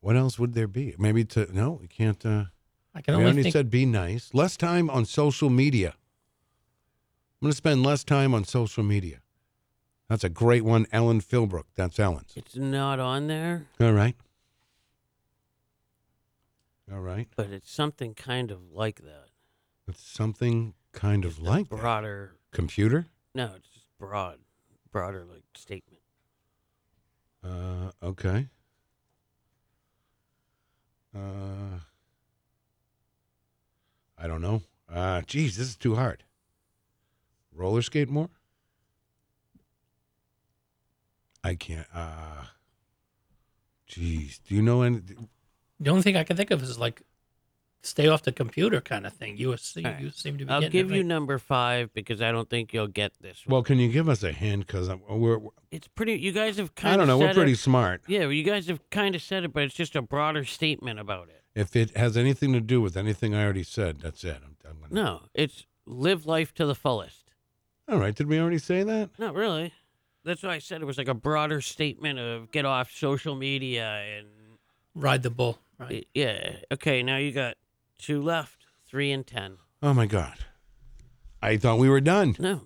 Speaker 3: What else would there be? Maybe to no, we can't. Uh,
Speaker 5: I can
Speaker 3: we
Speaker 5: only
Speaker 3: already
Speaker 5: think.
Speaker 3: said be nice. Less time on social media. I'm going to spend less time on social media. That's a great one, Ellen Philbrook. That's Ellen's.
Speaker 4: It's not on there,
Speaker 3: All right. All right.
Speaker 4: but it's something kind of like that.
Speaker 3: That's something kind of
Speaker 4: Just a
Speaker 3: like that.
Speaker 4: broader.
Speaker 3: computer.
Speaker 4: No, it's just broad, broader like statement.
Speaker 3: Uh, okay. Uh, I don't know. Uh, geez, this is too hard. Roller skate more? I can't. Uh, geez, do you know any?
Speaker 5: The only thing I can think of is like stay off the computer kind of thing. You, see,
Speaker 4: All right.
Speaker 5: you seem to be.
Speaker 4: I'll
Speaker 5: getting it
Speaker 4: give you
Speaker 5: right.
Speaker 4: number five because I don't think you'll get this.
Speaker 3: Well, can you give us a hint? Because we're, we're
Speaker 4: It's pretty. You guys have kind
Speaker 3: I don't
Speaker 4: of.
Speaker 3: know. We're pretty smart.
Speaker 4: Yeah, well, you guys have kind of said it, but it's just a broader statement about it.
Speaker 3: If it has anything to do with anything I already said, that's it. I'm, I'm gonna,
Speaker 4: No, it's live life to the fullest.
Speaker 3: All right. Did we already say that?
Speaker 4: Not really. That's why I said it was like a broader statement of get off social media and
Speaker 5: ride the bull. Right.
Speaker 4: yeah. Okay, now you got two left, three and ten.
Speaker 3: Oh my God. I thought we were done.
Speaker 4: No.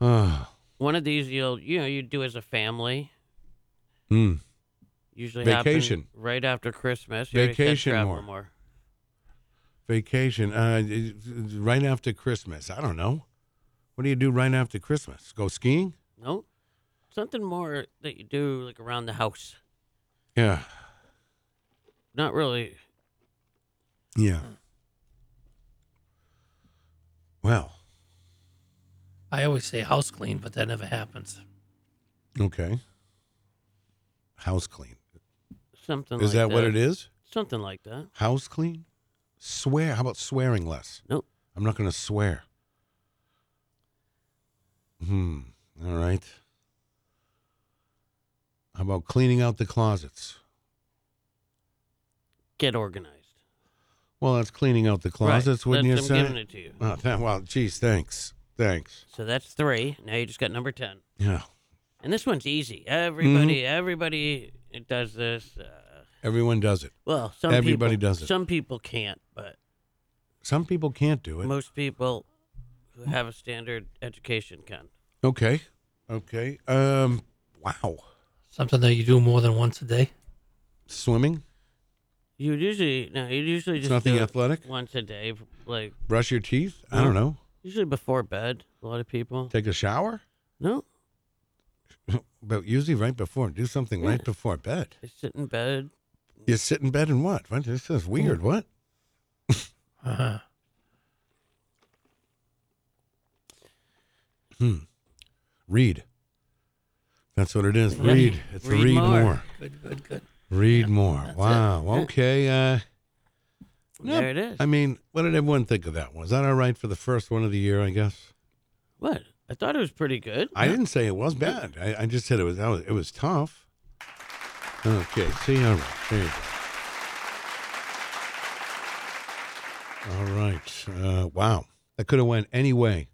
Speaker 3: Oh,
Speaker 4: One of these you'll you know you do as a family.
Speaker 3: hmm.
Speaker 4: Usually happen
Speaker 3: Vacation.
Speaker 4: right after Christmas. You already said
Speaker 3: Vacation
Speaker 4: travel
Speaker 3: more. Vacation. Uh, i- i- right after Christmas. I don't know. What do you do right after Christmas? Go skiing?
Speaker 4: No, something more that you do like around the house.
Speaker 3: Yeah.
Speaker 4: Not really.
Speaker 3: Yeah. Well,
Speaker 5: I always say house clean, but that never happens.
Speaker 3: okay. House clean.
Speaker 4: Something.
Speaker 3: Is
Speaker 4: like
Speaker 3: that what it is?
Speaker 4: Something like that.
Speaker 3: House clean? Swear. How about swearing less?
Speaker 4: Nope.
Speaker 3: I'm not going to swear. Hmm. All right. How about cleaning out the closets?
Speaker 4: Get organized.
Speaker 3: Well, that's cleaning out the
Speaker 4: Right.
Speaker 3: closets, wouldn't
Speaker 4: That's-
Speaker 3: you
Speaker 4: I'm
Speaker 3: say?
Speaker 4: giving it to you.
Speaker 3: Oh, th- well, geez, thanks. Thanks.
Speaker 4: So that's three. Now you just got number ten.
Speaker 3: Yeah.
Speaker 4: And this one's easy.
Speaker 3: Mm-hmm.
Speaker 4: Everybody, everybody does this. Uh,
Speaker 3: Everyone does it.
Speaker 4: well, some
Speaker 3: Everybody
Speaker 4: people,
Speaker 3: does it.
Speaker 4: Some people can't, but
Speaker 3: Some people can't do it.
Speaker 4: most people who have a standard education can.
Speaker 3: okay. Okay. Um. Wow.
Speaker 5: Something that you do more than once a day.
Speaker 3: Swimming.
Speaker 4: You usually no, you usually
Speaker 3: It's
Speaker 4: just
Speaker 3: nothing
Speaker 4: do it
Speaker 3: athletic?
Speaker 4: once a day, like
Speaker 3: Brush your teeth. I don't know.
Speaker 4: usually before bed. A lot of people.
Speaker 3: Take a shower.
Speaker 4: No,
Speaker 3: But usually right before. Do something right before bed.
Speaker 4: they sit in bed.
Speaker 3: You sit in bed and what? What? This is
Speaker 4: Mm.
Speaker 3: weird. What?
Speaker 5: Uh-huh.
Speaker 3: Hmm. Read. That's what it is.
Speaker 5: Yeah.
Speaker 3: Read. It's read,
Speaker 5: Read
Speaker 3: more.
Speaker 5: more. Good, good, good.
Speaker 3: Read more. wow.
Speaker 4: Yeah.
Speaker 3: Okay. Uh,
Speaker 4: There it is.
Speaker 3: I mean, what did everyone think of that one? Is that all right for the first one of the year? I guess.
Speaker 4: What? I thought it was pretty good.
Speaker 3: I didn't say it was bad. I, I just said it was, that was it was tough. Okay. See. All right. There you go. All right. Uh, wow. That could have went any way,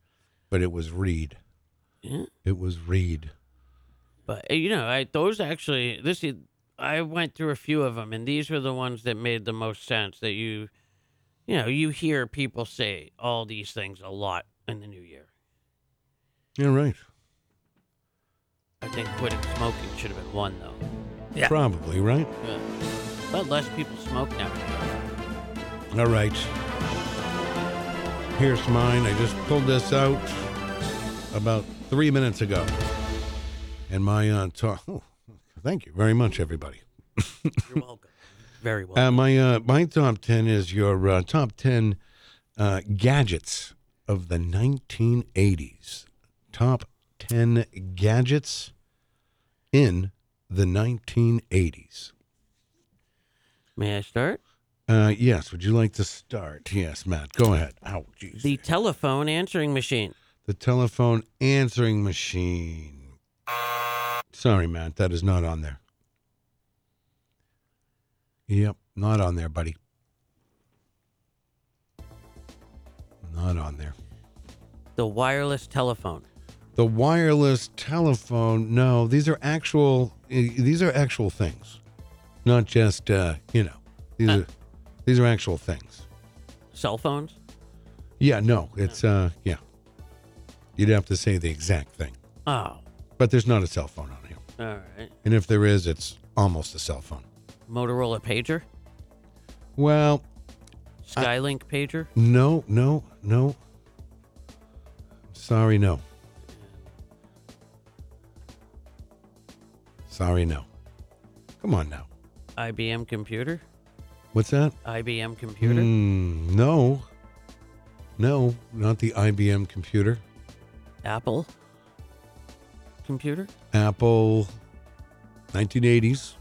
Speaker 3: but it was read.
Speaker 4: Yeah.
Speaker 3: It was read.
Speaker 4: But uh, you know, I those actually this is- I went through a few of them, and these were the ones that made the most sense. That you, you know, you hear people say all these things a lot in the new year.
Speaker 3: You're right.
Speaker 4: I think quitting smoking should have been one though.
Speaker 5: Yeah.
Speaker 3: Probably right.
Speaker 4: Yeah. But less people smoke now.
Speaker 3: All right. Here's mine. I just pulled this out about three minutes ago. And my uh, talk. Oh, thank you very much, everybody.
Speaker 4: You're welcome. Very well.
Speaker 3: Uh, my uh, my top ten is your uh, top ten uh, gadgets of the 1980s. Top ten gadgets in the 1980s.
Speaker 4: May I start?
Speaker 3: Uh, yes. Would you like to start? Yes, Matt. Go ahead. Ow, jeez.
Speaker 4: The telephone answering machine.
Speaker 3: The telephone answering machine. Sorry, Matt, that is not on there. Yep, not on there, buddy. Not on there.
Speaker 4: The wireless telephone.
Speaker 3: The wireless telephone. No, these are actual. eh, These are actual things, not just uh, you know. These are these are actual things.
Speaker 4: Cell phones.
Speaker 3: Yeah, no, it's uh, yeah. You'd have to say the exact thing,
Speaker 4: Oh, all
Speaker 3: but there's not a cell phone on here.
Speaker 4: right.
Speaker 3: And if there is, it's almost a cell phone.
Speaker 4: Motorola pager.
Speaker 3: Well,
Speaker 4: Skylink pager.
Speaker 3: no, no, no. Sorry, no. Sorry, no. Come on now.
Speaker 4: IBM computer.
Speaker 3: What's that?
Speaker 4: IBM computer.
Speaker 3: Hmm, no. No, not the IBM computer.
Speaker 4: Apple computer.
Speaker 3: Apple 1980s.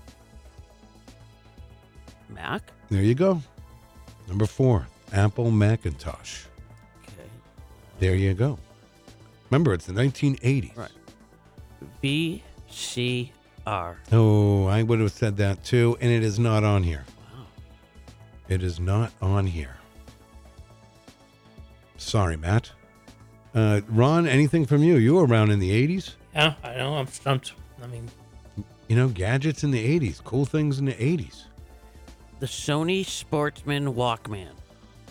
Speaker 4: Mac.
Speaker 3: There you go. Number four, Apple Macintosh.
Speaker 4: Okay.
Speaker 3: There you go. Remember, it's the 1980s.
Speaker 4: Right. VCR.
Speaker 3: Oh, I would have said that too, and it is not on here. It is not on here. Sorry, Matt. Uh, Ron, anything from you? You were around in the 80s.
Speaker 5: Yeah, I know. I'm stumped. I mean,
Speaker 3: You know, gadgets in the 80s, cool things in the 80s.
Speaker 4: The Sony Sportsman Walkman.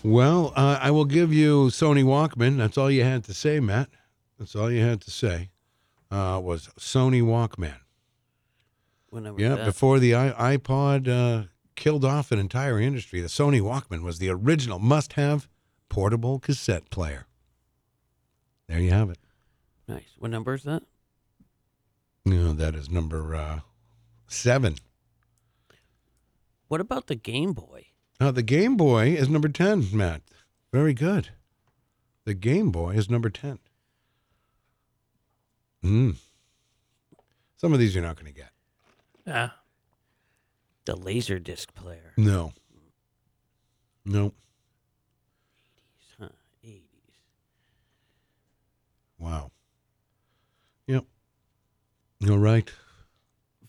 Speaker 3: Well, uh, I will give you Sony Walkman. That's all you had to say, Matt. That's all you had to say uh, was Sony Walkman.
Speaker 4: Whenever
Speaker 3: Yeah,
Speaker 4: that-
Speaker 3: before the I- iPod uh, killed off an entire industry, the Sony Walkman was the original must-have portable cassette player. There you have it.
Speaker 4: Nice. What number is that?
Speaker 3: No, that is number uh, seven.
Speaker 4: What about the Game Boy?
Speaker 3: Uh, the Game Boy is number 10, Matt. Very good. The Game Boy is number 10. Mm. Some of these you're not going to get.
Speaker 5: yeah.
Speaker 4: The laser disc player.
Speaker 3: No. No.
Speaker 4: Huh, 80s.
Speaker 3: Wow. Yep. All right.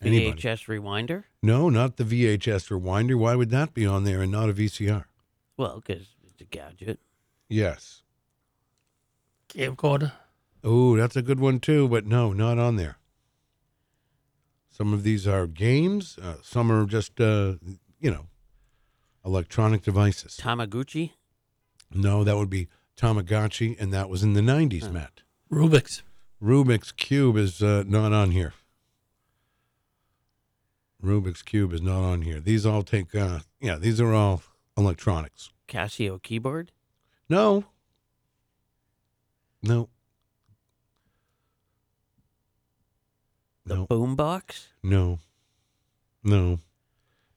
Speaker 3: Anybody?
Speaker 4: VHS rewinder.
Speaker 3: No, not the VHS rewinder. Why would that be on there and not a VCR?
Speaker 4: Well, because it's a gadget.
Speaker 3: Yes.
Speaker 5: Camcorder.
Speaker 3: Oh, that's a good one too, but no, not on there. Some of these are games, uh, some are just, uh, you know, electronic devices.
Speaker 4: Tamaguchi.
Speaker 3: No, that would be Tamagotchi, and that was in the 90s, Matt.
Speaker 5: Rubik's.
Speaker 3: Rubik's Cube is uh, not on here. Rubik's Cube is not on here. These all take, uh, yeah, these are all electronics.
Speaker 4: Casio keyboard.
Speaker 3: No. No.
Speaker 4: The boombox.
Speaker 3: No. No.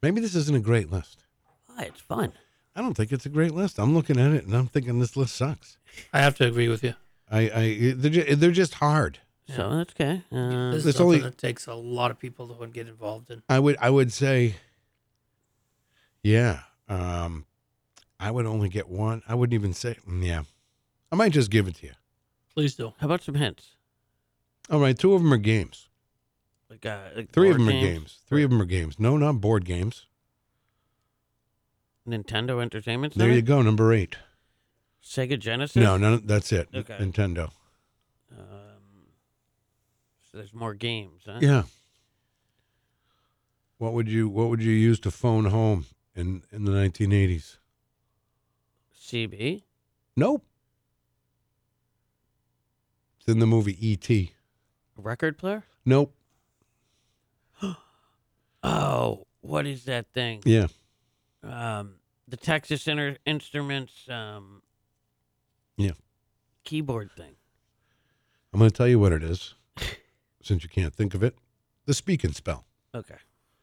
Speaker 3: Maybe this isn't a great list.
Speaker 4: Ah, it's fun.
Speaker 3: I don't think it's a great list. I'm looking at it and I'm thinking this list sucks.
Speaker 5: I have to agree with you.
Speaker 3: I, I they're just, they're just hard.
Speaker 4: So that's okay. Uh,
Speaker 5: This is
Speaker 3: There's
Speaker 5: something
Speaker 3: only-
Speaker 5: that takes a lot of people to get involved in.
Speaker 3: I would I would say yeah. Um I would only get one. I wouldn't even say mm, yeah. I might just give it to you.
Speaker 5: Please do.
Speaker 4: How about some hints?
Speaker 3: All right, two of them are games.
Speaker 4: Like, uh, like
Speaker 3: Three of
Speaker 4: board
Speaker 3: them are games. Three of them are games. No, not board games.
Speaker 4: Nintendo Entertainment Center.
Speaker 3: There you go, number 8.
Speaker 4: Sega Genesis.
Speaker 3: No, no, that's it.
Speaker 4: Okay.
Speaker 3: Nintendo.
Speaker 4: Um, so there's more games, huh?
Speaker 3: Yeah. What would you What would you use to phone home in in the 1980s?
Speaker 4: CB.
Speaker 3: Nope. It's in the movie E.T.
Speaker 4: Record player.
Speaker 3: Nope.
Speaker 4: Oh, what is that thing?
Speaker 3: Yeah.
Speaker 4: Um, the Texas Inter- Instruments. Um,
Speaker 3: Yeah.
Speaker 4: Keyboard thing.
Speaker 3: I'm going to tell you what it is, since you can't think of it. The speak and spell.
Speaker 4: Okay.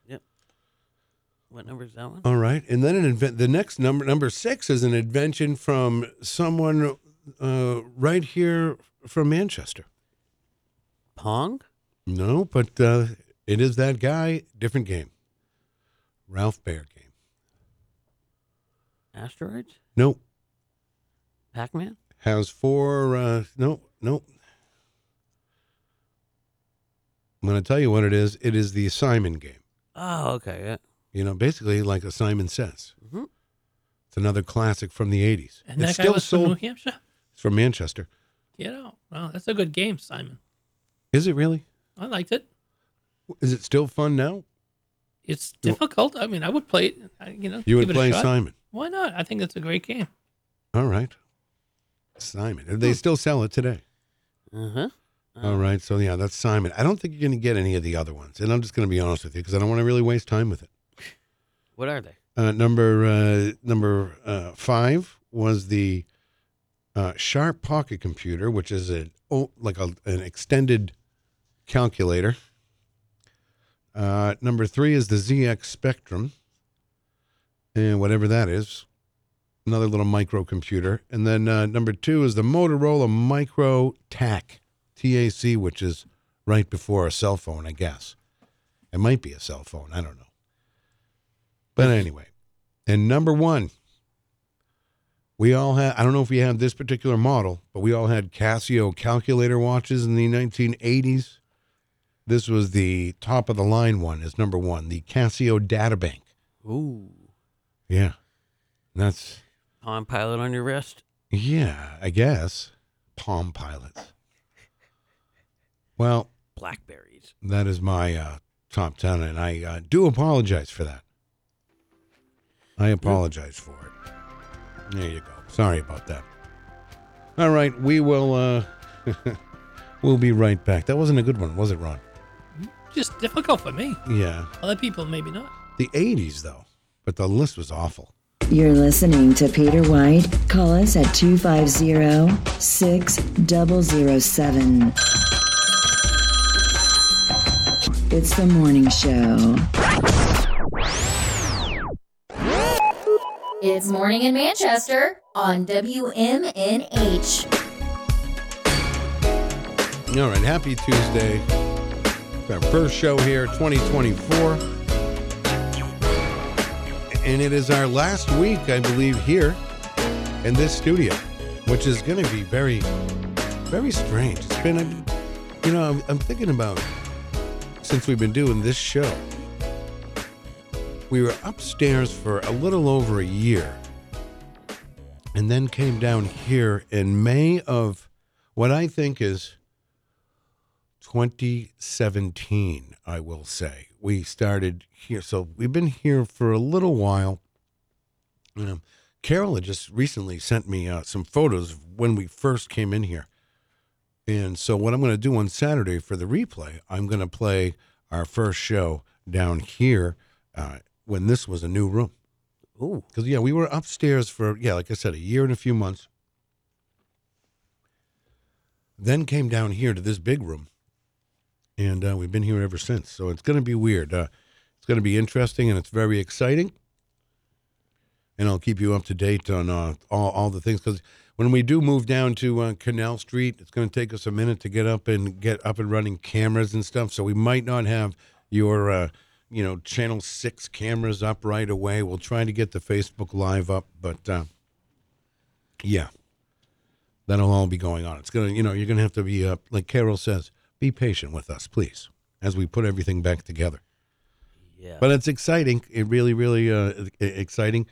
Speaker 4: Yep. What number is that one?
Speaker 3: All right, and then an invent. The next number, number six, is an invention from someone uh, right here from Manchester.
Speaker 4: Pong.
Speaker 3: No, but uh, it is that guy. Different game. Ralph Baer game.
Speaker 4: Asteroids.
Speaker 3: Nope.
Speaker 4: Pac-Man.
Speaker 3: has four. Uh, no, no. I'm going to tell you what it is. It is the Simon game.
Speaker 4: Oh, okay. Yeah.
Speaker 3: You know, basically like a Simon Says.
Speaker 4: Mhm.
Speaker 3: It's another classic from the 80s.
Speaker 5: And
Speaker 3: it's
Speaker 5: that guy
Speaker 3: still
Speaker 5: was
Speaker 3: sold.
Speaker 5: from New Hampshire.
Speaker 3: it's from Manchester.
Speaker 5: You know, well, that's a good game, Simon.
Speaker 3: Is it really?
Speaker 5: I liked it.
Speaker 3: Is it still fun now?
Speaker 5: It's
Speaker 3: You-
Speaker 5: difficult. I mean, I would play it. I- You know,
Speaker 3: You would
Speaker 5: give it a
Speaker 3: play
Speaker 5: shot.
Speaker 3: Simon.
Speaker 5: Why not? I think that's a great game.
Speaker 3: All right. Simon. And They still sell it today.
Speaker 4: Uh-huh.
Speaker 5: Oh.
Speaker 3: All right. So, yeah, that's Simon. I don't think you're going to get any of the other ones. And I'm just going to be honest with you because I don't want to really waste time with it.
Speaker 4: What are they?
Speaker 3: Uh, number uh, number uh, five was the uh, Sharp Pocket Computer, which is a oh, like a, an extended calculator. Uh, number three is the ZX Spectrum. and whatever that is, another little microcomputer. And then uh, number two is the Motorola Micro TAC, TAC, which is right before a cell phone, I guess. It might be a cell phone. I don't know. But anyway, and number one, we all had, I don't know if we have this particular model, but we all had Casio calculator watches in the 1980s. This was the top of the line one, is number one, the Casio Databank.
Speaker 4: Ooh,
Speaker 3: Yeah. That's,
Speaker 4: Palm Pilot on your wrist.
Speaker 3: yeah, I guess. Palm Pilots. Well,
Speaker 4: Blackberries.
Speaker 3: that is my uh, top 10, and I uh, do apologize for that. I apologize for it. There you go. Sorry about that. All right, we will. Uh, we'll be right back. That wasn't a good one, was it, Ron?
Speaker 5: Just difficult for me.
Speaker 3: Yeah,
Speaker 5: Other people maybe not.
Speaker 3: the '80s though, but the list was awful.
Speaker 6: You're listening to Peter White. Call us at 250 6007. It's the morning show.
Speaker 12: It's morning in Manchester on WMNH.
Speaker 3: All right, happy Tuesday. It's our first show here, 2024. And it is our last week, I believe, here in this studio, which is going to be very, very strange. It's been, you know, I'm, I'm thinking about since we've been doing this show. We were upstairs for a little over a year and then came down here in May of what I think is 2017, I will say. We started here. So we've been here for a little while. Um, Carol had just recently sent me uh, some photos of when we first came in here. And so, what I'm going to do on Saturday for the replay, I'm going to play our first show down here uh, when this was a new room.
Speaker 4: Ooh.
Speaker 3: Because, yeah, we were upstairs for, yeah, like I said, a year and a few months. Then came down here to this big room and uh, we've been here ever since. So it's going to be weird. Uh, it's going to be interesting, and it's very exciting. And I'll keep you up to date on uh, all all the things because when we do move down to uh, Canal Street, it's going to take us a minute to get up and get up and running cameras and stuff. So we might not have your uh, you know Channel Six cameras up right away. We'll try to get the Facebook Live up, but uh, yeah, that'll all be going on. It's gonna, you know, you're gonna have to be uh, like Carol says, be patient with us, please, as we put everything back together.
Speaker 4: Yeah.
Speaker 3: But it's exciting. It really, really uh, e- exciting.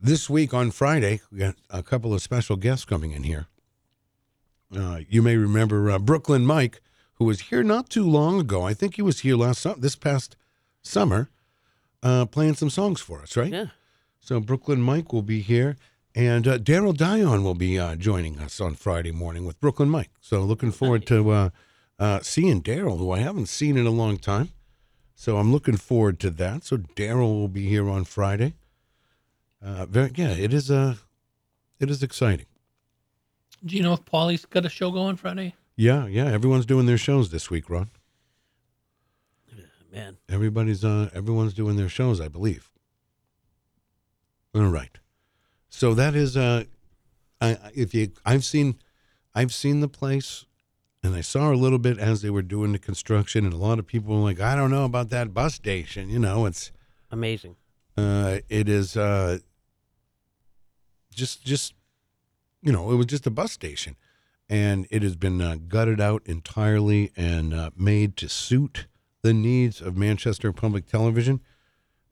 Speaker 3: This week on Friday, we got a couple of special guests coming in here. Uh, you may remember uh, Brooklyn Mike, who was here not too long ago. I think he was here last sum- this past summer, uh, playing some songs for us, right?
Speaker 4: Yeah.
Speaker 3: So Brooklyn Mike will be here, and uh, Daryl Dion will be uh, joining us on Friday morning with Brooklyn Mike. So looking forward to uh, uh, seeing Daryl, who I haven't seen in a long time. So I'm looking forward to that. So Daryl will be here on Friday. Uh, very, yeah, it is uh, it is exciting.
Speaker 5: Do you know if Polly's got a show going Friday?
Speaker 3: Yeah, yeah. Everyone's doing their shows this week, Ron.
Speaker 4: Man.
Speaker 3: Everybody's uh everyone's doing their shows, I believe. All right. So that is uh I I- if you I've seen I've seen the place and I saw a little bit as they were doing the construction and a lot of people were like, I don't know about that bus station, you know, it's
Speaker 4: Amazing.
Speaker 3: uh it is uh just just you know, it was just a bus station and it has been uh, gutted out entirely and uh, made to suit the needs of Manchester Public Television.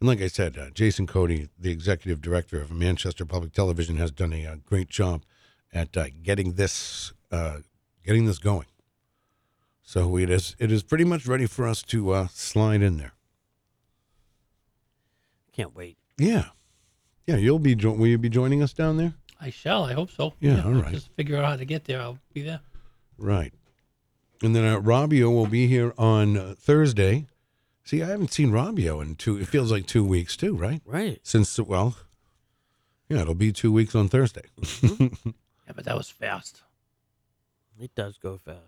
Speaker 3: And like I said, uh, Jason Cody, the executive director of Manchester Public Television, has done a, uh great job at uh, getting this uh, getting this going. So it is it is pretty much ready for us to uh, slide in there.
Speaker 4: Can't wait.
Speaker 3: Yeah, yeah. You'll be jo- will you be joining us down there?
Speaker 5: I shall. I hope so.
Speaker 3: Yeah,
Speaker 5: I'll
Speaker 3: all right.
Speaker 5: Just figure out how to get there. I'll be there.
Speaker 3: Right. And then uh, Robbio will be here on uh, Thursday. See, I haven't seen Robbio in two. It feels like two weeks too, right?
Speaker 4: Right.
Speaker 3: Since well, yeah, it'll be two weeks on Thursday.
Speaker 5: Yeah, but that was fast.
Speaker 4: It does go fast.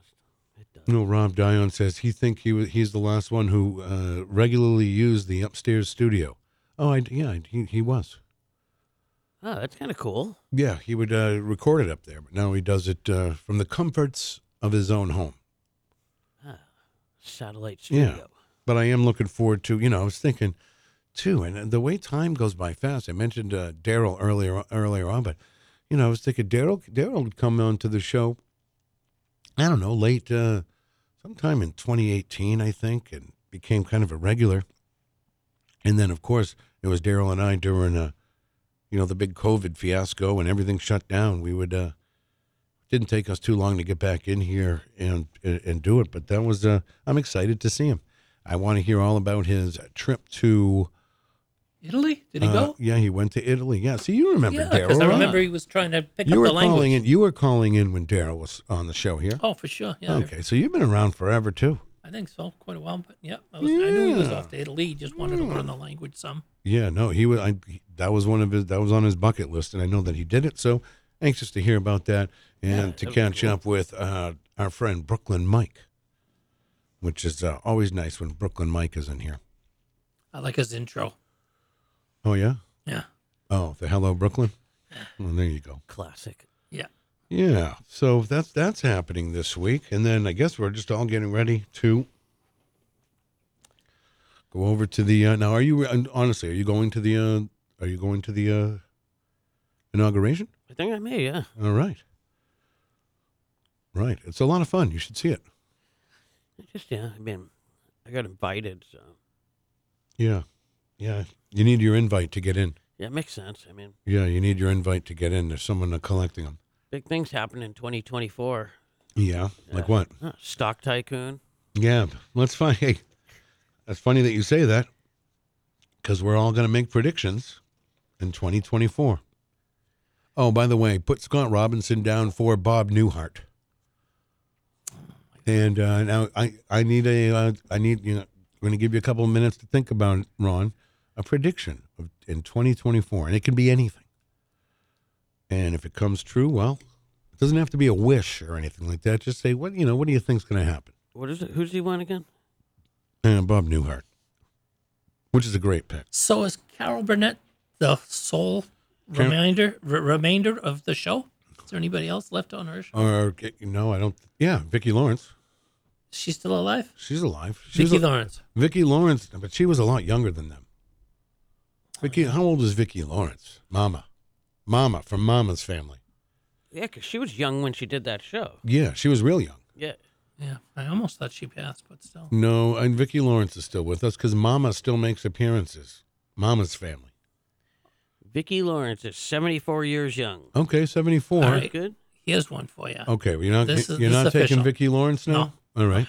Speaker 3: No, Rob Dion says he think he was, he's the last one who uh, regularly used the upstairs studio. Oh, I, yeah, I- he, he was.
Speaker 4: Oh, that's kind of cool.
Speaker 3: Yeah, he would uh, record it up there, but now he does it uh, from the comforts of his own home.
Speaker 4: Satellite
Speaker 3: Yeah.
Speaker 4: studio.
Speaker 3: But I am looking forward to, you know, I was thinking too, and the way time goes by fast. I mentioned uh, Daryl earlier earlier on, but you know, I was thinking Daryl Daryl would come on to the show. I don't know, late uh, sometime in 2018, I think, and became kind of a regular. And then, of course, it was Daryl and I during, uh, you know, the big COVID fiasco and everything shut down. We would uh, didn't take us too long to get back in here and and, and do it. But that was uh, I'm excited to see him. I want to hear all about his trip to.
Speaker 5: Italy? Did he
Speaker 3: uh,
Speaker 5: go?
Speaker 3: Yeah, he went to Italy. Yeah, see, you remember
Speaker 5: Yeah,
Speaker 3: Daryl?
Speaker 5: because I
Speaker 3: right?
Speaker 5: remember he was trying to pick
Speaker 3: you
Speaker 5: up
Speaker 3: were
Speaker 5: the
Speaker 3: calling
Speaker 5: language.
Speaker 3: in. You were calling in when Daryl was on the show here.
Speaker 5: Oh, for sure. Yeah,
Speaker 3: Okay, so you've been around forever too.
Speaker 5: I think so. Quite a while, but yeah, I, was, I knew he was
Speaker 3: Yeah.
Speaker 5: off to Italy. He just wanted to learn the language some.
Speaker 3: Yeah, no, he was. I, he- that was one of his. That was on his bucket list, and I know that he did it. So anxious to hear about that and to catch up with uh, our friend Brooklyn Mike, which is uh, always nice when Brooklyn Mike is in here.
Speaker 5: I like his intro.
Speaker 3: Oh yeah.
Speaker 5: Yeah.
Speaker 3: Oh, the Hello Brooklyn. Well, there you go.
Speaker 4: Classic.
Speaker 5: Yeah.
Speaker 3: Yeah. So that's that's happening this week, and then I guess we're just all getting ready to go over to the. Uh, now, are you and honestly? Are you going to the? Uh, are you going to the uh, inauguration?
Speaker 4: I think I may, yeah.
Speaker 3: All right. Right. It's a lot of fun. You should see it.
Speaker 4: I Just yeah, I mean, I got invited, so
Speaker 3: Yeah. Yeah. You need your invite to get in.
Speaker 4: yeah, it makes sense. I mean,
Speaker 3: Yeah, you need your invite to get in. There's someone uh, collecting them.
Speaker 4: big things happen in 2024.
Speaker 3: Yeah. Like
Speaker 4: Yeah.
Speaker 3: what?
Speaker 4: Huh, Stock tycoon.
Speaker 3: Yeah, let's find. Hey, that's funny that you say that, because we're all going to make predictions in 2024. Oh, by the way, put Scott Robinson down for Bob Newhart. And uh, now I I need a uh, I need you know I'm going to give you a couple of minutes to think about it, Ron. A prediction of, in 2024, and it can be anything. And if it comes true, well, it doesn't have to be a wish or anything like that. Just say what you know. What do you think's going to happen?
Speaker 4: What is it? Who's he won again?
Speaker 3: And Bob Newhart, which is a great pick.
Speaker 5: So is Carol Burnett the sole
Speaker 3: Carol-
Speaker 5: remainder re- remainder of the show? Is there anybody else left on her? show?
Speaker 3: Or no, I don't. Yeah, Vicki Lawrence.
Speaker 5: She's still alive.
Speaker 3: She's alive. She's
Speaker 5: Vicki Lawrence.
Speaker 3: Vicki Lawrence, but she was a lot younger than them. Vicki, how old is Vicki Lawrence? Mama, Mama from Mama's family.
Speaker 4: Yeah, 'cause she was young when she did that show.
Speaker 3: Yeah, she was real young.
Speaker 4: Yeah.
Speaker 5: Yeah, I almost thought she passed, but still.
Speaker 3: No, and Vicki Lawrence is still with us because Mama still makes appearances. Mama's family.
Speaker 4: Vicki Lawrence is 74 years young.
Speaker 3: Okay, seventy-four.
Speaker 4: All right. Good.
Speaker 5: Here's one for you.
Speaker 3: Okay, well, you're not
Speaker 5: This is-
Speaker 3: you're
Speaker 5: this is
Speaker 3: not taking
Speaker 5: official.
Speaker 3: Vicki Lawrence now. All right,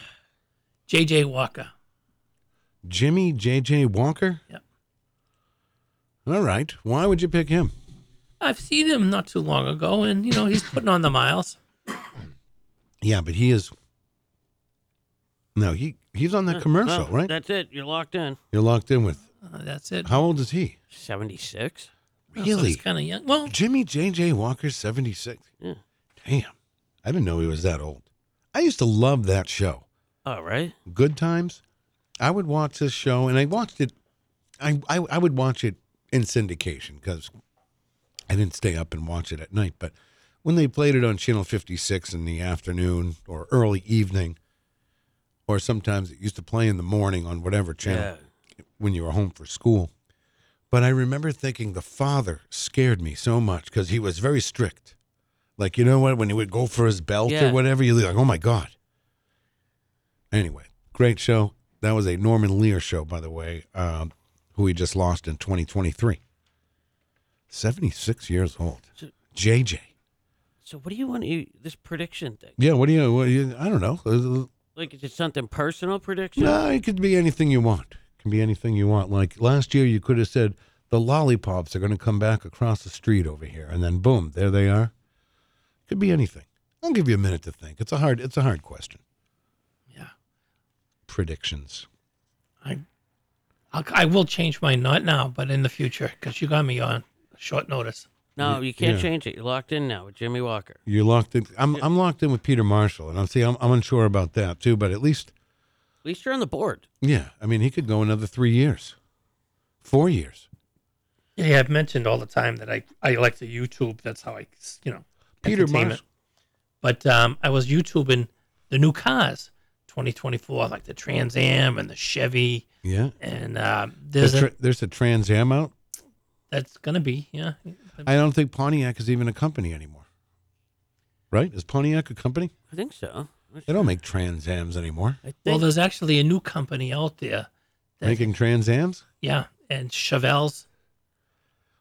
Speaker 5: J.J. Walker.
Speaker 3: Jimmy J.J. Walker.
Speaker 5: Yep.
Speaker 3: All right, why would you pick him?
Speaker 5: I've seen him not too long ago, and you know he's putting on the miles.
Speaker 3: Yeah, but he is. No, he he's on that
Speaker 4: Huh,
Speaker 3: commercial,
Speaker 4: well,
Speaker 3: right?
Speaker 4: That's it. You're locked in.
Speaker 3: You're locked in with.
Speaker 5: Uh, that's it.
Speaker 3: How old is he?
Speaker 4: 76.
Speaker 3: Really?
Speaker 5: kind of young. Well,
Speaker 3: Jimmy J.J. Walker's 76.
Speaker 4: Yeah.
Speaker 3: Damn. I didn't know he was that old. I used to love that show.
Speaker 4: All right.
Speaker 3: Good times. I would watch this show, and I watched it. I, I, I would watch it in syndication because I didn't stay up and watch it at night. But when they played it on Channel 56 in the afternoon or early evening, or sometimes it used to play in the morning on whatever channel when you were home for school. But I remember thinking the father scared me so much because he was very strict. Like, you know what? When he would go for his belt
Speaker 4: Yeah.
Speaker 3: or whatever, you'd be like, oh my God. Anyway, great show. That was a Norman Lear show, by the way, um, who we just lost in 2023. 76 years old.
Speaker 4: So-
Speaker 3: JJ.
Speaker 4: So what do you want to you, this prediction thing?
Speaker 3: Yeah, what do you, what do you I don't know.
Speaker 4: Like is it something personal prediction?
Speaker 3: No, it could be anything you want. It can be anything you want. Like last year, you could have said, the lollipops are going to come back across the street over here. And then boom, there they are. Could be anything. I'll give you a minute to think. It's a hard, it's a hard question.
Speaker 5: Yeah.
Speaker 3: Predictions.
Speaker 5: I, I'll, I will change mine not now, but in the future, because you got me on short notice.
Speaker 4: No, you can't
Speaker 3: yeah.
Speaker 4: change it. You're locked in now with Jimmy Walker.
Speaker 3: You're locked in. I'm, I'm locked in with Peter Marshall, and I'm see, I'm, I'm unsure about that too. But at least,
Speaker 4: At least you're on the board.
Speaker 3: yeah, I mean, he could go another three years, four years.
Speaker 5: Yeah, I've mentioned all the time that I, I like to YouTube. That's how I, you know,
Speaker 3: Peter
Speaker 5: entertainment.
Speaker 3: Mars-
Speaker 5: But um, I was YouTubing the new cars, 2024, like the Trans Am and the Chevy.
Speaker 3: Yeah.
Speaker 5: And uh,
Speaker 3: The
Speaker 5: there's
Speaker 3: tra-
Speaker 5: a,
Speaker 3: there's a Trans Am out.
Speaker 5: that's gonna be yeah.
Speaker 3: I don't think Pontiac is even a company anymore. Right? Is Pontiac a company?
Speaker 4: I think so.
Speaker 3: They don't make Trans Ams anymore.
Speaker 5: Well, there's actually a new company out there. That,
Speaker 3: Making Trans Ams?
Speaker 5: yeah, and Chevelles.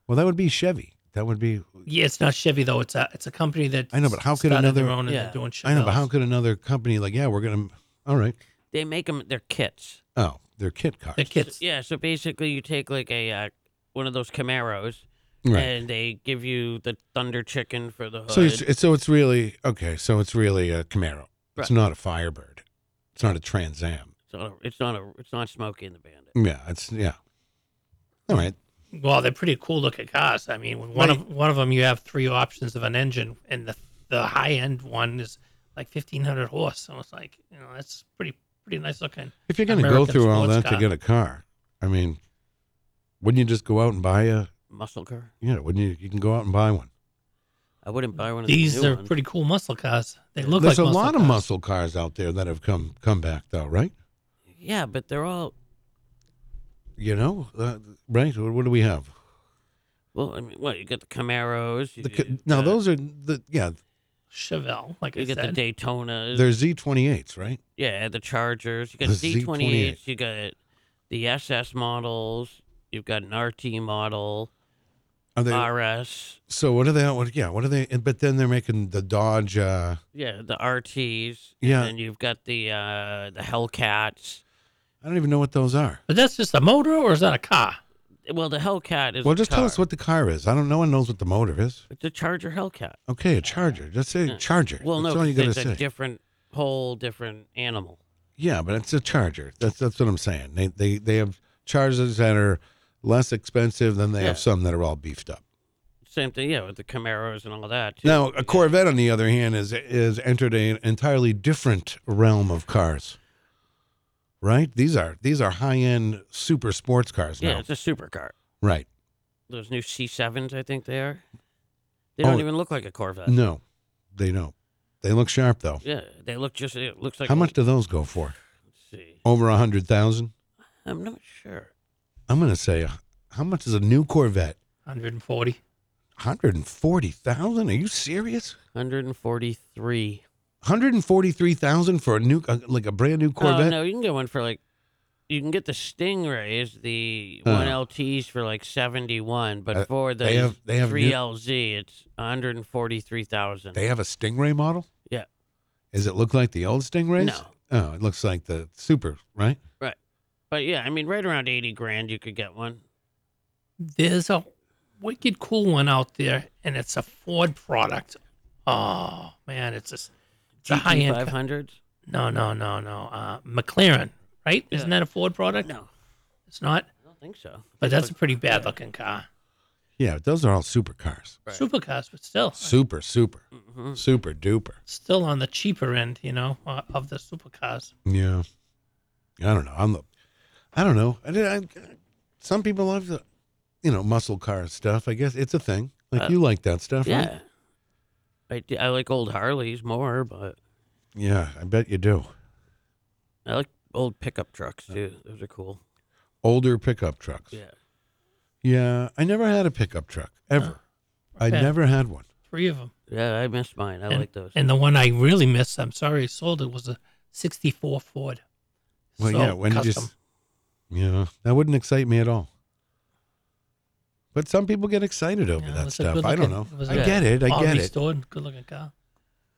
Speaker 3: Well, that would be Chevy. That would be.
Speaker 5: Yeah, it's not Chevy though. It's a it's a company that
Speaker 3: I know, but how could
Speaker 5: started
Speaker 3: another?
Speaker 5: their own and they're doing
Speaker 3: I know, but how
Speaker 5: Chevelles.
Speaker 3: could another company like yeah, we're gonna all right.
Speaker 4: They make them. They're kits.
Speaker 3: Oh, they're kit cars.
Speaker 5: They're kits.
Speaker 4: Yeah. So basically, you take like a uh, one of those Camaros,
Speaker 3: Right.
Speaker 4: and they give you the Thunder Chicken for the hood.
Speaker 3: So it's it's- so it's really okay. So it's really a Camaro. It's
Speaker 4: Right.
Speaker 3: not a Firebird. It's not a Trans Am.
Speaker 4: It's not. A, it's not a. It's not Smokey and the Bandit.
Speaker 3: Yeah, it's yeah. All right.
Speaker 5: Well, they're pretty cool looking cars. I mean, when one of one of them you have three options of an engine, and the the high end one is like fifteen hundred horse. I was like, you know, that's pretty pretty nice looking.
Speaker 3: If you're gonna go through all that to get a car, I mean, wouldn't you just go out and buy a?
Speaker 4: Muscle car.
Speaker 3: Yeah, wouldn't you? You can go out and buy one.
Speaker 4: I wouldn't buy one of
Speaker 5: these
Speaker 4: new
Speaker 5: are
Speaker 4: ones.
Speaker 5: pretty cool muscle cars. They look
Speaker 3: There's
Speaker 5: like
Speaker 3: a
Speaker 5: muscle
Speaker 3: lot of
Speaker 5: cars.
Speaker 3: muscle cars out there that have come come back though, right?
Speaker 4: Yeah, but they're all.
Speaker 3: You know, uh, right? What, what do we have?
Speaker 4: Well, I mean, what you got the Camaros. You,
Speaker 3: The, ca- now those are the yeah.
Speaker 5: Chevelle, like I
Speaker 4: you got
Speaker 5: said.
Speaker 4: the Daytonas.
Speaker 3: They're Z28s, right?
Speaker 4: Yeah, the Chargers. You got
Speaker 3: The
Speaker 4: Z
Speaker 3: Z28s.
Speaker 4: twenty eight. You got the SS models. You've got an RT model.
Speaker 3: Are they-
Speaker 4: RS?
Speaker 3: So what are they? What, yeah, what are they? But then they're making the Dodge. Uh,
Speaker 4: Yeah, the RTs.
Speaker 3: Yeah.
Speaker 4: And then you've got the uh, the Hellcats.
Speaker 3: I don't even know what those are.
Speaker 5: But that's just a motor, or is that a car?
Speaker 4: Well, the Hellcat is.
Speaker 3: well,
Speaker 4: a
Speaker 3: just tell
Speaker 4: car.
Speaker 3: us what the car is. I don't. No one knows what the motor is.
Speaker 4: It's a Charger Hellcat.
Speaker 3: Okay, a Charger. Just say
Speaker 4: Yeah.
Speaker 3: Charger.
Speaker 4: Well,
Speaker 3: that's
Speaker 4: no,
Speaker 3: all you
Speaker 4: 'cause
Speaker 3: gotta
Speaker 4: it's a
Speaker 3: say.
Speaker 4: different, whole different animal.
Speaker 3: yeah, but it's a Charger. That's that's what I'm saying. They they they have Chargers that are less expensive than they
Speaker 4: Yeah.
Speaker 3: have some that are all beefed up.
Speaker 4: Same thing, yeah, with the Camaros and all that. too.
Speaker 3: Now, a Corvette, on the other hand, is is entered an entirely different realm of cars. Right? These are these are high end super sports cars now.
Speaker 4: yeah, it's a supercar.
Speaker 3: Right.
Speaker 4: Those new C sevens, I think they are. They don't
Speaker 3: Oh,
Speaker 4: even look like a Corvette.
Speaker 3: No, they don't. They look sharp though.
Speaker 4: Yeah, they look just. It looks like.
Speaker 3: How
Speaker 4: a-
Speaker 3: much do those go for?
Speaker 4: see.
Speaker 3: Over a hundred thousand.
Speaker 4: I'm not sure.
Speaker 3: I'm gonna say, uh, how much is a new Corvette?
Speaker 5: Hundred and forty.
Speaker 3: Hundred and forty thousand? Are you serious?
Speaker 4: 143.
Speaker 3: Hundred and forty three thousand for a new, uh, like a brand new Corvette?
Speaker 4: Oh, no, you can get one for like, you can get the Stingrays, the
Speaker 3: Oh.
Speaker 4: one LTs for like seventy one, but
Speaker 3: Uh,
Speaker 4: for the
Speaker 3: they have- they have
Speaker 4: three
Speaker 3: new-
Speaker 4: LZ, it's one hundred and forty three thousand.
Speaker 3: They have a Stingray model.
Speaker 4: Yeah.
Speaker 3: Does it look like the old Stingrays?
Speaker 4: No.
Speaker 3: Oh, it looks like the Super, right?
Speaker 4: right, but yeah, I mean, right around eighty grand, you could get one.
Speaker 5: There's a wicked cool one out there, and it's a Ford product. Oh man, it's a it's a high end.
Speaker 4: five hundreds.
Speaker 5: No, no, no, no. Uh, McLaren, right? Isn't that a Ford product?
Speaker 4: No,
Speaker 5: it's not.
Speaker 4: I don't think so.
Speaker 5: But that's a pretty bad looking car.
Speaker 3: Yeah, those are all supercars.
Speaker 5: Supercars, but still,
Speaker 3: Super, super,
Speaker 5: Mm-hmm.
Speaker 3: super duper.
Speaker 5: still on the cheaper end, you know, uh, of the supercars.
Speaker 3: Yeah. I don't know. I'm the, I don't know. I, did- I- some people love the, you know, muscle car stuff. I guess it's a thing. Like
Speaker 4: Uh,
Speaker 3: you like that stuff,
Speaker 4: yeah,
Speaker 3: right?
Speaker 4: I, d- I like old Harleys more, but
Speaker 3: Yeah, I bet you do.
Speaker 4: I like old pickup trucks too. Those are cool.
Speaker 3: Older pickup trucks.
Speaker 4: Yeah.
Speaker 3: Yeah, I never had a pickup truck ever. I
Speaker 5: okay.
Speaker 3: never had one.
Speaker 5: Three of them.
Speaker 4: Yeah, I miss mine. I
Speaker 5: and,
Speaker 4: like those.
Speaker 5: And the one I really missed, I'm sorry, I sold it, was a 64 Ford.
Speaker 3: Well,
Speaker 5: So,
Speaker 3: yeah, when you
Speaker 5: custom.
Speaker 3: just yeah, that wouldn't excite me at all. But some people get excited over
Speaker 5: Yeah, it
Speaker 3: that
Speaker 5: was a
Speaker 3: stuff.
Speaker 5: good
Speaker 3: I don't know.
Speaker 5: looking- it was
Speaker 3: I
Speaker 5: a
Speaker 3: get it. I
Speaker 5: all
Speaker 3: get it.
Speaker 5: restored, Good looking car.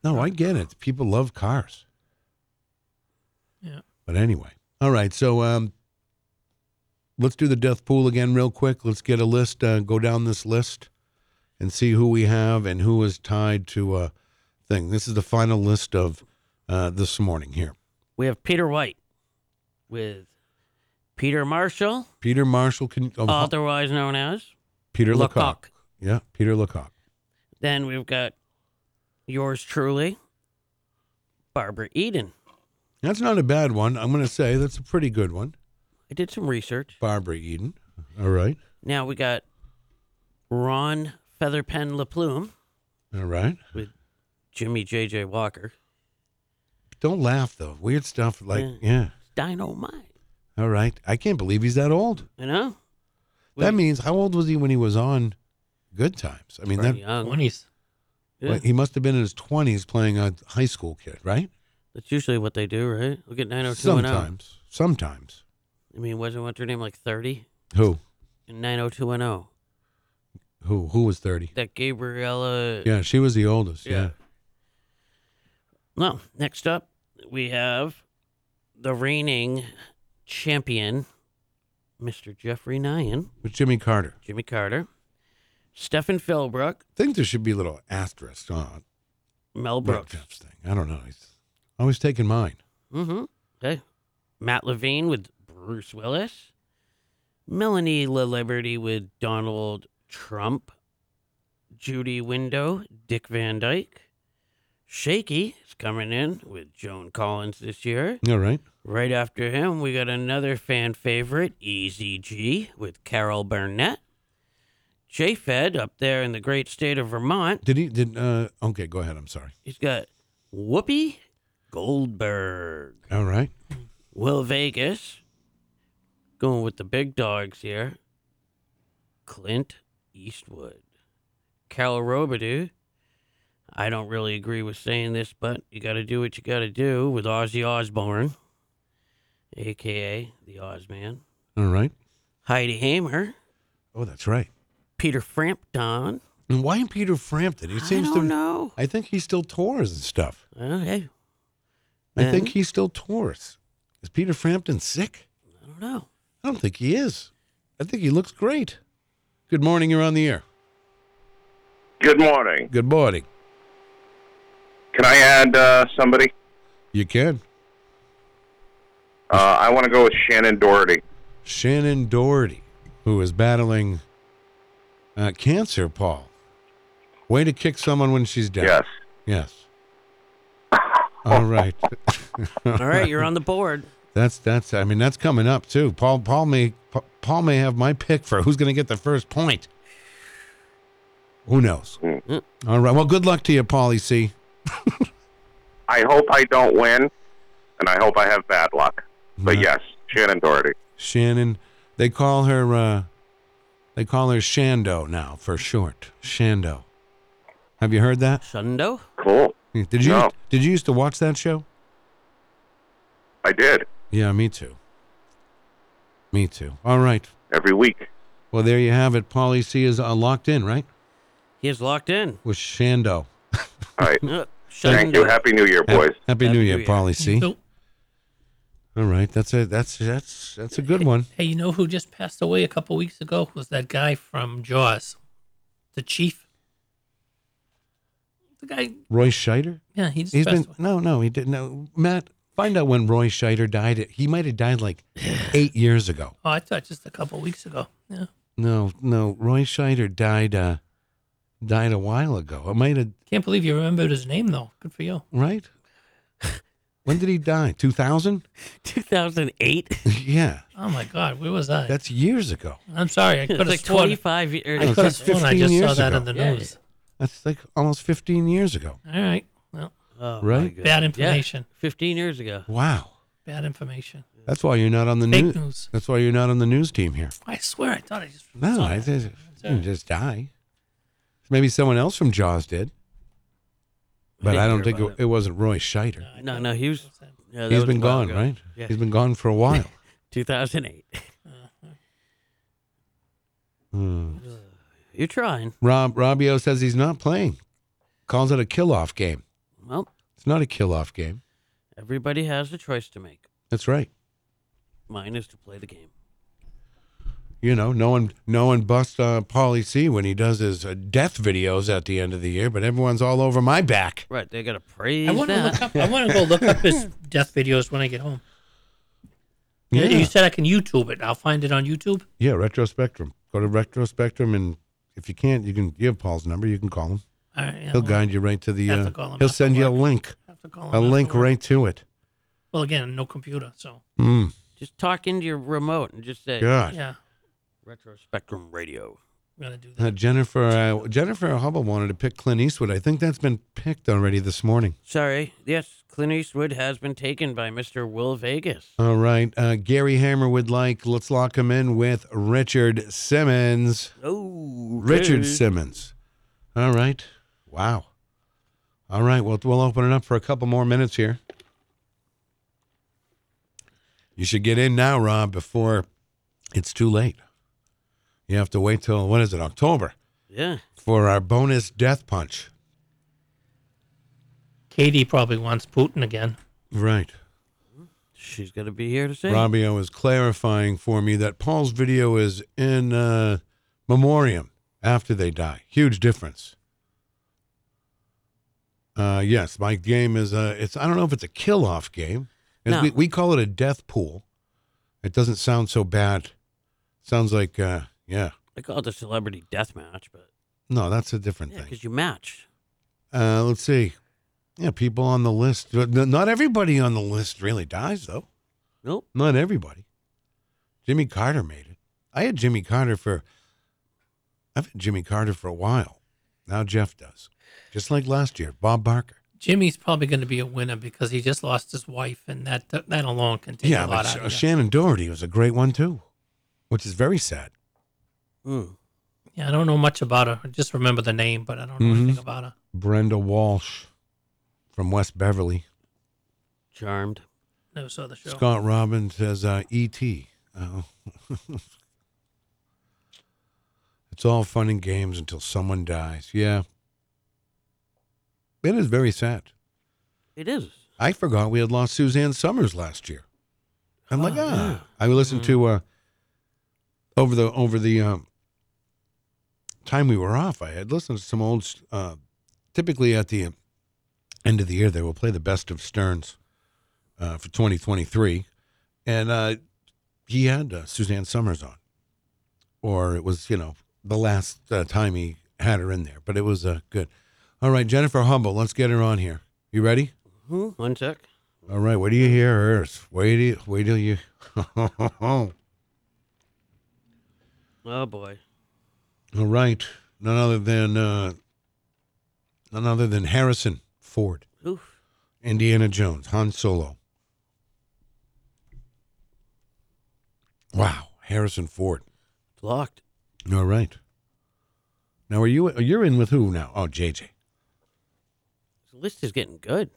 Speaker 3: No, I get it. People love cars.
Speaker 5: Yeah.
Speaker 3: But anyway, all right. So um, let's do the death pool again, real quick. Let's get a list. Uh, go down this list and see who we have and who is tied to a thing. This is the final list of uh, this morning here.
Speaker 4: We have Peter White with Peter Marshall,
Speaker 3: Peter Marshall, can, oh,
Speaker 4: otherwise known as.
Speaker 3: Peter
Speaker 4: Uh, Lecoq.
Speaker 3: Lecoq. Yeah, Peter Lecoq.
Speaker 4: Then we've got yours truly, Barbara Eden.
Speaker 3: That's not a bad one. I'm going to say that's a pretty good one.
Speaker 4: I did some research.
Speaker 3: Barbara Eden. All right.
Speaker 4: Now we got Ron Featherpen LaPlume
Speaker 3: All right.
Speaker 4: with Jimmy J.J. Walker.
Speaker 3: Don't laugh though. Weird stuff like yeah.
Speaker 4: Dynamite.
Speaker 3: All right. I can't believe he's that old.
Speaker 4: You know?
Speaker 3: That means how old was he when he was on Good Times? I mean
Speaker 4: Pretty
Speaker 3: that
Speaker 4: young. 20s. Yeah.
Speaker 3: Well, he must have been in his twenties playing a high school kid, right?
Speaker 4: That's usually what they do, right? Look at 90210.
Speaker 3: Sometimes. Sometimes.
Speaker 4: oh. I mean, wasn't what's her name like 30?
Speaker 3: Who?
Speaker 4: In 90210.
Speaker 3: Who? Who was thirty?
Speaker 4: That Gabriella.
Speaker 3: Yeah, she was the oldest.
Speaker 4: Yeah.
Speaker 3: Yeah.
Speaker 4: Well, next up, we have the reigning champion, Mr. Jeffrey Nyan,
Speaker 3: With Jimmy Carter.
Speaker 4: Jimmy Carter, Stephen Philbrook,
Speaker 3: I think there should be a little asterisk on
Speaker 4: Mel Brooks.
Speaker 3: Jeff's thing. I don't know. He's always taking mine.
Speaker 4: Mm-hmm. Okay. Matt Levine with Bruce Willis. Melanie LaLiberty with Donald Trump. Judy Window, Dick Van Dyke. Shaky is coming in with Joan Collins this year.
Speaker 3: All right.
Speaker 4: Right after him, we got another fan favorite, Easy G, with Carol Burnett. J-Fed up there in the great state of Vermont.
Speaker 3: Did he? Did uh? Okay, go ahead. I'm sorry.
Speaker 4: He's got Whoopi Goldberg.
Speaker 3: All right.
Speaker 4: Will Vegas going with the big dogs here. Clint Eastwood. Cal Robidoux. I don't really agree with saying this, but you got to do what you got to do with Ozzy Osbourne, a.k.a. the Ozman.
Speaker 3: All right.
Speaker 4: Heidi Hamer.
Speaker 3: Oh, that's right.
Speaker 4: Peter Frampton.
Speaker 3: And why Peter Frampton? He seems
Speaker 4: don't
Speaker 3: to
Speaker 4: know.
Speaker 3: I think he still tours and stuff.
Speaker 4: Okay.
Speaker 3: I think he still tours. Is Peter Frampton sick?
Speaker 4: I don't know.
Speaker 3: I don't think he is. I think he looks great. Good morning. You're on the air.
Speaker 14: Good morning.
Speaker 3: Good morning.
Speaker 14: Can I add uh, somebody?
Speaker 3: You can.
Speaker 14: Uh, I want to go with Shannon Doherty.
Speaker 3: Shannon Doherty, who is battling uh, cancer, Paul. Way to kick someone when she's dead.
Speaker 14: Yes.
Speaker 3: Yes. All right.
Speaker 4: All right, you're on the board.
Speaker 3: That's that's. I mean, that's coming up too. Paul Paul may Pa- Paul may have my pick for who's going to get the first point. Who knows?
Speaker 14: Hmm.
Speaker 3: All right. Well, good luck to you, Paulie C.
Speaker 14: I hope I don't win, and I hope I have bad luck. But yes, Shannon Doherty.
Speaker 3: Shannon. They call her. uh They call her Shando now for short. Shando. Have you heard that?
Speaker 4: Shando.
Speaker 14: Cool.
Speaker 3: Did you
Speaker 14: No.
Speaker 3: Did you used to watch that show?
Speaker 14: I did
Speaker 3: Yeah, me too. Me too. All right.
Speaker 14: every week.
Speaker 3: Well, there you have it. Paulie C is uh, locked in, right?
Speaker 4: He is locked in. Uh,
Speaker 3: With
Speaker 14: All
Speaker 3: Shando.
Speaker 14: right.
Speaker 4: Thank
Speaker 14: you. Happy New Year,
Speaker 3: Hap-
Speaker 14: boys.
Speaker 3: Happy, New Year,
Speaker 5: Year.
Speaker 3: Polly C.
Speaker 5: Nope.
Speaker 3: All right, that's a that's that's that's a good one.
Speaker 5: Hey, you know who just passed away a couple weeks ago? Was that guy from Jaws, the chief? The guy.
Speaker 3: Roy Scheider.
Speaker 5: Yeah, he just
Speaker 3: has
Speaker 5: passed
Speaker 3: been no no he didn't. No, Matt, find out when Roy Scheider died. He might have died like eight years ago.
Speaker 5: Oh, I thought just a couple weeks ago. Yeah,
Speaker 3: No no Roy Scheider died uh died a while ago. It might have
Speaker 5: can't believe you remembered his name though. Good for you.
Speaker 3: right. When did he die? Two thousand?
Speaker 4: 2008.
Speaker 3: Yeah,
Speaker 5: Oh my God, where was I?
Speaker 3: that's years ago.
Speaker 5: I'm sorry, I
Speaker 4: It's
Speaker 5: could have
Speaker 4: like
Speaker 5: sworn.
Speaker 4: 25 years.
Speaker 5: I
Speaker 3: No,
Speaker 5: could have
Speaker 3: that's
Speaker 5: sworn I
Speaker 3: 15
Speaker 5: just saw
Speaker 3: years
Speaker 5: that
Speaker 3: ago.
Speaker 5: in the
Speaker 4: Yeah.
Speaker 5: news.
Speaker 3: That's like almost fifteen years ago.
Speaker 5: All right, well,
Speaker 4: Oh, my
Speaker 3: Right?
Speaker 4: God.
Speaker 5: Bad
Speaker 4: Yeah,
Speaker 5: information.
Speaker 4: 15 years ago.
Speaker 3: Wow,
Speaker 5: bad information.
Speaker 3: that's why you're not on the
Speaker 5: Fake
Speaker 3: news.
Speaker 5: news.
Speaker 3: That's why you're not on the news team here.
Speaker 5: I swear, I thought I just.
Speaker 3: No,
Speaker 5: saw
Speaker 3: I
Speaker 5: that.
Speaker 3: just, you can just die. Maybe someone else from Jaws did, but
Speaker 4: didn't
Speaker 3: I don't
Speaker 4: hear
Speaker 3: think
Speaker 4: about
Speaker 3: it, it wasn't Roy Scheider.
Speaker 4: No, no, he was. Yeah, that
Speaker 3: He's
Speaker 4: was
Speaker 3: been
Speaker 4: a while
Speaker 3: gone,
Speaker 4: ago.
Speaker 3: right?
Speaker 4: Yeah.
Speaker 3: He's been gone for a while.
Speaker 4: 2008.
Speaker 3: Hmm.
Speaker 4: You're trying.
Speaker 3: Rob Robbio says he's not playing. Calls it a kill off game.
Speaker 4: Well,
Speaker 3: It's not a kill off game.
Speaker 4: everybody has a choice to make.
Speaker 3: That's right.
Speaker 4: Mine is to play the game.
Speaker 3: You know, no one no one busts uh, Paulie C when he does his uh, death videos at the end of the year, but everyone's all over my back.
Speaker 4: Right. They got to praise
Speaker 5: I want to
Speaker 4: that.
Speaker 5: look up. I want to go look up his death videos when I get home. Yeah.
Speaker 3: Yeah.
Speaker 5: You said I can YouTube it. I'll find it on YouTube.
Speaker 3: Yeah, Retro Spectrum. Go to Retro Spectrum, and if you can't, you can you have Paul's number. You can call him.
Speaker 5: All right. Yeah,
Speaker 3: He'll
Speaker 5: well,
Speaker 3: guide you right to the.
Speaker 5: Have to
Speaker 3: Uh,
Speaker 5: call him
Speaker 3: he'll
Speaker 5: after
Speaker 3: send you a
Speaker 5: work.
Speaker 3: link,
Speaker 5: have to call him
Speaker 3: a
Speaker 5: after
Speaker 3: link
Speaker 5: work.
Speaker 3: right to it.
Speaker 5: Well, again, no computer, so
Speaker 3: Mm.
Speaker 4: just talk into your remote and just say
Speaker 3: God.
Speaker 5: yeah.
Speaker 4: Retro Spectrum Radio.
Speaker 5: I'm gonna do.
Speaker 3: Uh, Jennifer uh, Jennifer Hubble wanted to pick Clint Eastwood. I think that's been picked already this morning.
Speaker 4: Sorry. Yes, Clint Eastwood has been taken by Mr. Will Vegas.
Speaker 3: All right, uh, Gary Hammer would like. Let's lock him in with Richard Simmons.
Speaker 4: Oh,
Speaker 3: Richard Simmons. All right. Wow. All right. Well, we'll open it up for a couple more minutes here. You should get in now, Rob, before it's too late. You have to wait till what is it, October,
Speaker 4: Yeah.
Speaker 3: for our bonus death punch.
Speaker 5: Katie probably wants Putin again.
Speaker 3: Right.
Speaker 4: She's gonna be here to see.
Speaker 3: Robbio is clarifying for me that Paul's video is in uh, memoriam after they die. Huge difference. Uh, yes, my game is a. It's I don't know if it's a kill off game. It's-
Speaker 4: No.
Speaker 3: We, we call it a death pool. It doesn't sound so bad. Sounds like uh, yeah.
Speaker 4: I call it a celebrity death match, but
Speaker 3: No, that's a different
Speaker 4: yeah,
Speaker 3: thing.
Speaker 4: because you match.
Speaker 3: Uh, let's see. Yeah, people on the list. N- Not everybody on the list really dies, though.
Speaker 4: Nope.
Speaker 3: Not everybody. Jimmy Carter made it. I had Jimmy Carter for. I've had Jimmy Carter for a while. Now Jeff does. Just like last year, Bob Barker.
Speaker 5: Jimmy's probably going to be a winner because he just lost his wife, and that that alone can take
Speaker 3: yeah,
Speaker 5: a lot
Speaker 3: but
Speaker 5: out
Speaker 3: Sh- uh,
Speaker 5: of you.
Speaker 3: Shannon Doherty was a great one too, which is very sad. Hmm.
Speaker 5: Yeah, I don't know much about her. I just remember the name, but I don't know
Speaker 3: Mhm.
Speaker 5: anything about her.
Speaker 3: Brenda Walsh from West Beverly.
Speaker 4: Charmed.
Speaker 5: Never saw the show.
Speaker 3: Scott Robbins says uh, E.T. Oh. it's all fun and games until someone dies. Yeah. It is very sad.
Speaker 4: It is.
Speaker 3: I forgot we had lost Suzanne Summers last year. I'm like, ah. I listened to uh, over the over the um, time we were off. I had listened to some old. Uh, typically at the end of the year, they will play the best of Stearns uh, for 2023, and uh, he had uh, Suzanne Summers on, or it was you know the last uh, time he had her in there, but it was uh, good. All right, Jennifer Humble, let's get her on here. You ready?
Speaker 4: Who? One sec.
Speaker 3: All right, what do you hear Earth? Wait, till- wait till you. All
Speaker 4: Oh boy.
Speaker 3: right, none other than uh, none other than Harrison Ford,
Speaker 4: Oof.
Speaker 3: Indiana Jones, Han Solo. Wow, Harrison Ford.
Speaker 4: It's locked.
Speaker 3: All right. Now, are you you're in with who now? Oh, JJ.
Speaker 4: The list is getting good.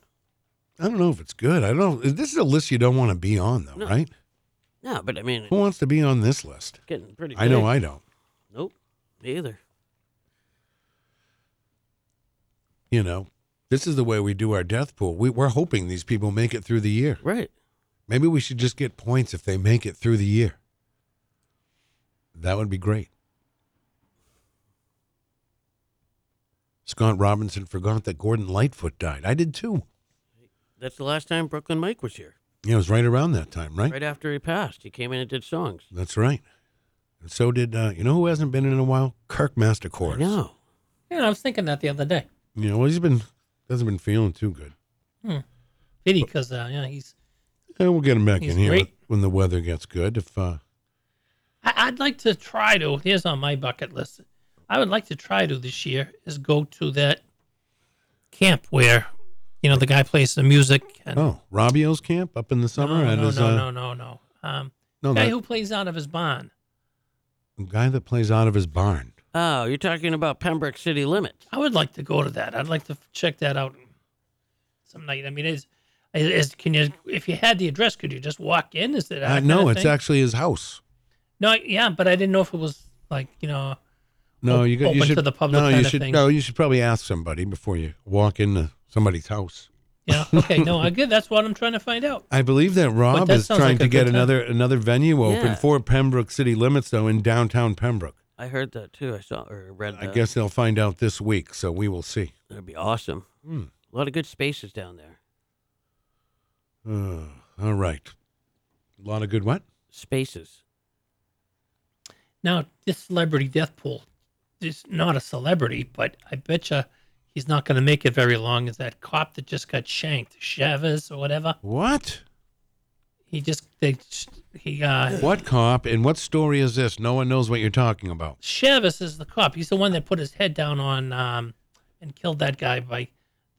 Speaker 3: I don't know if it's good. I don't. know. This is a list you don't want to be on, though,
Speaker 4: No.
Speaker 3: right?
Speaker 4: No, but I mean,
Speaker 3: Who wants to be on this list?
Speaker 4: Getting pretty
Speaker 3: I know
Speaker 4: big.
Speaker 3: I don't.
Speaker 4: nope. Me either.
Speaker 3: you know, this is the way we do our death pool. We, we're hoping these people make it through the year.
Speaker 4: Right.
Speaker 3: Maybe we should just get points if they make it through the year. That would be great. Scott Robinson forgot that Gordon Lightfoot died. I did too.
Speaker 4: That's the last time Brooklyn Mike was here.
Speaker 3: Yeah, it was right around that time, right?
Speaker 4: Right after he passed, he came in and did songs.
Speaker 3: That's right. And so did, uh, you know who hasn't been in a while? Kirk Mastercourse.
Speaker 4: No.
Speaker 5: Yeah, I was thinking that the other day.
Speaker 3: You know, well, he's been, hasn't been feeling too good.
Speaker 5: Hmm. Pity, because uh, yeah, he's.
Speaker 3: And we'll get him back
Speaker 5: He's
Speaker 3: in here
Speaker 5: great.
Speaker 3: when the weather gets good. If, uh,
Speaker 5: I, I'd like to try to. Here's on my bucket list. I would like to try to this year is go to that camp where, you know, the guy plays the music. And,
Speaker 3: Oh, Robbio's camp up in the summer.
Speaker 5: no,
Speaker 3: at
Speaker 5: no,
Speaker 3: his,
Speaker 5: no,
Speaker 3: uh,
Speaker 5: no, no, no. Um,
Speaker 3: No,
Speaker 5: guy
Speaker 3: that-
Speaker 5: who plays out of his barn.
Speaker 3: Guy that plays out of his barn.
Speaker 4: Oh, you're talking about Pembroke City Limits.
Speaker 5: I would like to go to that. I'd like to check that out some night. I mean, is, is can you if you had the address, could you just walk in? Is it? that
Speaker 3: Uh,
Speaker 5: kind
Speaker 3: no,
Speaker 5: of
Speaker 3: it's
Speaker 5: thing?
Speaker 3: actually his house.
Speaker 5: no, yeah, but I didn't know if it was like you know.
Speaker 3: No,
Speaker 5: op-
Speaker 3: you, got, you
Speaker 5: open
Speaker 3: should
Speaker 5: to the public.
Speaker 3: No,
Speaker 5: kind
Speaker 3: you
Speaker 5: of
Speaker 3: should
Speaker 5: thing.
Speaker 3: no, you should probably ask somebody before you walk into somebody's house.
Speaker 5: Yeah. Okay. No, I get. That's what I'm trying to find out.
Speaker 3: I believe that Rob
Speaker 5: that
Speaker 3: is
Speaker 5: sounds
Speaker 3: trying
Speaker 5: like
Speaker 3: to
Speaker 5: a
Speaker 3: get
Speaker 5: good time.
Speaker 3: another another venue open
Speaker 4: Yeah.
Speaker 3: for Pembroke City Limits though in downtown Pembroke.
Speaker 4: I heard that too. I saw or read
Speaker 3: I
Speaker 4: that.
Speaker 3: guess they'll find out this week, so we will see.
Speaker 4: that'd be awesome.
Speaker 3: Hmm.
Speaker 4: A lot of good spaces down there.
Speaker 3: Uh, all right. A lot of good what?
Speaker 4: Spaces.
Speaker 5: Now, this celebrity death pool is not a celebrity, but I bet you he's not going to make it very long. Is that cop that just got shanked, Chavez or whatever?
Speaker 3: What?
Speaker 5: He just they he uh
Speaker 3: What cop and what story is this? No one knows what you're talking about.
Speaker 5: Chavis is the cop. He's the one that put his head down on um and killed that guy by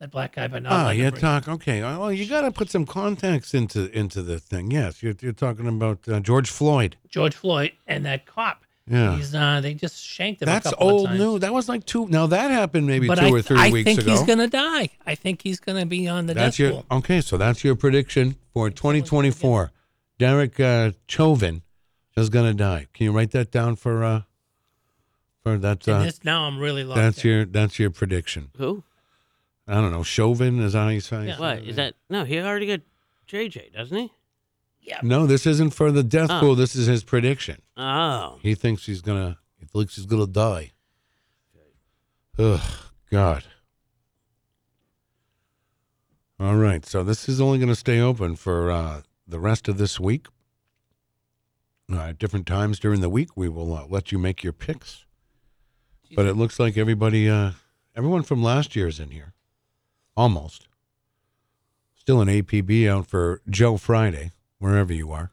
Speaker 5: that black guy by not.
Speaker 3: Ah,
Speaker 5: letting him
Speaker 3: you're
Speaker 5: breathe.
Speaker 3: talking. Okay. Oh, you got to put some context into into the thing. Yes, you're, you're talking about uh, George Floyd.
Speaker 5: George Floyd and that cop.
Speaker 3: Yeah.
Speaker 5: He's uh they just shanked him. a
Speaker 3: That's
Speaker 5: couple of
Speaker 3: old
Speaker 5: times.
Speaker 3: news. That was like two. Now that happened maybe
Speaker 5: But
Speaker 3: two
Speaker 5: I,
Speaker 3: or three
Speaker 5: I
Speaker 3: weeks
Speaker 5: think
Speaker 3: ago.
Speaker 5: he's gonna die. I think he's gonna be on the
Speaker 3: That's
Speaker 5: death
Speaker 3: your
Speaker 5: pool.
Speaker 3: okay. So that's your prediction for 2024. Derek uh, Chauvin is going to die. Can you write that down for uh for that?
Speaker 5: And
Speaker 3: Uh,
Speaker 5: this now I'm really lost.
Speaker 3: that's your that's your prediction.
Speaker 4: Who?
Speaker 3: I don't know. Chauvin is that how you say?
Speaker 4: Yeah. What is that? No, he already got JJ, doesn't he?
Speaker 3: No, this isn't for the death
Speaker 4: Oh.
Speaker 3: pool. This is his prediction.
Speaker 4: Oh,
Speaker 3: He thinks he's gonna. He thinks he's gonna die. Ugh, God. All right, so this is only gonna stay open for uh, the rest of this week. Uh, at different times during the week, we will uh, let you make your picks. But it looks like everybody, uh, everyone from last year is in here, almost. Still an APB out for Joe Friday, wherever you are.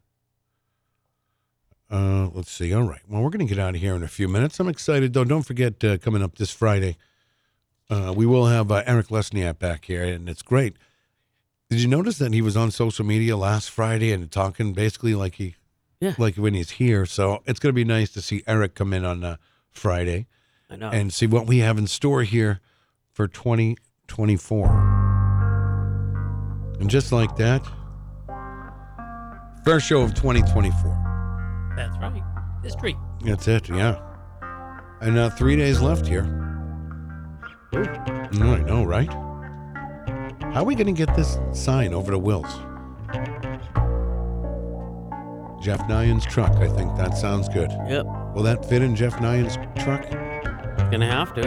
Speaker 3: Uh, let's see. All right. Well, we're going to get out of here in a few minutes. I'm excited, though. Don't forget uh, coming up this Friday, uh, we will have uh, Eric Lesniak back here, and it's great. Did you notice that he was on social media last Friday and talking basically like he,
Speaker 4: Yeah.
Speaker 3: like when he's here? So it's going to be nice to see Eric come in on uh, Friday
Speaker 4: I know.
Speaker 3: and see what we have in store here for 2024. And just like that, first show of 2024.
Speaker 5: That's right. History.
Speaker 3: That's it, yeah. And uh, three days left here. No, I know, right? How are we going to get this sign over to Will's? Jeff Nyan's truck. I think that sounds good.
Speaker 4: Yep.
Speaker 3: Will that fit in Jeff Nyan's truck?
Speaker 4: gonna have to.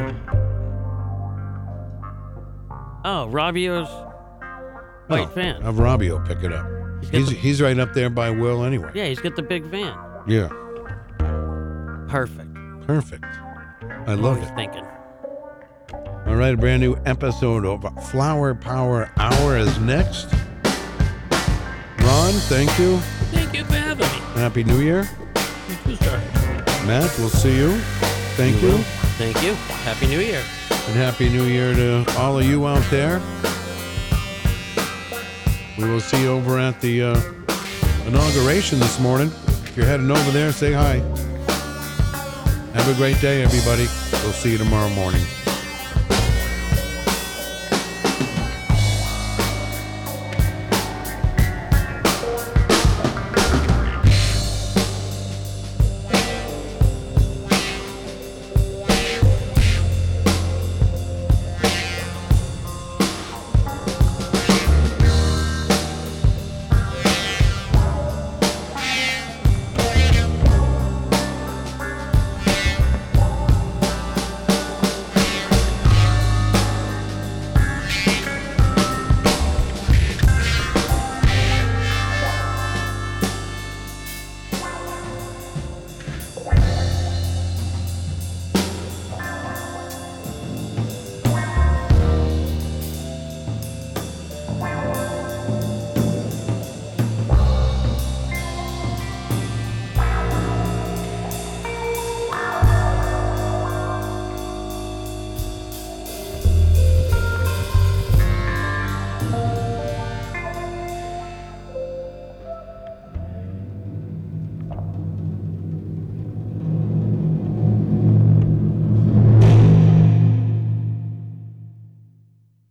Speaker 4: Oh, Robbio's white
Speaker 3: No,
Speaker 4: van.
Speaker 3: Have Robbio pick it up. He's, he's right up there by Will anyway.
Speaker 4: Yeah, he's got the big van.
Speaker 3: Yeah,
Speaker 4: Perfect.
Speaker 3: perfect. I love
Speaker 4: Always
Speaker 3: it.
Speaker 4: Thinking.
Speaker 3: All right, a brand new episode of Flower Power Hour is next. Ron, thank you.
Speaker 5: Thank you for having me.
Speaker 3: Happy New Year.
Speaker 5: You too, sir.
Speaker 3: Matt, we'll see you. Thank you.
Speaker 4: Thank you. Happy New Year.
Speaker 3: And Happy New Year to all of you out there. We will see you over at the uh, inauguration this morning. If you're heading over there, say hi. Have a great day, everybody. We'll see you tomorrow morning.